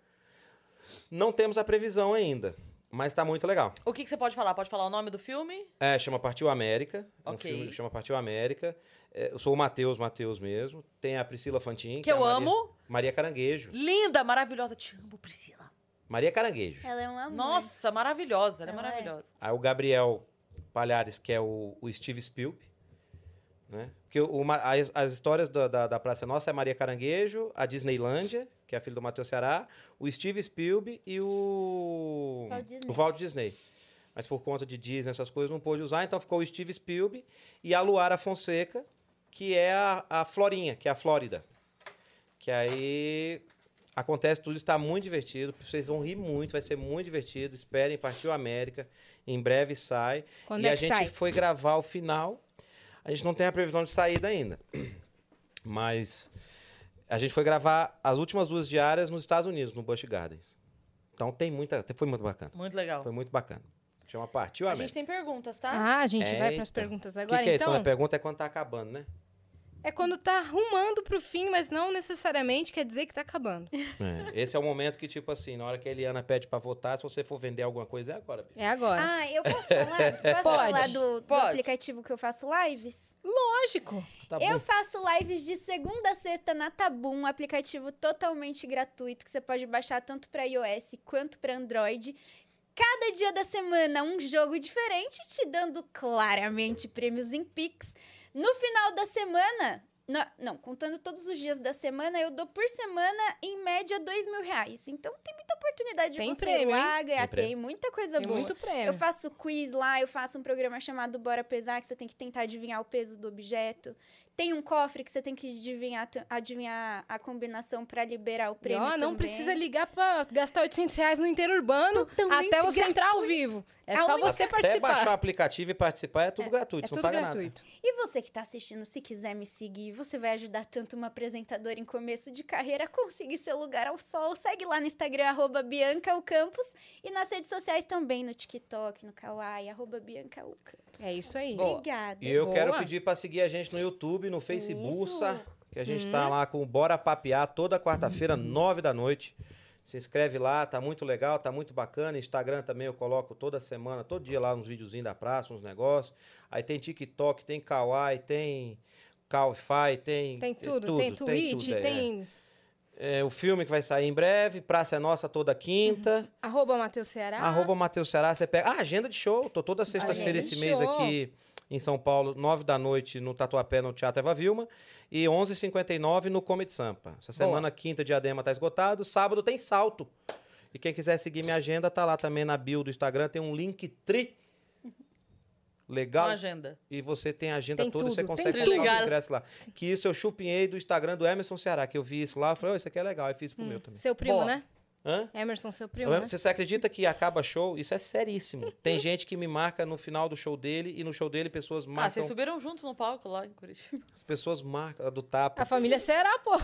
Speaker 3: Não temos a previsão ainda, mas tá muito legal.
Speaker 1: O que, que você pode falar? Pode falar o nome do filme?
Speaker 3: É, chama Partiu América. É Um
Speaker 1: Ok.
Speaker 3: filme que chama Partiu América. É, eu sou o Matheus, Matheus mesmo. Tem a Priscila Fantin.
Speaker 1: Que,
Speaker 3: é a
Speaker 1: eu
Speaker 3: Maria-
Speaker 1: amo.
Speaker 3: Maria Caranguejo.
Speaker 1: Linda, maravilhosa. Te amo, Priscila.
Speaker 3: Maria Caranguejo.
Speaker 4: Ela é um amor.
Speaker 1: Nossa, maravilhosa. Ela é
Speaker 4: Ela é.
Speaker 1: maravilhosa.
Speaker 3: Aí o Gabriel Palhares, que é o, o Steve Spielberg. Né? Porque o- o Ma- as, as histórias da, da, da Praça é Nossa é Maria Caranguejo, a Disneylândia, que é a filha do Matheus Ceará, o Steve Spielberg e o...
Speaker 4: Walt Disney.
Speaker 3: o Walt Disney. Mas por conta de Disney, essas coisas, não pôde usar. Então ficou o Steve Spielberg e a Luara Fonseca, que é a, a Florinha, que é a Flórida. Que aí acontece tudo, está muito divertido. Vocês vão rir muito, vai ser muito divertido. Esperem, partiu América. Em breve sai.
Speaker 2: Quando
Speaker 3: e
Speaker 2: é
Speaker 3: a
Speaker 2: que
Speaker 3: gente
Speaker 2: sai?
Speaker 3: foi gravar o final. A gente não tem a previsão de saída ainda. Mas a gente foi gravar as últimas duas diárias nos Estados Unidos, no Busch Gardens. Então tem muita. Foi muito bacana.
Speaker 1: Muito legal.
Speaker 3: Foi muito bacana. Chama Partiu
Speaker 1: A
Speaker 3: América.
Speaker 1: gente tem perguntas, tá?
Speaker 2: Ah, a gente vai para as
Speaker 3: Eita.
Speaker 2: perguntas
Speaker 3: O que,
Speaker 2: agora,
Speaker 3: que é isso?
Speaker 2: então.
Speaker 3: Quando a pergunta é quando tá acabando, né?
Speaker 2: É quando tá arrumando pro fim, mas não necessariamente quer dizer que tá acabando.
Speaker 3: É, Esse é o momento que, tipo assim, na hora que a Eliana pede pra votar, se você for vender alguma coisa, é agora. Bia.
Speaker 2: É agora.
Speaker 4: Ah, eu posso falar?
Speaker 2: Pode,
Speaker 4: Posso falar do, do
Speaker 1: pode.
Speaker 4: aplicativo que eu faço lives?
Speaker 1: Ah,
Speaker 2: Lógico.
Speaker 3: Tá bom.
Speaker 4: eu faço lives de segunda a sexta na Tabu, um aplicativo totalmente gratuito que você pode baixar tanto para iOS quanto para Android. Cada dia da semana um jogo diferente, te dando claramente prêmios em Pix. No final da semana, na- não, contando todos os dias da semana, eu dou por semana em média dois mil reais. Então tem muita oportunidade
Speaker 2: Tem
Speaker 4: de você
Speaker 2: prêmio,
Speaker 4: ir lá ganhar,
Speaker 3: Tem prêmio.
Speaker 4: tem muita coisa
Speaker 2: Tem
Speaker 4: boa.
Speaker 2: muito prêmio.
Speaker 4: Eu faço quiz lá, eu faço um programa chamado Bora Pesar, que você tem que tentar adivinhar o peso do objeto. Tem um cofre que você tem que adivinhar, t- adivinhar a combinação pra liberar o
Speaker 2: E,
Speaker 4: prêmio.
Speaker 2: ó, não
Speaker 4: também.
Speaker 2: precisa ligar pra gastar 800 reais no interurbano
Speaker 4: Totalmente
Speaker 2: até você entrar ao vivo. É
Speaker 4: A
Speaker 2: só
Speaker 4: única-
Speaker 2: você
Speaker 3: Até baixar o
Speaker 2: participar.
Speaker 3: aplicativo e participar é tudo gratuito,
Speaker 2: É
Speaker 3: você não
Speaker 2: tudo
Speaker 3: paga
Speaker 2: gratuito.
Speaker 4: E você que tá assistindo, se quiser me seguir, você vai ajudar tanto uma apresentadora em começo de carreira a conseguir seu lugar ao sol. Segue lá no Instagram, arroba Bianca o Campus, e nas redes sociais também, no TikTok, no Kawaii, arroba Bianca o Campus.
Speaker 2: É isso aí.
Speaker 1: Boa.
Speaker 4: Obrigada.
Speaker 3: nada. E eu
Speaker 2: É Boa.
Speaker 3: quero pedir pra seguir a gente no YouTube, no Facebook,
Speaker 4: Isso.
Speaker 3: sa- que a gente
Speaker 2: Uhum.
Speaker 3: tá lá com o Bora Papear toda quarta-feira, nove da noite. Se inscreve lá, tá muito legal, tá muito bacana. Instagram também eu coloco toda semana, todo dia lá uns videozinhos da praça, uns negócios. Aí tem TikTok, tem Kawaii, tem Calify, tem.
Speaker 2: Tem tudo, tem Twitch,
Speaker 3: É tudo, é.
Speaker 2: tem
Speaker 3: É, o filme que vai sair em breve, Praça é Nossa toda quinta.
Speaker 2: arroba Matheus Ceará.
Speaker 3: Arroba Matheus Ceará, você pega. Ah, agenda de show. Tô toda sexta-feira
Speaker 2: Tá. Agenda
Speaker 3: esse
Speaker 2: de
Speaker 3: mês
Speaker 2: show.
Speaker 3: aqui em São Paulo, nove da noite no Tatuapé, no Teatro Eva Vilma. E 11h59 no Comedy Sampa. Essa
Speaker 1: Boa.
Speaker 3: semana, quinta, Diadema tá esgotado. Sábado tem salto. E quem quiser seguir minha agenda, tá lá também na bio do Instagram. Tem um link tri.
Speaker 1: Uma
Speaker 3: Legal.
Speaker 1: agenda.
Speaker 3: E você tem a agenda
Speaker 2: Tem
Speaker 3: toda e você
Speaker 2: tudo, tem
Speaker 3: consegue
Speaker 1: tudo.
Speaker 3: comprar
Speaker 1: Legal.
Speaker 3: o ingresso lá. Que isso eu chupinhei do Instagram do Emerson Ceará, que eu vi isso lá. eu Falei, oh, isso aqui é legal. Aí fiz pro meu também.
Speaker 2: Seu primo,
Speaker 1: Boa.
Speaker 2: né?
Speaker 3: Hã?
Speaker 2: Emerson, seu primo,
Speaker 3: Eu-
Speaker 2: né?
Speaker 3: Você, você acredita que acaba show? Isso é seríssimo. Tem gente que me marca no final do show dele e no show dele pessoas
Speaker 1: Ah,
Speaker 3: marcam.
Speaker 1: vocês subiram juntos no palco lá em Curitiba.
Speaker 3: As pessoas marcam a do tapa.
Speaker 2: né? A família Ceará, pô.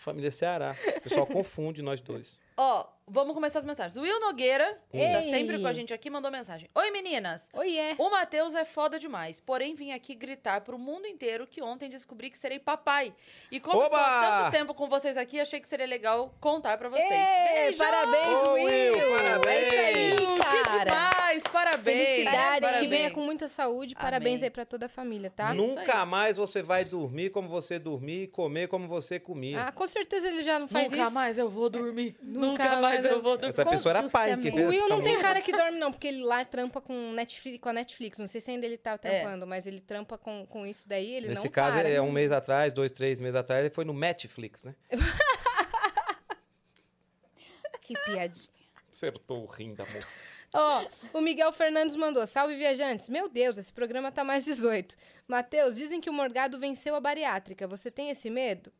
Speaker 3: Família Ceará. O pessoal confunde nós dois.
Speaker 1: Ó, vamos começar as mensagens. O Will Nogueira, que
Speaker 3: Hum.
Speaker 1: tá
Speaker 2: Ei.
Speaker 1: sempre com a gente aqui, mandou mensagem. Oi, meninas!
Speaker 4: Oiê.
Speaker 1: O Matheus é foda demais, porém vim aqui gritar pro mundo inteiro que ontem descobri que serei papai. E como estou há
Speaker 3: Oba!
Speaker 1: tanto tempo com vocês aqui, achei que seria legal contar pra vocês.
Speaker 2: Ei,
Speaker 1: Beijo!
Speaker 2: parabéns,
Speaker 3: Ô, Will,
Speaker 2: Will.
Speaker 3: parabéns.
Speaker 2: É isso aí,
Speaker 1: Que
Speaker 2: cara.
Speaker 1: demais! Parabéns!
Speaker 2: Felicidades, que
Speaker 1: Parabéns.
Speaker 2: venha com muita saúde. Parabéns
Speaker 1: Amém.
Speaker 2: aí pra toda a família, tá?
Speaker 1: Isso
Speaker 3: Nunca mais você vai dormir como você dormia e comer como você comia.
Speaker 2: Ah, com certeza ele já não faz
Speaker 1: Nunca
Speaker 2: isso.
Speaker 1: mais eu vou dormir. Nunca,
Speaker 2: Nunca
Speaker 1: mais
Speaker 2: mais
Speaker 1: eu
Speaker 2: eu-
Speaker 1: vou dormir.
Speaker 3: Essa pessoa era pai. Que
Speaker 4: Justamente.
Speaker 2: O
Speaker 3: fez
Speaker 2: Will
Speaker 3: essa
Speaker 2: não tem
Speaker 3: música.
Speaker 2: cara que dorme, não, porque ele lá trampa com, Netflix, com a Netflix. Não sei se ainda ele tá trampando, mas ele trampa com, com isso daí, ele
Speaker 3: É. Nesse
Speaker 2: não
Speaker 3: caso,
Speaker 2: para.
Speaker 3: é um mês atrás, dois, três meses atrás, ele foi no Netflix, né?
Speaker 4: Que piadinha.
Speaker 3: Acertou o rim da moça.
Speaker 2: Ó, o Miguel Fernandes mandou, salve viajantes. Meu Deus, esse programa tá mais 18. Matheus, dizem que o Morgado venceu a bariátrica. Você tem esse medo?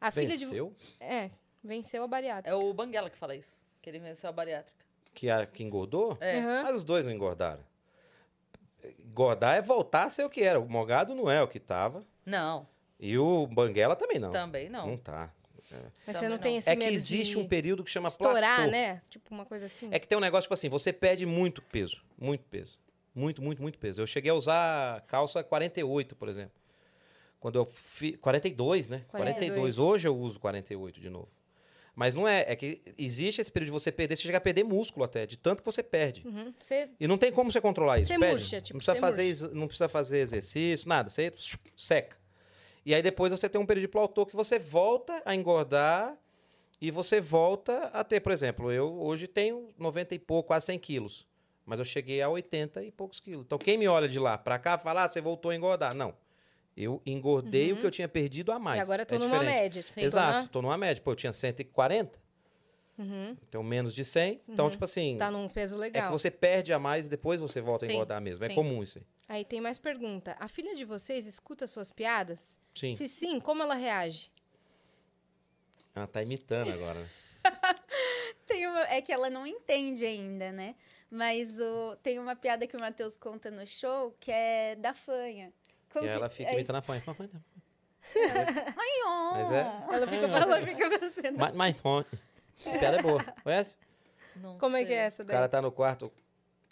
Speaker 2: A filha de...
Speaker 3: Venceu?
Speaker 2: É, venceu a bariátrica.
Speaker 1: É o Banguela que fala isso. Que ele venceu a bariátrica.
Speaker 3: Que, a, que engordou?
Speaker 1: É.
Speaker 2: Aham.
Speaker 3: Mas os dois não engordaram. Engordar é voltar a ser o que era. O Morgado não é o que tava.
Speaker 1: Não,
Speaker 3: E o Banguela também não.
Speaker 1: também não.
Speaker 3: Não tá.
Speaker 2: Mas você
Speaker 1: Também
Speaker 2: não
Speaker 1: não.
Speaker 2: tem Então, esse
Speaker 3: é que
Speaker 2: medo
Speaker 3: existe
Speaker 2: de
Speaker 3: um período que chama
Speaker 2: estourar,
Speaker 3: platô.
Speaker 2: né? Tipo uma coisa assim.
Speaker 3: É que tem um negócio, tipo assim, você perde muito peso. Muito peso. Muito, muito, muito peso. Eu cheguei a usar calça 48, por exemplo. Quando eu fiz... 42, né?
Speaker 2: 42.
Speaker 3: 42. Hoje eu uso 48 de novo. Mas não é. É que existe esse período de você perder. Você chega a perder músculo até. De tanto que você perde.
Speaker 2: Uhum. Você
Speaker 3: E não tem como você controlar isso.
Speaker 2: Você
Speaker 3: perde.
Speaker 2: murcha, tipo,
Speaker 3: não, precisa
Speaker 2: você
Speaker 3: fazer, ex- não precisa fazer exercício, nada. Você seca. E aí depois você tem um período de platô que você volta a engordar e você volta a ter, por exemplo, eu hoje tenho 90 e pouco, quase 100 quilos. Mas eu cheguei a 80 e poucos quilos. Então quem me olha de lá pra cá fala, ah, você voltou a engordar. Não. Eu engordei o que eu tinha perdido a mais.
Speaker 2: Uhum. E agora eu tô
Speaker 3: É
Speaker 2: numa
Speaker 3: diferente.
Speaker 2: média. Tipo, tô
Speaker 3: Exato,
Speaker 2: na-
Speaker 3: tô numa média. Pô, eu tinha 140,
Speaker 2: Uhum.
Speaker 3: tenho menos de 100. Então, tipo assim,
Speaker 2: Tá num peso
Speaker 3: é que
Speaker 2: legal.
Speaker 3: você perde a mais e depois você volta a
Speaker 1: Sim,
Speaker 3: engordar mesmo. É
Speaker 1: sim.
Speaker 3: comum isso aí.
Speaker 2: Aí tem mais pergunta. A filha de vocês escuta suas piadas?
Speaker 3: Sim.
Speaker 2: Se sim, como ela reage?
Speaker 3: Ela tá imitando agora, né?
Speaker 4: Tem uma- é que ela não entende ainda, né? Mas o- tem uma piada que o Matheus conta no show que é da fanha. Como
Speaker 3: e
Speaker 4: que-
Speaker 3: ela fica
Speaker 4: é,
Speaker 3: imitando a fã. Mas
Speaker 4: "Nhô".
Speaker 3: Mas é.
Speaker 2: Ela fica
Speaker 4: Ela
Speaker 2: falando.
Speaker 4: fica assim. pensando.
Speaker 3: My, my phone. Piada é boa. Conhece?
Speaker 1: Não
Speaker 2: Como é
Speaker 1: sei.
Speaker 2: que é essa
Speaker 3: O
Speaker 2: daí?
Speaker 3: cara tá no quarto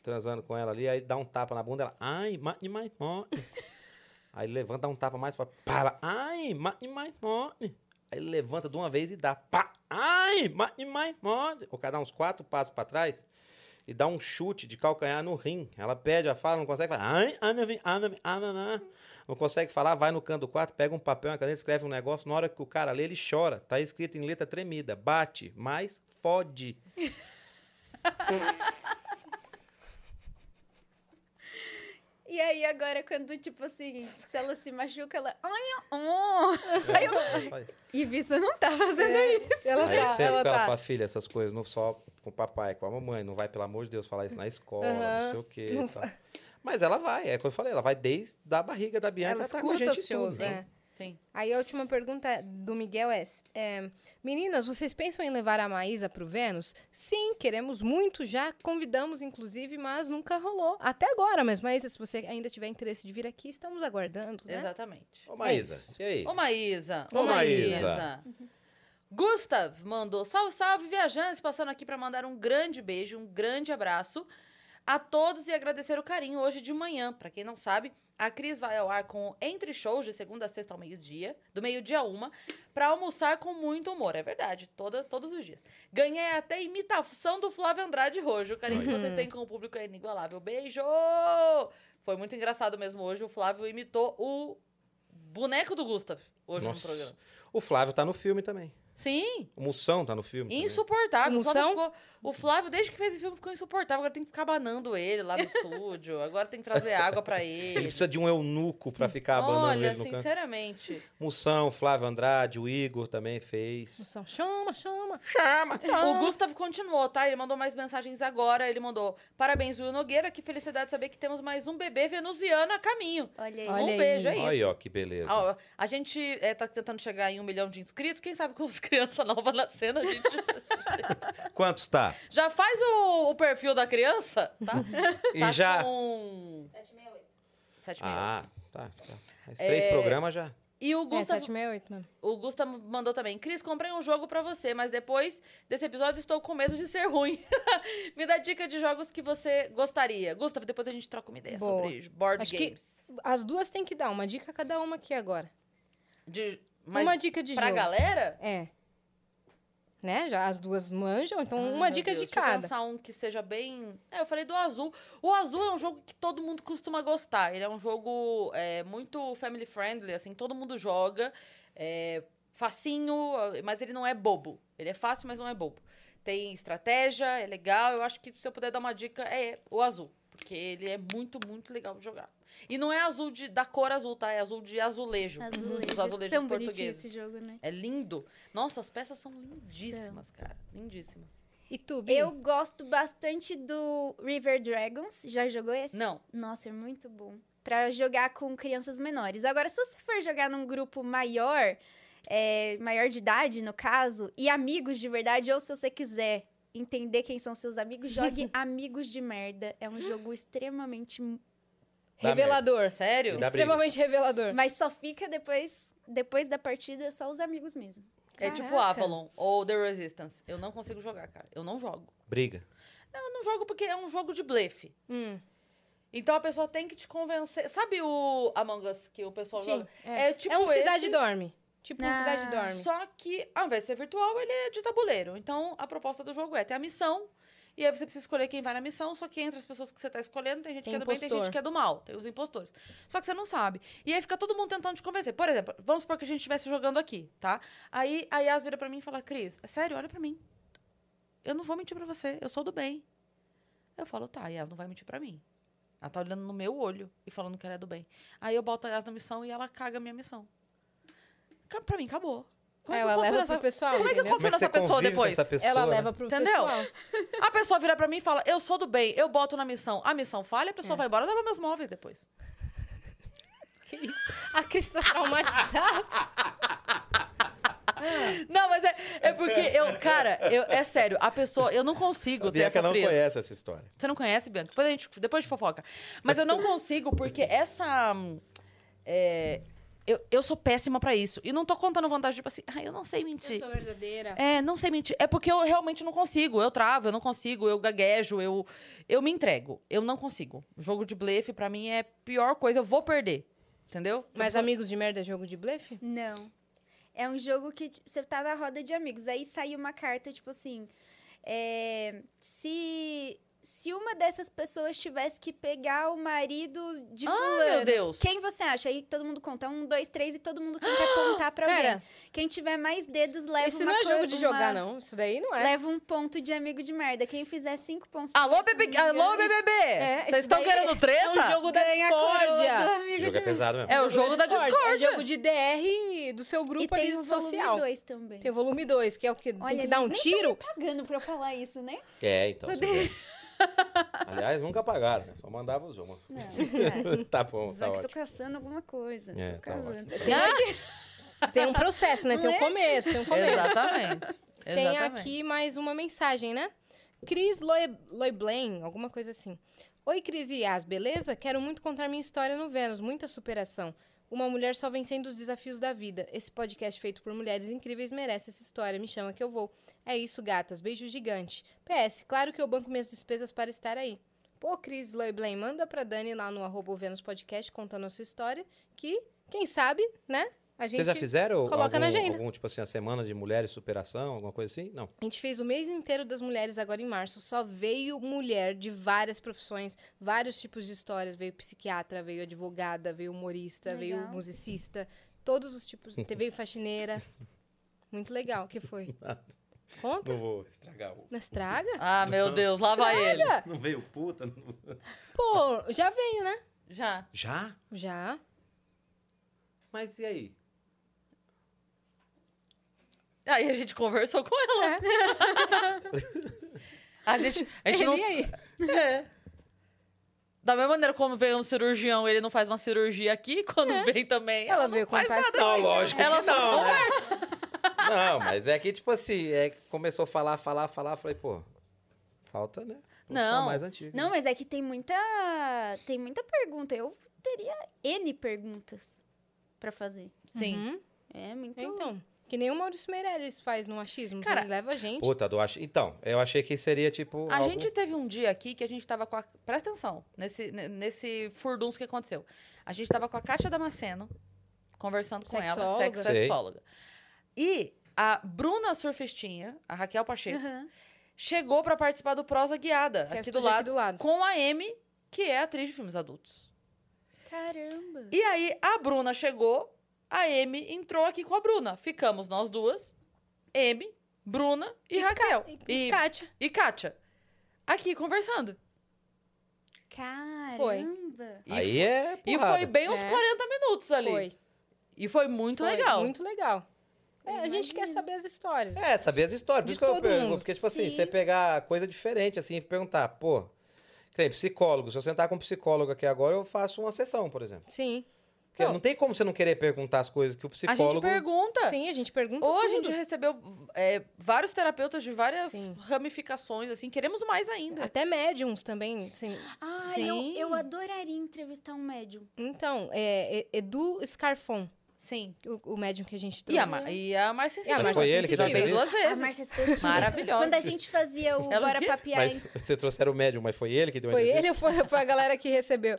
Speaker 3: transando com ela ali, aí dá um tapa na bunda, ela, ai, mate mais forte. aí levanta, dá um tapa mais forte, pá, ela, ai, mate mais forte. Aí levanta de uma vez e dá, pá, ai, mate mais forte. O cara dá uns quatro passos pra trás e dá um chute de calcanhar no rim. Ela pede a fala, não consegue falar, ai, ai, meu vinho, ai, meu vinho, ai, meu vinho. Não consegue falar, vai no canto do quarto, pega um papel, uma caneta, escreve um negócio. Na hora que o cara lê, ele chora. Tá escrito em letra tremida. Bate, mas fode.
Speaker 4: E aí, agora, quando, tipo assim, se ela se machuca, ela. Ai, ó, ó." Aí eu.
Speaker 3: Faz.
Speaker 4: E Vissa não tá fazendo isso.
Speaker 2: Ela
Speaker 3: Aí eu
Speaker 2: tá,
Speaker 3: sento
Speaker 2: ela
Speaker 3: com ela e
Speaker 2: tá.
Speaker 3: falo, filha, essas coisas não só com o papai, com a mamãe. Não vai, pelo amor de Deus, falar isso na escola,
Speaker 2: Aham.
Speaker 3: não sei o quê.
Speaker 2: Não
Speaker 3: e tal. Mas ela vai, é o que eu falei, ela vai desde a barriga da Bianca
Speaker 2: Ela
Speaker 3: tá com a
Speaker 2: escuta
Speaker 3: gente
Speaker 2: os
Speaker 3: em tudo.
Speaker 2: shows, né?
Speaker 1: Sim.
Speaker 2: Aí a última pergunta do Miguel é, é, Meninas, vocês pensam em levar a Maísa pro Vênus? Sim, queremos muito, já convidamos, inclusive, mas nunca rolou. Até agora, mas Maísa, se você ainda tiver interesse de vir aqui, estamos aguardando, né?
Speaker 1: Exatamente.
Speaker 3: Ô,
Speaker 2: É
Speaker 3: Maísa,
Speaker 2: isso.
Speaker 3: e aí?
Speaker 1: Ô, Maísa.
Speaker 3: Ô, Maísa.
Speaker 2: Uhum.
Speaker 1: Gustav mandou salve, salve, viajantes, passando aqui pra mandar um grande beijo, um grande abraço a todos e agradecer o carinho hoje de manhã. Pra quem não sabe, a Cris vai ao ar com Entre Shows de segunda a sexta ao meio-dia, do meio-dia a uma, pra almoçar com muito humor. É verdade, toda, todos os dias. Ganhei até imitação do Flávio Andrade Rojo. O carinho que
Speaker 2: Olha.
Speaker 1: vocês têm com o público é inigualável. Beijo! Foi muito engraçado mesmo hoje. O Flávio imitou o boneco do Gustav hoje
Speaker 3: Nossa.
Speaker 1: no programa.
Speaker 3: O Flávio tá no filme também.
Speaker 1: Sim,
Speaker 3: O Mussão tá no filme.
Speaker 1: insuportável. O Flávio,
Speaker 2: Emoção?
Speaker 1: ficou- o Flávio, desde que fez esse filme, ficou insuportável. Agora tem que ficar banando ele lá no estúdio. Agora tem que trazer água pra
Speaker 3: também. Ele
Speaker 1: ele.
Speaker 3: precisa de um eunuco pra ficar abandonando
Speaker 1: Olha, assim,
Speaker 3: ele no canto.
Speaker 1: sinceramente.
Speaker 3: Mussão, Flávio Andrade, o Igor também fez.
Speaker 2: Moção, Chama, chama.
Speaker 3: Chama!
Speaker 2: Tá.
Speaker 1: O Gustavo continuou, tá? Ele mandou mais mensagens agora. Ele mandou: Parabéns, Will Nogueira. Que felicidade saber que temos mais um bebê venusiano a caminho.
Speaker 4: Olha aí.
Speaker 2: Olha
Speaker 1: um
Speaker 2: aí.
Speaker 1: beijo, é isso.
Speaker 3: Olha aí, ó, que beleza.
Speaker 1: Ó, a gente é, tá tentando chegar em um milhão de inscritos. Quem sabe com criança nova nascendo, a gente
Speaker 3: Quantos tá?
Speaker 1: já faz o, o perfil da criança, tá?
Speaker 3: E
Speaker 1: tá
Speaker 3: já.
Speaker 1: com 7
Speaker 4: 768.
Speaker 1: mil.
Speaker 3: Ah, tá. tá. Mas Três programas já.
Speaker 1: E o
Speaker 2: É,
Speaker 1: Gustavo,
Speaker 2: 768, mano.
Speaker 1: o Gustavo mandou também. Cris, comprei um jogo pra você, mas depois desse episódio estou com medo de ser ruim. Me dá dica de jogos que você gostaria. Gustavo, depois a gente troca uma ideia
Speaker 2: Boa.
Speaker 1: sobre board
Speaker 2: Acho que-
Speaker 1: games.
Speaker 2: As duas têm que dar uma dica cada uma aqui agora.
Speaker 1: De, mas
Speaker 2: uma dica de
Speaker 1: pra
Speaker 2: jogo.
Speaker 1: galera?
Speaker 2: É. Né? Já as duas manjam, então uma
Speaker 1: Ai,
Speaker 2: dica
Speaker 1: Ah, meu Deus, deixa
Speaker 2: de
Speaker 1: eu
Speaker 2: cada.
Speaker 1: pensar um que seja bem... É, eu falei do Azul. O Azul é um jogo que todo mundo costuma gostar. Ele é um jogo é, muito family friendly, assim. Todo mundo joga. É facinho, mas ele não é bobo. Ele é fácil, mas não é bobo. Tem estratégia, é legal. Eu acho que se eu puder dar uma dica, é o azul. Porque ele é muito, muito legal de jogar. E não é azul de, da cor azul, tá? É azul de azulejo. Os azulejos
Speaker 4: Tão bonitinho
Speaker 1: portugueses.
Speaker 4: esse jogo, né?
Speaker 1: É lindo. Nossa, as peças são lindíssimas, cara. Lindíssimas.
Speaker 2: E tu, Bi?
Speaker 4: Eu gosto bastante do River Dragons. Já jogou esse?
Speaker 1: Não.
Speaker 4: Nossa, é muito bom. Pra jogar com crianças menores. Agora, se você for jogar num grupo maior, é, maior de idade, no caso, e amigos de verdade, ou se você quiser entender quem são seus amigos, jogue Amigos de Merda. É um jogo extremamente.
Speaker 3: Dá
Speaker 2: Revelador.
Speaker 1: Sério?
Speaker 3: Me dá-
Speaker 2: Extremamente revelador.
Speaker 4: Mas só fica depois, depois da partida, só os amigos mesmo.
Speaker 1: É
Speaker 2: Caraca.
Speaker 1: tipo Avalon ou The Resistance. Eu não consigo jogar, cara. Eu não jogo.
Speaker 3: Briga.
Speaker 1: Não, eu não jogo porque é um jogo de blefe.
Speaker 2: Hum,
Speaker 1: Então a pessoa tem que te convencer. Sabe o Among Us que o pessoal
Speaker 2: sim,
Speaker 1: joga?
Speaker 2: é.
Speaker 1: É tipo
Speaker 2: É um
Speaker 1: esse,
Speaker 2: Cidade Dorme. Tipo um
Speaker 4: Ah,
Speaker 2: Cidade Dorme.
Speaker 1: Só que, ao invés de ser virtual, ele é de tabuleiro. Então, a proposta do jogo é ter a missão, e aí você precisa escolher quem vai na missão, só que entre as pessoas que você tá escolhendo, tem gente
Speaker 2: Tem
Speaker 1: que é do bem, tem
Speaker 2: impostor.
Speaker 1: gente que é do mal, tem os impostores. Só que você não sabe. E aí fica todo mundo tentando te convencer. Por exemplo, vamos supor que a gente estivesse jogando aqui, tá? Aí a Yas vira pra mim e fala, Cris, é sério, olha pra mim. Eu não vou mentir pra você, eu sou do bem. Eu falo, tá, a Yas não vai mentir pra mim. Ela tá olhando no meu olho e falando que ela é do bem. Aí eu boto a Yas na missão e ela caga a minha missão. Ca- Pra mim, acabou. Como é que eu
Speaker 2: ela
Speaker 1: confio
Speaker 2: leva
Speaker 1: nessa-
Speaker 2: pro pessoal,
Speaker 1: Como é que eu
Speaker 2: entendeu?
Speaker 1: confio nessa pessoa
Speaker 3: convive com
Speaker 1: depois?
Speaker 3: essa pessoa,
Speaker 2: Ela
Speaker 3: né?
Speaker 2: leva pro
Speaker 1: Entendeu?
Speaker 2: pessoal.
Speaker 1: A pessoa vira pra mim e fala, eu sou do bem, eu boto na missão. A missão falha, a pessoa vai embora, leva meus móveis depois.
Speaker 2: Que isso? A Cris tá traumatizada.
Speaker 1: Não, mas é, é porque eu, cara, eu- é sério, a pessoa, eu não consigo
Speaker 3: A
Speaker 1: ter essa
Speaker 3: Bianca não
Speaker 1: frieza.
Speaker 3: conhece essa história.
Speaker 1: Você não conhece, Bianca? Depois, a gente, depois de fofoca. Mas eu não consigo, porque essa. hum, é, Eu, eu sou péssima pra isso. E não tô contando vantagem, tipo assim, ai, eu não sei mentir.
Speaker 2: Eu sou verdadeira.
Speaker 1: É, não sei mentir. É porque eu realmente não consigo. Eu travo, eu não consigo, eu gaguejo, eu, eu me entrego. Eu não consigo. Jogo de blefe, pra mim, é a pior coisa. Eu vou perder. Entendeu?
Speaker 2: Mas amigos de merda é jogo de blefe?
Speaker 4: Não. É um jogo que t- você tá na roda de amigos. Aí sai uma carta, tipo assim. é, se, se uma dessas pessoas tivesse que pegar o marido de
Speaker 1: Ah,
Speaker 4: fulano.
Speaker 1: meu Deus.
Speaker 4: Quem você acha? Aí todo mundo conta. Um, dois, três, e todo mundo tem que apontar pra alguém.
Speaker 2: Cara,
Speaker 4: Quem tiver mais dedos leva
Speaker 2: esse não
Speaker 4: uma
Speaker 2: é
Speaker 4: co-
Speaker 2: jogo de
Speaker 4: uma-
Speaker 2: jogar, não. Isso daí não é.
Speaker 4: Leva um ponto de amigo de merda. Quem fizer cinco pontos.
Speaker 1: Alô,
Speaker 4: se eu não
Speaker 1: bebê,
Speaker 4: me engano,
Speaker 1: alô, BBB!
Speaker 2: é,
Speaker 1: Vocês
Speaker 2: isso
Speaker 1: estão
Speaker 2: daí
Speaker 1: querendo treta?
Speaker 2: É um jogo da
Speaker 4: ganha a coroa do
Speaker 2: discórdia.
Speaker 4: amigo
Speaker 3: Esse jogo
Speaker 4: de
Speaker 3: é pesado mesmo.
Speaker 1: É o jogo da
Speaker 2: É
Speaker 1: discórdia.
Speaker 2: jogo de DR do seu
Speaker 4: E
Speaker 2: grupo ali
Speaker 4: tem o
Speaker 2: no
Speaker 4: volume
Speaker 2: social.
Speaker 4: dois também.
Speaker 2: Tem o volume 2, que é o que
Speaker 4: Olha,
Speaker 2: tem que dar um
Speaker 4: eles nem tão
Speaker 2: tiro.
Speaker 4: Pagando pra eu falar isso, né?
Speaker 3: É, então. você vê. Aliás, nunca pagaram, né? Só mandava os homens.
Speaker 4: Não, cara.
Speaker 3: tá bom, tá
Speaker 4: É. Vai que eu tô
Speaker 3: ótimo.
Speaker 4: caçando alguma coisa.
Speaker 3: É,
Speaker 4: tô
Speaker 3: tá
Speaker 4: cavando.
Speaker 3: ótimo.
Speaker 4: Tem-
Speaker 2: Tem um processo, né? Tem um começo, tem um começo.
Speaker 1: Exatamente.
Speaker 2: Tem
Speaker 1: Exatamente.
Speaker 2: aqui mais uma mensagem, né? Cris Loe- Loeblain, alguma coisa assim. Oi, Cris e Yas, beleza? Quero muito contar minha história no Vênus, muita superação. Uma mulher só vencendo os desafios da vida. Esse podcast feito por mulheres incríveis merece essa história. Me chama que eu vou. É isso, gatas. Beijo gigante. PS, claro que eu banco minhas despesas para estar aí. Pô, Cris Loeblain, manda pra Dani lá no arroba o Vênus Podcast contando a sua história. Que, quem sabe, né? A gente...
Speaker 3: Vocês já fizeram
Speaker 2: coloca na
Speaker 3: algum,
Speaker 2: agenda.
Speaker 3: algum, tipo assim, a semana de mulheres superação, alguma coisa assim? Não.
Speaker 2: A gente fez o mês inteiro das mulheres agora em março. Só veio mulher de várias profissões, vários tipos de histórias. Veio psiquiatra, veio advogada, veio humorista, veio
Speaker 4: Legal.
Speaker 2: musicista. Todos os tipos. Te- Veio faxineira. Muito legal. O que foi?
Speaker 3: Nada.
Speaker 2: Conta.
Speaker 3: Não vou estragar o.
Speaker 2: Na estraga?
Speaker 1: Ah, meu Deus, lá vai ele.
Speaker 3: Não veio puta.
Speaker 2: Pô, já veio, né?
Speaker 1: Já.
Speaker 3: Já?
Speaker 2: Já.
Speaker 3: Mas e aí?
Speaker 1: Aí a gente conversou com
Speaker 2: É.
Speaker 1: ela. a gente, a gente
Speaker 2: Ele
Speaker 1: não...
Speaker 2: aí.
Speaker 1: É. Da mesma maneira como veio um cirurgião, ele não faz uma cirurgia aqui, quando vem também...
Speaker 2: Ela veio contar a história.
Speaker 3: Não, lógico
Speaker 1: Ela
Speaker 3: que
Speaker 1: só
Speaker 3: não, né? Não, mas é que, tipo assim, é que começou a falar, falar, falar, falei, pô, falta, né? Profissão
Speaker 1: Não.
Speaker 3: mais antiga.
Speaker 4: Não, mas é que tem muita. Tem muita pergunta. Eu teria N perguntas pra fazer.
Speaker 1: Sim.
Speaker 2: Uhum.
Speaker 4: É muito.
Speaker 2: Então, que nem o Maurício Meirelles faz no achismo.
Speaker 1: Cara,
Speaker 2: ele leva a gente.
Speaker 3: Puta, do ach... Então, eu achei que seria, tipo.
Speaker 1: A
Speaker 3: algo-
Speaker 1: gente teve um dia aqui que a gente tava com a. Presta atenção nesse, ne- nesse furdunço que aconteceu. A gente tava com a Caixa Damasceno, conversando com ela,
Speaker 2: Sexóloga.
Speaker 1: sex-
Speaker 3: Sei.
Speaker 1: sexóloga. E a Bruna Surfistinha, a Raquel Pacheco,
Speaker 4: Aham.
Speaker 1: chegou pra participar do Prosa Guiada,
Speaker 2: Uhum. que é
Speaker 1: aqui
Speaker 2: estúdio
Speaker 1: do lado,
Speaker 2: do lado.
Speaker 1: com a Amy, que é atriz de filmes adultos.
Speaker 4: Caramba.
Speaker 1: E aí a Bruna chegou, a Amy entrou aqui com a Bruna. Ficamos nós duas, Amy, Bruna e,
Speaker 2: Ca-
Speaker 1: Raquel.
Speaker 2: E,
Speaker 1: E,
Speaker 2: Kátia.
Speaker 1: e Kátia. Aqui conversando.
Speaker 4: Caramba.
Speaker 1: E
Speaker 3: Aí é.
Speaker 1: E
Speaker 3: porrada.
Speaker 1: foi bem uns
Speaker 2: É.
Speaker 1: 40 minutos ali.
Speaker 2: Foi.
Speaker 1: E foi muito
Speaker 2: Foi
Speaker 1: legal.
Speaker 2: Muito legal. É, a gente
Speaker 4: Imagino.
Speaker 2: quer saber as histórias.
Speaker 3: É, saber as histórias. Por
Speaker 2: De
Speaker 3: isso que eu
Speaker 2: todo
Speaker 3: pergunto.
Speaker 2: mundo,
Speaker 3: Porque, tipo assim,
Speaker 4: sim.
Speaker 3: você pegar coisa diferente, assim, e perguntar, pô. que nem Psicólogo, se eu sentar com um psicólogo aqui agora, eu faço uma sessão, por exemplo.
Speaker 2: Sim.
Speaker 3: Porque
Speaker 2: Não.
Speaker 3: não, tem como você não querer perguntar as coisas que o
Speaker 1: A gente
Speaker 3: psicólogo.
Speaker 1: pergunta.
Speaker 2: Sim, a gente pergunta
Speaker 1: Ou a
Speaker 2: tudo.
Speaker 1: gente recebeu é, vários terapeutas de várias
Speaker 2: Sim.
Speaker 1: ramificações, assim. Queremos mais ainda.
Speaker 2: Até médiums também. Assim.
Speaker 4: Ah,
Speaker 1: Sim.
Speaker 4: eu, eu adoraria entrevistar um médium.
Speaker 2: Então, é, é- Edu Scarfon,
Speaker 1: Sim.
Speaker 2: o, o médium que a gente
Speaker 1: E
Speaker 2: trouxe.
Speaker 1: a, Ma- e a Marcia
Speaker 2: E a
Speaker 1: Sensitiva.
Speaker 3: Mas foi ele que
Speaker 1: já
Speaker 3: deu
Speaker 1: veio duas
Speaker 4: A
Speaker 1: vezes.
Speaker 4: Márcia Sestina.
Speaker 1: Maravilhosa.
Speaker 4: Quando a gente fazia o
Speaker 1: Ela o
Speaker 4: Bora
Speaker 1: quê?
Speaker 4: Papiar.
Speaker 3: Mas vocês trouxeram o médium, mas foi ele que deu a
Speaker 2: Foi
Speaker 3: entrevista?
Speaker 2: ele ou foi, foi a galera que recebeu?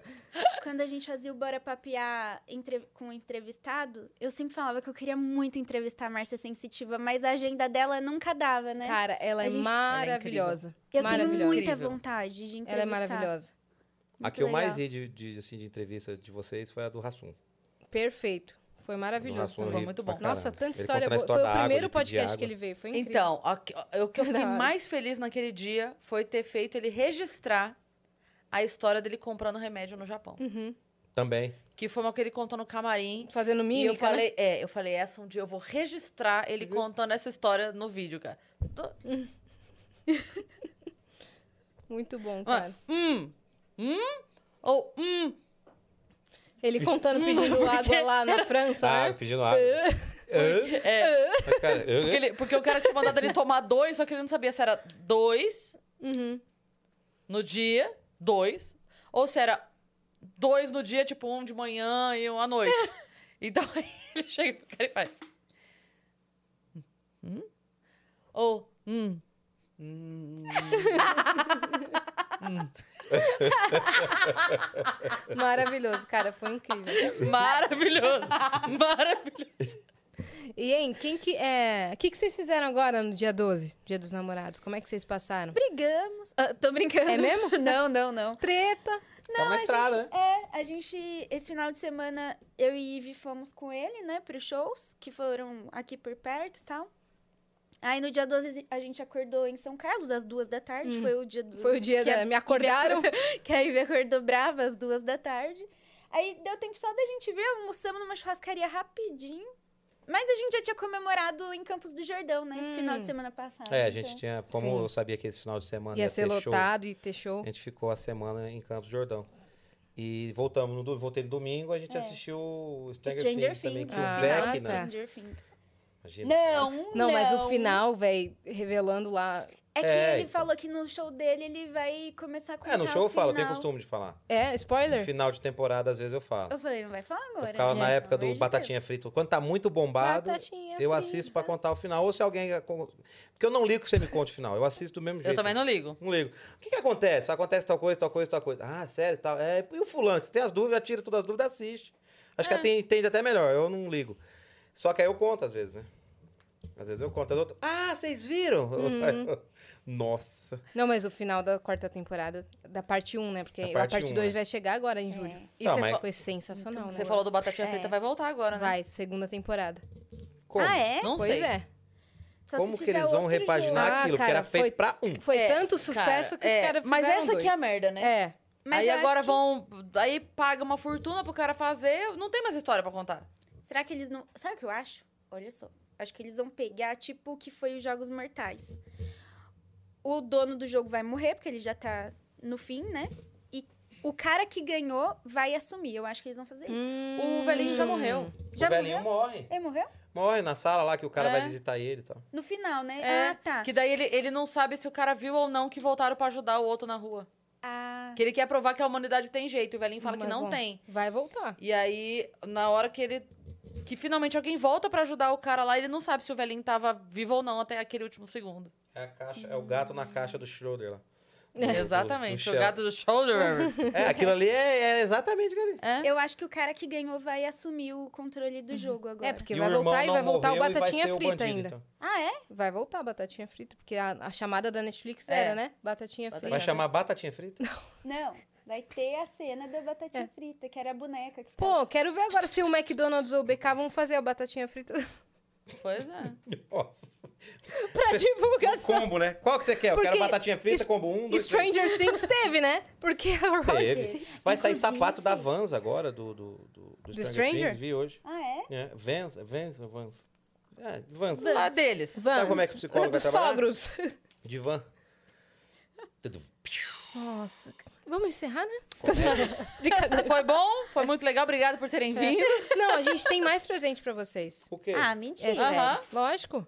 Speaker 4: Quando a gente fazia o Bora Papiar entre- com o entrevistado, eu sempre falava que eu queria muito entrevistar a Márcia Sensitiva, mas a agenda dela nunca dava, né?
Speaker 2: Cara, ela
Speaker 4: A
Speaker 2: é
Speaker 4: gente-
Speaker 2: maravilhosa.
Speaker 4: eu tenho
Speaker 2: maravilhosa.
Speaker 4: muita
Speaker 3: Incrível.
Speaker 4: vontade de entrevistar.
Speaker 2: Ela é maravilhosa.
Speaker 3: A
Speaker 4: Muito
Speaker 3: que eu mais
Speaker 4: legal.
Speaker 3: ri de, de, assim, de entrevista de vocês foi a do Rassum.
Speaker 2: Perfeito. Foi maravilhoso.
Speaker 1: Foi
Speaker 3: Rassum
Speaker 2: também.
Speaker 1: muito bom.
Speaker 2: Nossa, tanta história
Speaker 3: boa.
Speaker 2: boa. Foi o primeiro podcast que ele veio. Foi incrível.
Speaker 1: Então, a- a- o que eu fiquei
Speaker 2: Da hora.
Speaker 1: mais feliz naquele dia foi ter feito ele registrar a história dele comprando remédio no Japão.
Speaker 2: Uhum.
Speaker 3: Também.
Speaker 1: Que foi uma que ele contou no camarim.
Speaker 2: Fazendo mímica,
Speaker 1: e
Speaker 2: né? Uhum.
Speaker 1: eu falei, é, eu falei, essa um dia eu vou registrar ele contando essa história no vídeo, cara. Tô-
Speaker 2: né? Muito bom,
Speaker 1: Ah,
Speaker 2: cara.
Speaker 1: Hum, hum, ou hum.
Speaker 2: Ele contando, pedindo água lá na França,
Speaker 3: Ah,
Speaker 2: né?
Speaker 3: pedindo água. Hã?
Speaker 1: É,
Speaker 3: Mas, cara, eu-
Speaker 1: porque, ele- porque eu quero te mandar ele tomar dois, só que ele não sabia se era dois
Speaker 2: Uhum.
Speaker 1: no dia, dois, ou se era dois no dia, tipo um de manhã e um à noite. Então ele chega pro cara e faz. Hum? Ou. Hum. Hum.
Speaker 2: Maravilhoso, cara. Foi incrível.
Speaker 1: Maravilhoso! Maravilhoso!
Speaker 2: E, hein, quem que é... O que, que vocês fizeram agora no dia 12? Dia dos namorados. Como é que vocês passaram?
Speaker 4: Brigamos. Ah, tô brincando.
Speaker 2: É mesmo?
Speaker 4: Não, não, não.
Speaker 2: Treta.
Speaker 3: Tava na
Speaker 4: a
Speaker 3: estrada,
Speaker 4: gente- É, a gente, esse final de semana, eu e Ivi fomos com ele, né, pros shows, que foram aqui por perto e tal. Aí no dia 12 a gente acordou em São Carlos, às duas da tarde, foi o dia do...
Speaker 2: Hum. Foi o dia
Speaker 4: que
Speaker 1: é-
Speaker 4: a-
Speaker 2: da... Me acordaram.
Speaker 4: Que a Ivy acordou brava às duas da tarde. Aí deu tempo só da gente ver, almoçamos numa churrascaria rapidinho. Mas a gente já tinha comemorado em Campos do Jordão, né?
Speaker 2: Hum.
Speaker 4: Final de semana passada.
Speaker 3: É, a
Speaker 4: então.
Speaker 3: gente tinha. Como
Speaker 2: Sim.
Speaker 3: eu sabia que esse final de semana ia,
Speaker 2: Ia ser
Speaker 3: ter show,
Speaker 2: lotado e ter
Speaker 3: a
Speaker 2: show.
Speaker 3: gente ficou a semana em Campos do Jordão. E voltamos, no, do- voltei no domingo, a gente
Speaker 4: É.
Speaker 3: assistiu o Stranger,
Speaker 4: Stranger
Speaker 3: Things, também, que
Speaker 4: Things. o
Speaker 3: o
Speaker 2: Ah,
Speaker 4: final
Speaker 3: Vecna.
Speaker 4: de
Speaker 2: tá.
Speaker 4: Stranger Things.
Speaker 3: Imagina,
Speaker 1: Não,
Speaker 2: Não, um mas o final, velho, revelando lá...
Speaker 4: É que
Speaker 3: É,
Speaker 4: ele
Speaker 3: então.
Speaker 4: falou que no show dele ele vai começar a contar
Speaker 3: É, no show
Speaker 4: o
Speaker 3: eu falo, eu tenho
Speaker 4: final.
Speaker 3: costume de falar.
Speaker 2: É,
Speaker 3: No
Speaker 2: spoiler?
Speaker 3: final de temporada, às vezes eu falo.
Speaker 4: Eu falei, não vai falar agora.
Speaker 3: Eu ficava
Speaker 4: né?
Speaker 3: na
Speaker 4: Pelo
Speaker 3: época do
Speaker 4: amor de
Speaker 3: Batatinha Frita. Quando tá muito bombado,
Speaker 2: Batatinha
Speaker 3: eu
Speaker 2: frita.
Speaker 3: assisto pra contar o final. Ou se alguém. Porque eu não ligo que você me conte o final, eu assisto do mesmo jeito.
Speaker 1: Eu também não ligo.
Speaker 3: Não ligo. um O que, que acontece? Acontece tal coisa, tal coisa, tal coisa. Ah, sério, tal. É, e o fulano, que você tem as dúvidas, tira todas as dúvidas, assiste. Acho
Speaker 2: É.
Speaker 3: que até entende até melhor, eu não ligo. Só que aí eu conto às vezes, né? Às vezes eu conto, as outras. Ah, vocês viram?
Speaker 2: Uhum.
Speaker 3: Nossa.
Speaker 2: Não, mas o final da quarta temporada, da parte 1, né? Porque
Speaker 3: Da
Speaker 2: a
Speaker 3: parte
Speaker 2: parte
Speaker 3: um,
Speaker 2: 2
Speaker 3: é.
Speaker 2: vai chegar agora em julho.
Speaker 1: E
Speaker 3: Não,
Speaker 1: você,
Speaker 3: mas-
Speaker 1: fa-
Speaker 2: Foi sensacional, né?
Speaker 1: Então, você falou do Batatinha
Speaker 4: É.
Speaker 1: Frita, vai voltar agora, né?
Speaker 2: Vai, segunda temporada.
Speaker 3: Como?
Speaker 4: Ah, é?
Speaker 1: Não
Speaker 2: pois
Speaker 1: sei.
Speaker 2: é.
Speaker 4: Só se
Speaker 3: Como que
Speaker 4: fizer
Speaker 3: eles vão
Speaker 4: outro
Speaker 3: repaginar
Speaker 4: jogo.
Speaker 2: Ah,
Speaker 3: aquilo? que
Speaker 2: cara,
Speaker 3: era feito
Speaker 2: foi-
Speaker 3: pra um.
Speaker 2: Foi
Speaker 1: É,
Speaker 2: tanto
Speaker 1: cara,
Speaker 2: sucesso que Ah, os
Speaker 1: é,
Speaker 2: caras fizeram
Speaker 1: Mas essa
Speaker 2: dois.
Speaker 1: que é a merda, né?
Speaker 2: É.
Speaker 4: Mas
Speaker 1: aí
Speaker 4: eu acho
Speaker 1: agora
Speaker 4: que-
Speaker 1: vão. Aí paga uma fortuna pro cara fazer. Não tem mais história pra contar.
Speaker 4: Será que eles não. Sabe o que eu acho? Olha só. Acho que eles vão pegar, tipo, o que foi os Jogos Mortais. O dono do jogo vai morrer, porque ele já tá no fim, né? E o cara que ganhou vai assumir. Eu acho que eles vão fazer isso.
Speaker 2: Hum,
Speaker 1: O velhinho já morreu.
Speaker 4: Já
Speaker 3: Hum. o velhinho
Speaker 2: é?
Speaker 4: morreu?
Speaker 3: morre.
Speaker 4: Ele morreu?
Speaker 3: Morre na sala lá que o cara
Speaker 1: É.
Speaker 3: vai visitar ele e tal.
Speaker 4: No final, né?
Speaker 1: É,
Speaker 4: ah, tá.
Speaker 1: Que daí ele, ele não sabe se o cara viu ou não que voltaram pra ajudar o outro na rua.
Speaker 4: Ah.
Speaker 1: Que ele quer provar que a humanidade tem jeito. E o velhinho fala
Speaker 2: Mas
Speaker 1: que não
Speaker 2: Hum, é bom.
Speaker 1: tem.
Speaker 2: Vai voltar.
Speaker 1: E aí, na hora que ele. Que finalmente alguém volta pra ajudar o cara lá, ele não sabe se o velhinho tava vivo ou não até aquele último segundo.
Speaker 3: É, a caixa, é o gato na caixa do Schroeder lá.
Speaker 2: É.
Speaker 3: Do- do- do
Speaker 1: Exatamente. O
Speaker 3: Shell.
Speaker 1: gato do shoulder.
Speaker 3: É, aquilo ali é, é exatamente aquilo ali.
Speaker 1: é.
Speaker 4: Eu acho que o cara que ganhou vai assumir o controle do jogo agora.
Speaker 2: É, porque
Speaker 3: E
Speaker 2: vai
Speaker 3: o irmão
Speaker 2: voltar e
Speaker 3: não
Speaker 2: vai voltar o
Speaker 3: morreu e vai
Speaker 2: Batatinha
Speaker 3: ser o
Speaker 2: Frita
Speaker 3: bandido,
Speaker 2: ainda.
Speaker 3: então.
Speaker 4: Ah, é?
Speaker 2: Vai voltar a Batatinha Frita, porque a, a chamada da Netflix
Speaker 1: É.
Speaker 2: era, né? Batatinha
Speaker 1: Vai
Speaker 2: Frita.
Speaker 3: Vai chamar batatinha frita?
Speaker 4: Não. Vai ter a cena da batatinha frita, que era a boneca que ficava-
Speaker 2: Pô, quero ver agora se o McDonald's ou o BK vão fazer a Batatinha Frita
Speaker 1: Pois é.
Speaker 3: Nossa.
Speaker 2: pra divulgação.
Speaker 3: Combo, né? Qual que você quer? Eu quero
Speaker 2: Porque
Speaker 3: batatinha frita,
Speaker 2: es-
Speaker 3: combo 1, 2,
Speaker 2: Stranger Things teve, né? Porque a Roxy...
Speaker 3: Teve. Vai sair
Speaker 4: Inclusive-
Speaker 3: sapato da Vans agora, do, do, do, do Stranger,
Speaker 2: Stranger?
Speaker 3: Things, vi hoje.
Speaker 4: Ah, é?
Speaker 3: É, Vans, Vans ou Vans? É, Vans.
Speaker 1: Lá deles.
Speaker 2: Vans.
Speaker 3: como é que o psicólogo vai
Speaker 2: Dos
Speaker 3: trabalhar?
Speaker 2: sogros.
Speaker 3: De van. Tudo.
Speaker 2: Nossa. Vamos encerrar, né?
Speaker 1: Foi bom, foi muito legal. Obrigada por
Speaker 2: É.
Speaker 1: terem vindo.
Speaker 2: Não, a gente tem mais presente pra vocês.
Speaker 3: O quê?
Speaker 4: Ah,
Speaker 2: É
Speaker 4: mentira.
Speaker 2: sério.
Speaker 1: Aham.
Speaker 2: Lógico.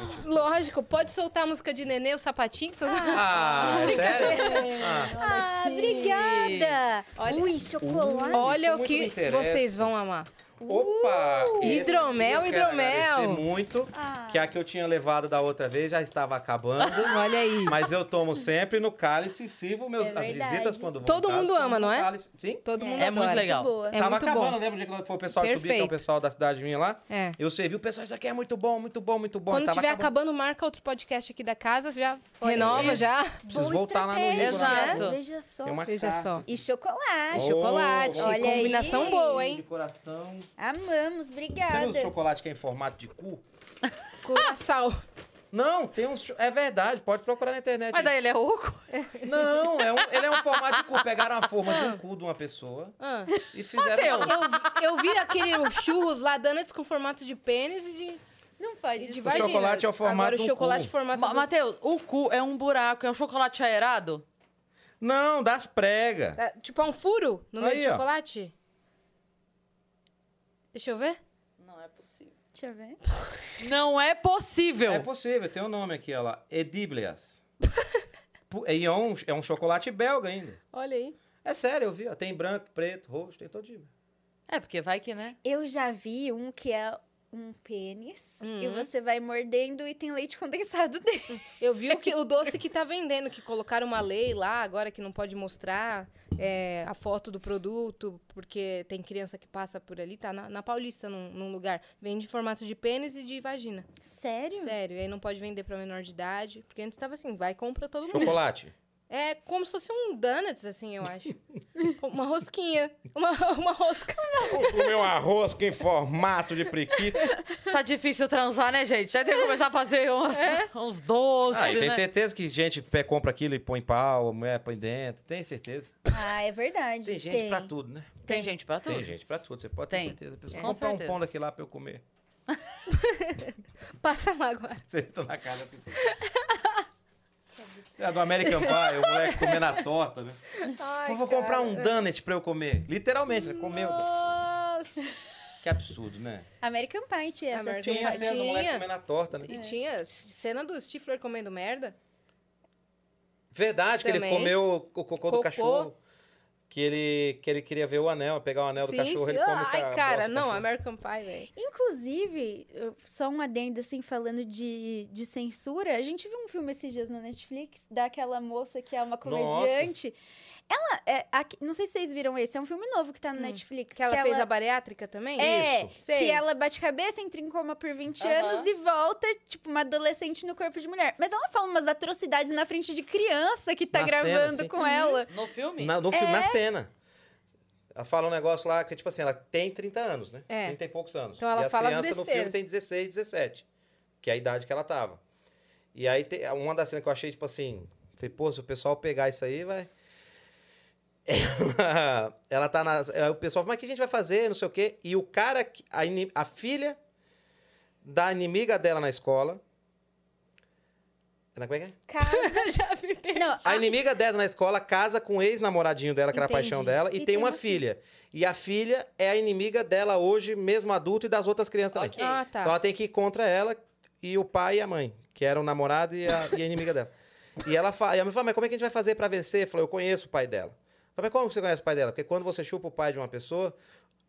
Speaker 3: mentira.
Speaker 2: Lógico. Pode soltar a música de Nenê, o sapatinho. Tô...
Speaker 3: Ah, sério? Ah,
Speaker 4: Ah, obrigada!
Speaker 2: Olha-
Speaker 4: Ui, chocolate.
Speaker 2: Olha
Speaker 3: Isso
Speaker 2: o
Speaker 3: muito me
Speaker 2: que
Speaker 3: interessa.
Speaker 2: vocês vão amar.
Speaker 3: opa! esse aqui
Speaker 2: Uh! Hidromel,
Speaker 3: eu quero
Speaker 2: hidromel.
Speaker 3: agradecer muito,
Speaker 4: Ah.
Speaker 3: que é a que eu tinha levado da outra vez já estava acabando.
Speaker 2: Olha aí.
Speaker 3: Mas eu tomo sempre no cálice e sirvo meus,
Speaker 4: É
Speaker 3: as
Speaker 4: verdade.
Speaker 3: visitas quando vão.
Speaker 2: Todo
Speaker 3: em casa,
Speaker 2: mundo
Speaker 3: tomam
Speaker 2: ama,
Speaker 3: no
Speaker 2: não é?
Speaker 3: cálice. Sim.
Speaker 2: Todo mundo
Speaker 1: É muito
Speaker 2: adora.
Speaker 1: legal.
Speaker 4: Boa.
Speaker 2: É
Speaker 3: Tava
Speaker 2: muito
Speaker 3: acabando,
Speaker 2: bom.
Speaker 3: lembra de quando foi o pessoal de Tubi, que é o
Speaker 2: Perfeito.
Speaker 3: pessoal da cidade minha lá?
Speaker 2: É.
Speaker 3: Eu servi, o pessoal, isso aqui é muito bom, muito bom, muito bom.
Speaker 2: Quando
Speaker 3: Tava
Speaker 2: tiver
Speaker 3: acabando.
Speaker 2: acabando, marca outro podcast aqui da casa, já renova,
Speaker 1: Isso.
Speaker 2: já.
Speaker 3: Preciso
Speaker 4: Boa
Speaker 3: voltar lá no
Speaker 4: estratégia. né?
Speaker 3: livro, lá.
Speaker 1: Exato.
Speaker 4: Veja só.
Speaker 3: Tem uma
Speaker 2: Veja
Speaker 3: carta.
Speaker 2: só.
Speaker 4: E chocolate.
Speaker 3: Oh,
Speaker 2: chocolate,
Speaker 4: olha
Speaker 2: combinação
Speaker 4: aí.
Speaker 2: boa, hein?
Speaker 3: De coração.
Speaker 4: Amamos,
Speaker 3: Você
Speaker 4: obrigada.
Speaker 3: viu o chocolate que é em formato de cu?
Speaker 2: Coração.
Speaker 3: Não, tem uns. cho- É verdade, pode procurar na internet.
Speaker 1: Mas daí ele é oco.
Speaker 3: Não, é um, ele é um formato de cu. Pegaram a forma de um cu de uma pessoa
Speaker 2: Ah.
Speaker 3: e fizeram.
Speaker 1: Mateus.
Speaker 2: Eu, eu vi aquele churros lá dando esse com formato de pênis e de,
Speaker 4: Não
Speaker 2: e
Speaker 4: pode.
Speaker 2: de
Speaker 4: ser.
Speaker 3: vai-
Speaker 2: vagina.
Speaker 3: chocolate é o formato
Speaker 2: Agora
Speaker 3: de
Speaker 2: o
Speaker 3: um
Speaker 2: chocolate
Speaker 3: cu.
Speaker 2: formato
Speaker 1: Ma
Speaker 2: do...
Speaker 1: Matheus, o cu é um buraco, é um chocolate aerado?
Speaker 3: Não, das pregas.
Speaker 2: É, Tipo, é um furo no meio
Speaker 3: Aí,
Speaker 2: do
Speaker 3: ó.
Speaker 2: chocolate? Deixa eu ver.
Speaker 1: Não é possível.
Speaker 4: Deixa eu ver.
Speaker 1: Não é possível.
Speaker 3: É possível, tem o nome aqui, olha lá. Ediblias. Pu- e é um, é um chocolate belga ainda.
Speaker 2: Olha aí.
Speaker 3: É sério, eu vi. ó, Tem branco, preto, roxo, tem todo dia.
Speaker 1: É, porque vai que, né?
Speaker 4: Eu já vi um que é um pênis e
Speaker 2: Uhum.
Speaker 4: você vai mordendo e tem leite condensado dentro.
Speaker 2: Eu vi o, que, o doce que tá vendendo, que colocaram uma lei lá, agora que não pode mostrar é, a foto do produto, porque tem criança que passa por ali, tá na, na Paulista, num, num lugar. Vende em formato de pênis e de vagina.
Speaker 4: Sério?
Speaker 2: Sério, e aí não pode vender pra menor de idade, porque antes tava assim, vai e compra todo mundo.
Speaker 3: Chocolate.
Speaker 2: É como se fosse um donuts, assim, eu acho. uma rosquinha. Uma, uma rosca.
Speaker 3: Vou comer um arroz que em formato de prequito.
Speaker 1: Tá difícil transar, né, gente? Já tem que começar a fazer uns, uns doces,
Speaker 3: Ah, e tem
Speaker 1: né?
Speaker 3: certeza que gente pe- compra aquilo e põe pau, mulher põe dentro. Tem certeza.
Speaker 4: Ah, é verdade.
Speaker 3: Tem gente pra tudo, né?
Speaker 1: Tem gente pra tudo.
Speaker 3: Tem gente pra tudo. Você pode
Speaker 1: Tem.
Speaker 3: ter certeza. Preciso
Speaker 1: É. Com
Speaker 3: comprar um
Speaker 1: certeza.
Speaker 3: pão daquele lá pra eu comer.
Speaker 2: Passa lá agora.
Speaker 3: Você entra na casa da pessoa. É, do American Pie, o moleque comendo a torta, né?
Speaker 2: Ai,
Speaker 3: Eu vou comprar um donut pra eu comer. Literalmente, né? Comeu.
Speaker 2: Nossa.
Speaker 3: Que absurdo, né?
Speaker 4: American Pie, tia, essa
Speaker 2: American
Speaker 4: cena.
Speaker 3: Tinha a cena do moleque
Speaker 2: tinha.
Speaker 3: comendo a torta, né?
Speaker 2: E tinha cena do Stifler comendo merda.
Speaker 3: Verdade, que ele
Speaker 2: Também.
Speaker 3: comeu o cocô,
Speaker 2: Cocô.
Speaker 3: do cachorro. Que ele, que ele queria ver o anel, pegar o anel do cachorro, ele come
Speaker 2: Ai,
Speaker 3: o ca- a bosta
Speaker 2: cara,
Speaker 3: do
Speaker 2: não,
Speaker 3: cachorro.
Speaker 2: American Pie, velho.
Speaker 4: Inclusive, eu- só um adendo, assim, falando de, de censura. A gente viu um filme esses dias no Netflix, daquela moça que é uma comediante. Ela, é, aqui- não sei se vocês viram esse, é um filme novo que tá no Netflix.
Speaker 2: Hum. Que ela fez a bariátrica também?
Speaker 4: É,
Speaker 3: Isso.
Speaker 2: Sei.
Speaker 4: que ela bate cabeça, entra em coma por 20
Speaker 1: Aham.
Speaker 4: anos e volta, tipo, uma adolescente no corpo de mulher. Mas ela fala umas atrocidades na frente de criança que tá
Speaker 3: Na cena,
Speaker 4: gravando
Speaker 3: assim.
Speaker 4: com ela.
Speaker 1: No filme?
Speaker 3: Na, no filme, na
Speaker 2: É.
Speaker 3: cena. Ela fala um negócio lá que, tipo assim, ela tem 30 anos, né?
Speaker 2: É.
Speaker 3: 30 e poucos anos.
Speaker 2: Então ela
Speaker 3: e as
Speaker 2: fala as
Speaker 3: crianças no
Speaker 2: besteiras.
Speaker 3: filme tem 16, 17. Que é a idade que ela tava. E aí, te- uma das cenas que eu achei, tipo assim... Falei, pô, se o pessoal pegar isso aí, vai... Ela, ela tá na... aí O pessoal fala, mas o que a gente vai fazer? Não sei o quê. E o cara... que- A, ini- a filha da inimiga dela na escola... Como é que é?
Speaker 4: Cara,
Speaker 2: Já vi.
Speaker 4: não,
Speaker 3: A inimiga dela na escola casa com o ex-namoradinho dela, que era a
Speaker 2: Entendi.
Speaker 3: paixão dela, e, tem, uma filha. E a filha é a inimiga dela hoje, mesmo adulta, e das outras crianças também.
Speaker 1: Ok.
Speaker 2: Ah,
Speaker 3: Então
Speaker 2: tá.
Speaker 3: ela tem que ir contra ela e o pai e a mãe, que eram o namorado e a, e a inimiga dela. E ela fala, e a mãe fala, mas como é que a gente vai fazer pra vencer? Falou, eu conheço o pai dela. Falei, mas como você conhece o pai dela? Porque quando você chupa o pai de uma pessoa,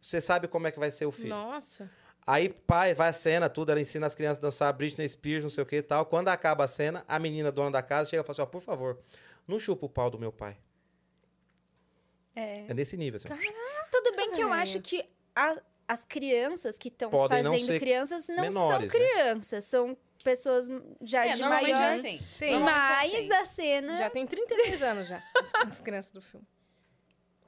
Speaker 3: você sabe como é que vai ser o filho.
Speaker 2: Nossa.
Speaker 3: Aí, pai, vai a cena, tudo, ela ensina as crianças a dançar Britney Spears, não sei o que e tal. Quando acaba a cena, a menina, dona da casa, chega e fala assim, ó, por favor, não chupa o pau do meu pai.
Speaker 4: É.
Speaker 3: É nesse nível, assim.
Speaker 2: Cara,
Speaker 4: Tudo bem que eu
Speaker 2: Caralho.
Speaker 4: acho que a- as crianças que estão
Speaker 3: Podem não
Speaker 4: fazendo
Speaker 3: ser
Speaker 4: crianças não
Speaker 3: menores,
Speaker 4: são
Speaker 3: né?
Speaker 4: crianças, são pessoas já
Speaker 1: É,
Speaker 4: de
Speaker 1: normalmente
Speaker 4: maior.
Speaker 1: é assim.
Speaker 2: Sim.
Speaker 1: Normalmente
Speaker 4: Mas
Speaker 1: é assim.
Speaker 4: a cena.
Speaker 2: Já tem 32 anos já, as, as crianças do filme.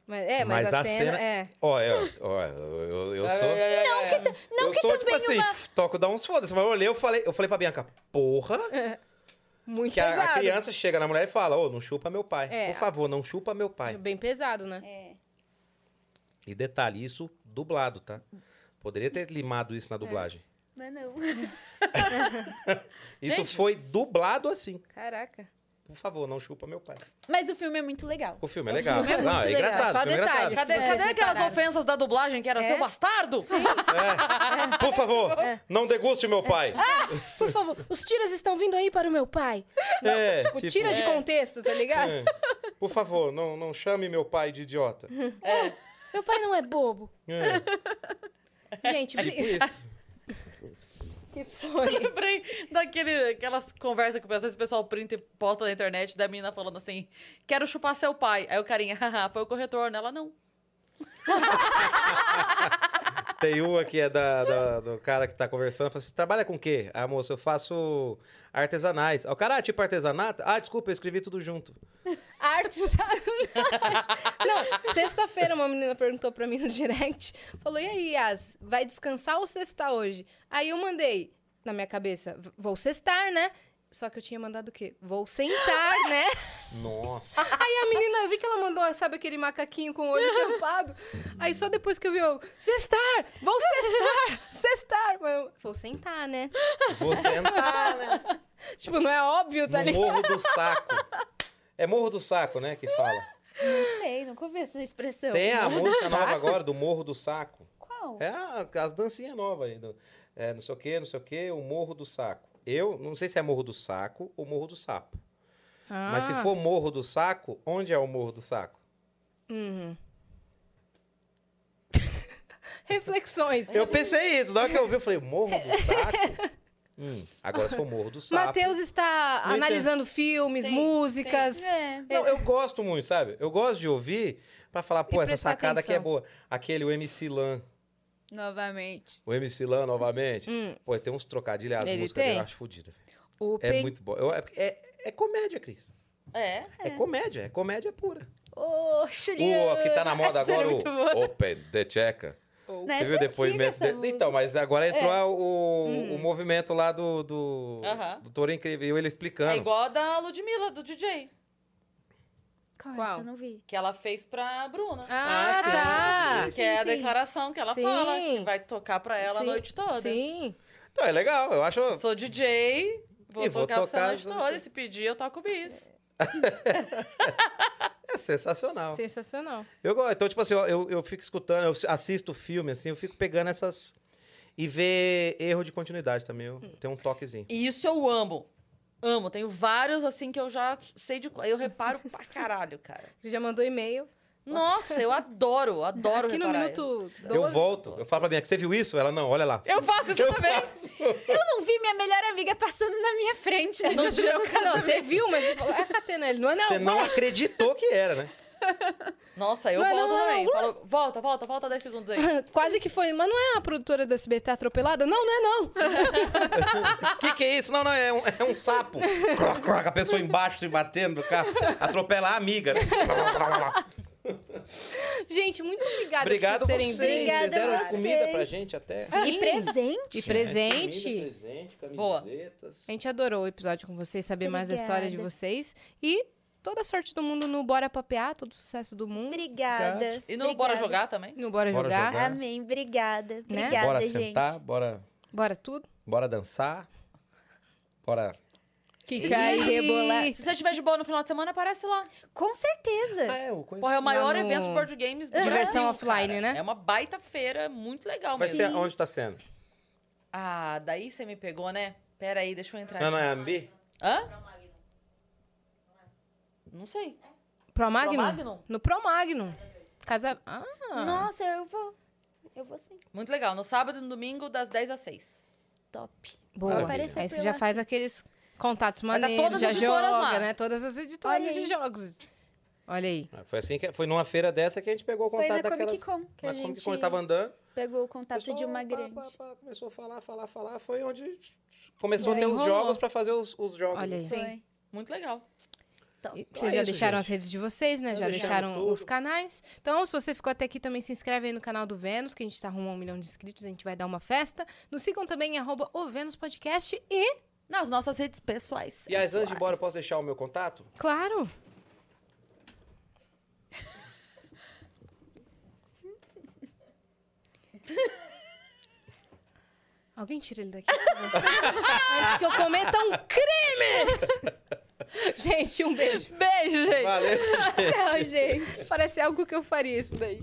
Speaker 2: Mas, é, mas, a, cena, é.
Speaker 3: Ó, eu, ó, eu, eu- eu sou...
Speaker 1: Não, que...
Speaker 4: É. Não
Speaker 3: eu
Speaker 4: que
Speaker 3: sou, tipo
Speaker 4: também
Speaker 3: assim,
Speaker 4: uma.
Speaker 3: toco dar uns foda-se. Mas eu olhei, eu falei, eu falei pra Bianca, porra,
Speaker 4: É
Speaker 2: Muito
Speaker 3: que
Speaker 2: pesado.
Speaker 3: a, a criança chega na mulher e fala, ô, não chupa meu pai.
Speaker 2: É.
Speaker 3: Por favor, não chupa meu pai.
Speaker 2: Bem pesado, né?
Speaker 4: É.
Speaker 3: E detalhe, isso dublado, tá? Poderia ter limado isso na dublagem.
Speaker 4: Mas não. É.
Speaker 3: Isso foi dublado assim.
Speaker 2: Caraca.
Speaker 3: Por favor, não chupa meu pai.
Speaker 4: Mas o filme é muito legal.
Speaker 3: O filme é legal.
Speaker 2: filme é
Speaker 3: não,
Speaker 2: muito
Speaker 3: é
Speaker 2: legal.
Speaker 3: engraçado.
Speaker 2: Só
Speaker 3: o filme é
Speaker 2: detalhes.
Speaker 3: engraçado.
Speaker 1: Cadê,
Speaker 2: Vocês
Speaker 1: cadê
Speaker 2: me
Speaker 1: aquelas
Speaker 2: pararam.
Speaker 1: ofensas da dublagem que era
Speaker 2: É?
Speaker 1: seu bastardo? Sim.
Speaker 3: É. Por favor, não deguste meu pai.
Speaker 2: Ah, Por favor, os tiras estão vindo aí para o meu pai.
Speaker 3: É,
Speaker 2: Tipo,
Speaker 3: tipo,
Speaker 2: tira de
Speaker 1: é.
Speaker 2: contexto, tá ligado?
Speaker 3: é. Por favor, não, não chame meu pai de idiota.
Speaker 2: Meu pai não é bobo.
Speaker 3: É,
Speaker 2: Gente,
Speaker 3: tipo
Speaker 2: bri-
Speaker 3: isso.
Speaker 2: que foi?
Speaker 1: Lembrei daquele, aquelas conversas que às vezes o pessoal printa e posta na internet da menina falando assim: quero chupar seu pai. Aí o carinha, haha, foi o corretor nela, não.
Speaker 3: Tem uma que é da, da- do cara que tá conversando. Fala assim, trabalha com o quê? Ah, moça, eu faço artesanais. Aí O cara, ah, tipo artesanato? Ah, desculpa, eu escrevi tudo junto.
Speaker 2: Artes. não, sexta-feira uma menina perguntou pra mim no direct. Falou: e aí, Yas, vai descansar ou sextar hoje? Aí eu mandei, na minha cabeça, "V- vou sextar, né? Só que eu tinha mandado o quê? Vou sentar, né?
Speaker 3: Nossa.
Speaker 2: Aí a menina, eu vi que ela mandou, sabe, aquele macaquinho com o olho tampado. Aí só depois que eu vi, eu, sextar, vou sextar, sextar. Mas eu, vou sentar, né?
Speaker 3: Vou
Speaker 2: tá
Speaker 3: sentar, né?
Speaker 2: Tipo, não é óbvio, tá
Speaker 3: No
Speaker 2: ligado?
Speaker 3: morro do saco. É morro do saco, né? Que fala.
Speaker 4: Não sei, nunca ouvi essa expressão.
Speaker 3: Tem a música nova agora do Morro do Saco.
Speaker 4: Qual?
Speaker 3: É a- as dancinhas novas aí. do- é, não sei o que, não sei o que, o Morro do Saco. Eu não sei se é Morro do Saco ou Morro do Sapo. Mas
Speaker 2: Ah.
Speaker 3: se for Morro do Saco, onde é o Morro do Saco?
Speaker 2: Uhum. Reflexões.
Speaker 3: Eu pensei isso. Na hora que eu vi, eu falei, morro do saco? Hum, agora se for morro do saco.
Speaker 2: Matheus está
Speaker 3: Não
Speaker 2: analisando filmes,
Speaker 1: Tem,
Speaker 2: músicas.
Speaker 4: É.
Speaker 3: Não, eu gosto muito, sabe? Eu gosto de ouvir pra falar, pô,
Speaker 2: E
Speaker 3: essa
Speaker 2: prestar
Speaker 3: sacada aqui é
Speaker 2: atenção.
Speaker 3: boa. Aquele, o MC Lan.
Speaker 5: Novamente.
Speaker 3: O MC Lan, novamente.
Speaker 2: Hum.
Speaker 3: Pô, tem uns trocadilhos, as
Speaker 2: Ele
Speaker 3: músicas dele,
Speaker 2: tem?
Speaker 3: eu acho fodido.
Speaker 5: O
Speaker 3: É
Speaker 5: pe-
Speaker 3: muito bom. Eu- é, é- é comédia, Cris.
Speaker 1: É.
Speaker 3: É. comédia, é comédia pura.
Speaker 5: Ô,
Speaker 3: O
Speaker 5: Juliana.
Speaker 3: que tá na moda
Speaker 5: Essa
Speaker 3: agora,
Speaker 5: é muito boa.
Speaker 3: o Open the Checa.
Speaker 5: Né,
Speaker 3: Você
Speaker 5: essa
Speaker 3: viu
Speaker 5: é
Speaker 3: o depoimento
Speaker 5: antiga essa É. Hum.
Speaker 3: dele? Então, mas agora entrou a- o, o movimento lá do, do,
Speaker 1: Aham.
Speaker 3: do Toro Incrível. E ele explicando.
Speaker 1: É igual a da Ludmilla, do DJ,
Speaker 4: Qual?
Speaker 2: Qual?
Speaker 4: Essa eu não vi.
Speaker 1: que ela fez pra Bruna.
Speaker 2: Ah,
Speaker 3: Ah, sim.
Speaker 2: tá.
Speaker 1: que é a
Speaker 4: sim, sim.
Speaker 1: declaração que ela
Speaker 2: Sim.
Speaker 1: fala, que vai tocar pra ela
Speaker 2: Sim,
Speaker 1: a noite toda.
Speaker 2: Sim.
Speaker 3: Então, é legal, eu acho.
Speaker 1: Sou DJ, vou,
Speaker 3: E vou
Speaker 1: tocar, pra você a
Speaker 3: tocar
Speaker 1: noite
Speaker 3: junto.
Speaker 1: toda. E se pedir, eu toco bis.
Speaker 3: É sensacional.
Speaker 2: Sensacional.
Speaker 3: Eu gosto. Então, tipo assim, eu, eu, eu fico escutando, eu assisto filme, assim, eu fico pegando essas. E ver erro de continuidade também. Eu
Speaker 5: Hum.
Speaker 3: tenho um toquezinho.
Speaker 1: E isso eu amo. Amo. Tenho vários, assim, que eu já sei de... co- Eu reparo pra caralho, cara.
Speaker 2: Ele já mandou e-mail.
Speaker 1: Nossa, eu adoro, adoro
Speaker 2: Aqui no
Speaker 1: reparar.
Speaker 2: minuto 12.
Speaker 3: Eu volto, eu falo pra minha, que você viu isso? Ela, não, olha lá.
Speaker 1: Eu faço isso também.
Speaker 4: Eu não vi minha melhor amiga passando na minha frente.
Speaker 2: Não, não, você viu, mas você falou, é a catena. Ele não é, não.
Speaker 3: você não acreditou que era, né?
Speaker 1: Nossa, eu
Speaker 2: Mas
Speaker 1: volto
Speaker 2: não,
Speaker 1: também. Falo, volta, volta, volta 10 segundos aí.
Speaker 2: Quase que foi, mas não é a produtora do SBT atropelada? Não, não é não.
Speaker 3: Que que é isso? Não, não, é um, é um sapo. Croc, croc, a pessoa embaixo se batendo no carro. Atropela a amiga, né?
Speaker 2: Gente, muito obrigada
Speaker 3: Obrigado
Speaker 2: por vocês terem
Speaker 3: vocês.
Speaker 2: vindo.
Speaker 4: Obrigada
Speaker 3: vocês deram
Speaker 4: a
Speaker 3: comida pra
Speaker 4: vocês.
Speaker 3: gente até.
Speaker 4: E presente.
Speaker 2: E presente.
Speaker 3: né? Comida, presente,
Speaker 1: Boa.
Speaker 3: camisetas.
Speaker 2: A gente adorou o episódio com vocês, saber mais da história de
Speaker 4: Obrigada.
Speaker 2: vocês. E toda a sorte do mundo no Bora Papear, todo o sucesso do mundo.
Speaker 4: Obrigada.
Speaker 1: E não
Speaker 4: Obrigada.
Speaker 1: bora jogar também?
Speaker 2: No Bora,
Speaker 3: Bora
Speaker 2: Jogar.
Speaker 3: Jogar.
Speaker 4: Amém, obrigada. Obrigada,
Speaker 3: Bora
Speaker 4: gente.
Speaker 3: sentar, bora,
Speaker 2: Bora tudo.
Speaker 3: bora dançar. Bora.
Speaker 5: Que cai
Speaker 2: Ih,
Speaker 5: rebolar.
Speaker 1: Se você tiver de boa no final de semana, aparece lá.
Speaker 4: Com certeza.
Speaker 3: É, o coisa.
Speaker 1: Porra, é o maior
Speaker 2: no-
Speaker 1: evento de board games do Brasil,
Speaker 2: Diversão offline,
Speaker 1: cara.
Speaker 2: né?
Speaker 1: É uma baita feira, muito legal
Speaker 3: Vai
Speaker 1: mesmo.
Speaker 3: ser onde tá sendo?
Speaker 1: Ah, daí você me pegou, né? Pera aí, deixa eu
Speaker 4: Tá
Speaker 1: entrar.
Speaker 3: Não,
Speaker 1: aqui.
Speaker 3: não é Ambi?
Speaker 1: Hã? Não sei.
Speaker 2: É
Speaker 1: um
Speaker 2: Promagnum?
Speaker 1: Promagnum?
Speaker 2: No Promagnum. Casa... Ah,
Speaker 4: Nossa, eu vou. Eu vou sim.
Speaker 1: Muito legal. No sábado e no domingo, das 10 às 6.
Speaker 4: Top.
Speaker 2: boa.
Speaker 4: Apareça
Speaker 2: Aí você
Speaker 4: pela
Speaker 2: já faz aqueles contatos
Speaker 1: Vai dar
Speaker 2: maneiros,
Speaker 1: todas
Speaker 2: já
Speaker 1: as
Speaker 2: joga,
Speaker 1: editoras lá.
Speaker 2: né? Todas as editoras
Speaker 4: Olha aí.
Speaker 2: de jogos. Olha aí.
Speaker 3: Ah, Foi assim que foi numa feira dessa que a gente pegou o
Speaker 4: Foi
Speaker 3: contato
Speaker 4: na
Speaker 3: daquelas.
Speaker 4: Comic Con que
Speaker 3: na
Speaker 4: a gente
Speaker 3: Comic Con, ele tava andando.
Speaker 4: pegou o contato
Speaker 3: pessoal,
Speaker 4: de Tá, uma
Speaker 3: pá,
Speaker 4: grande.
Speaker 3: pá, pá, começou a falar, falar, falar. Foi onde começou a ter os
Speaker 2: Desenrolou.
Speaker 3: jogos pra fazer os, os jogos.
Speaker 2: Olha aí.
Speaker 1: Sim.
Speaker 4: Foi.
Speaker 1: Muito legal.
Speaker 2: E
Speaker 3: Então
Speaker 2: Vocês
Speaker 3: é
Speaker 2: já
Speaker 3: isso,
Speaker 2: deixaram
Speaker 3: gente.
Speaker 2: as redes de vocês, né?
Speaker 3: Já
Speaker 2: Já
Speaker 3: deixaram
Speaker 2: deixaram
Speaker 3: tudo.
Speaker 2: os canais. Então, se você ficou até aqui, também se inscreve aí no canal do Vênus, que a gente tá rumo a um milhão de inscritos, a gente vai dar uma festa. Nos sigam também em arroba o Vênus Podcast e,
Speaker 1: Nas nossas redes pessoais.
Speaker 3: E as antes de ir embora, eu posso deixar o meu contato?
Speaker 2: claro, alguém tira ele daqui. por favor. Antes que eu cometa um crime! Gente, um beijo.
Speaker 5: Beijo, gente.
Speaker 3: Valeu.
Speaker 4: Tchau, gente.
Speaker 2: Parece algo que eu faria isso daí.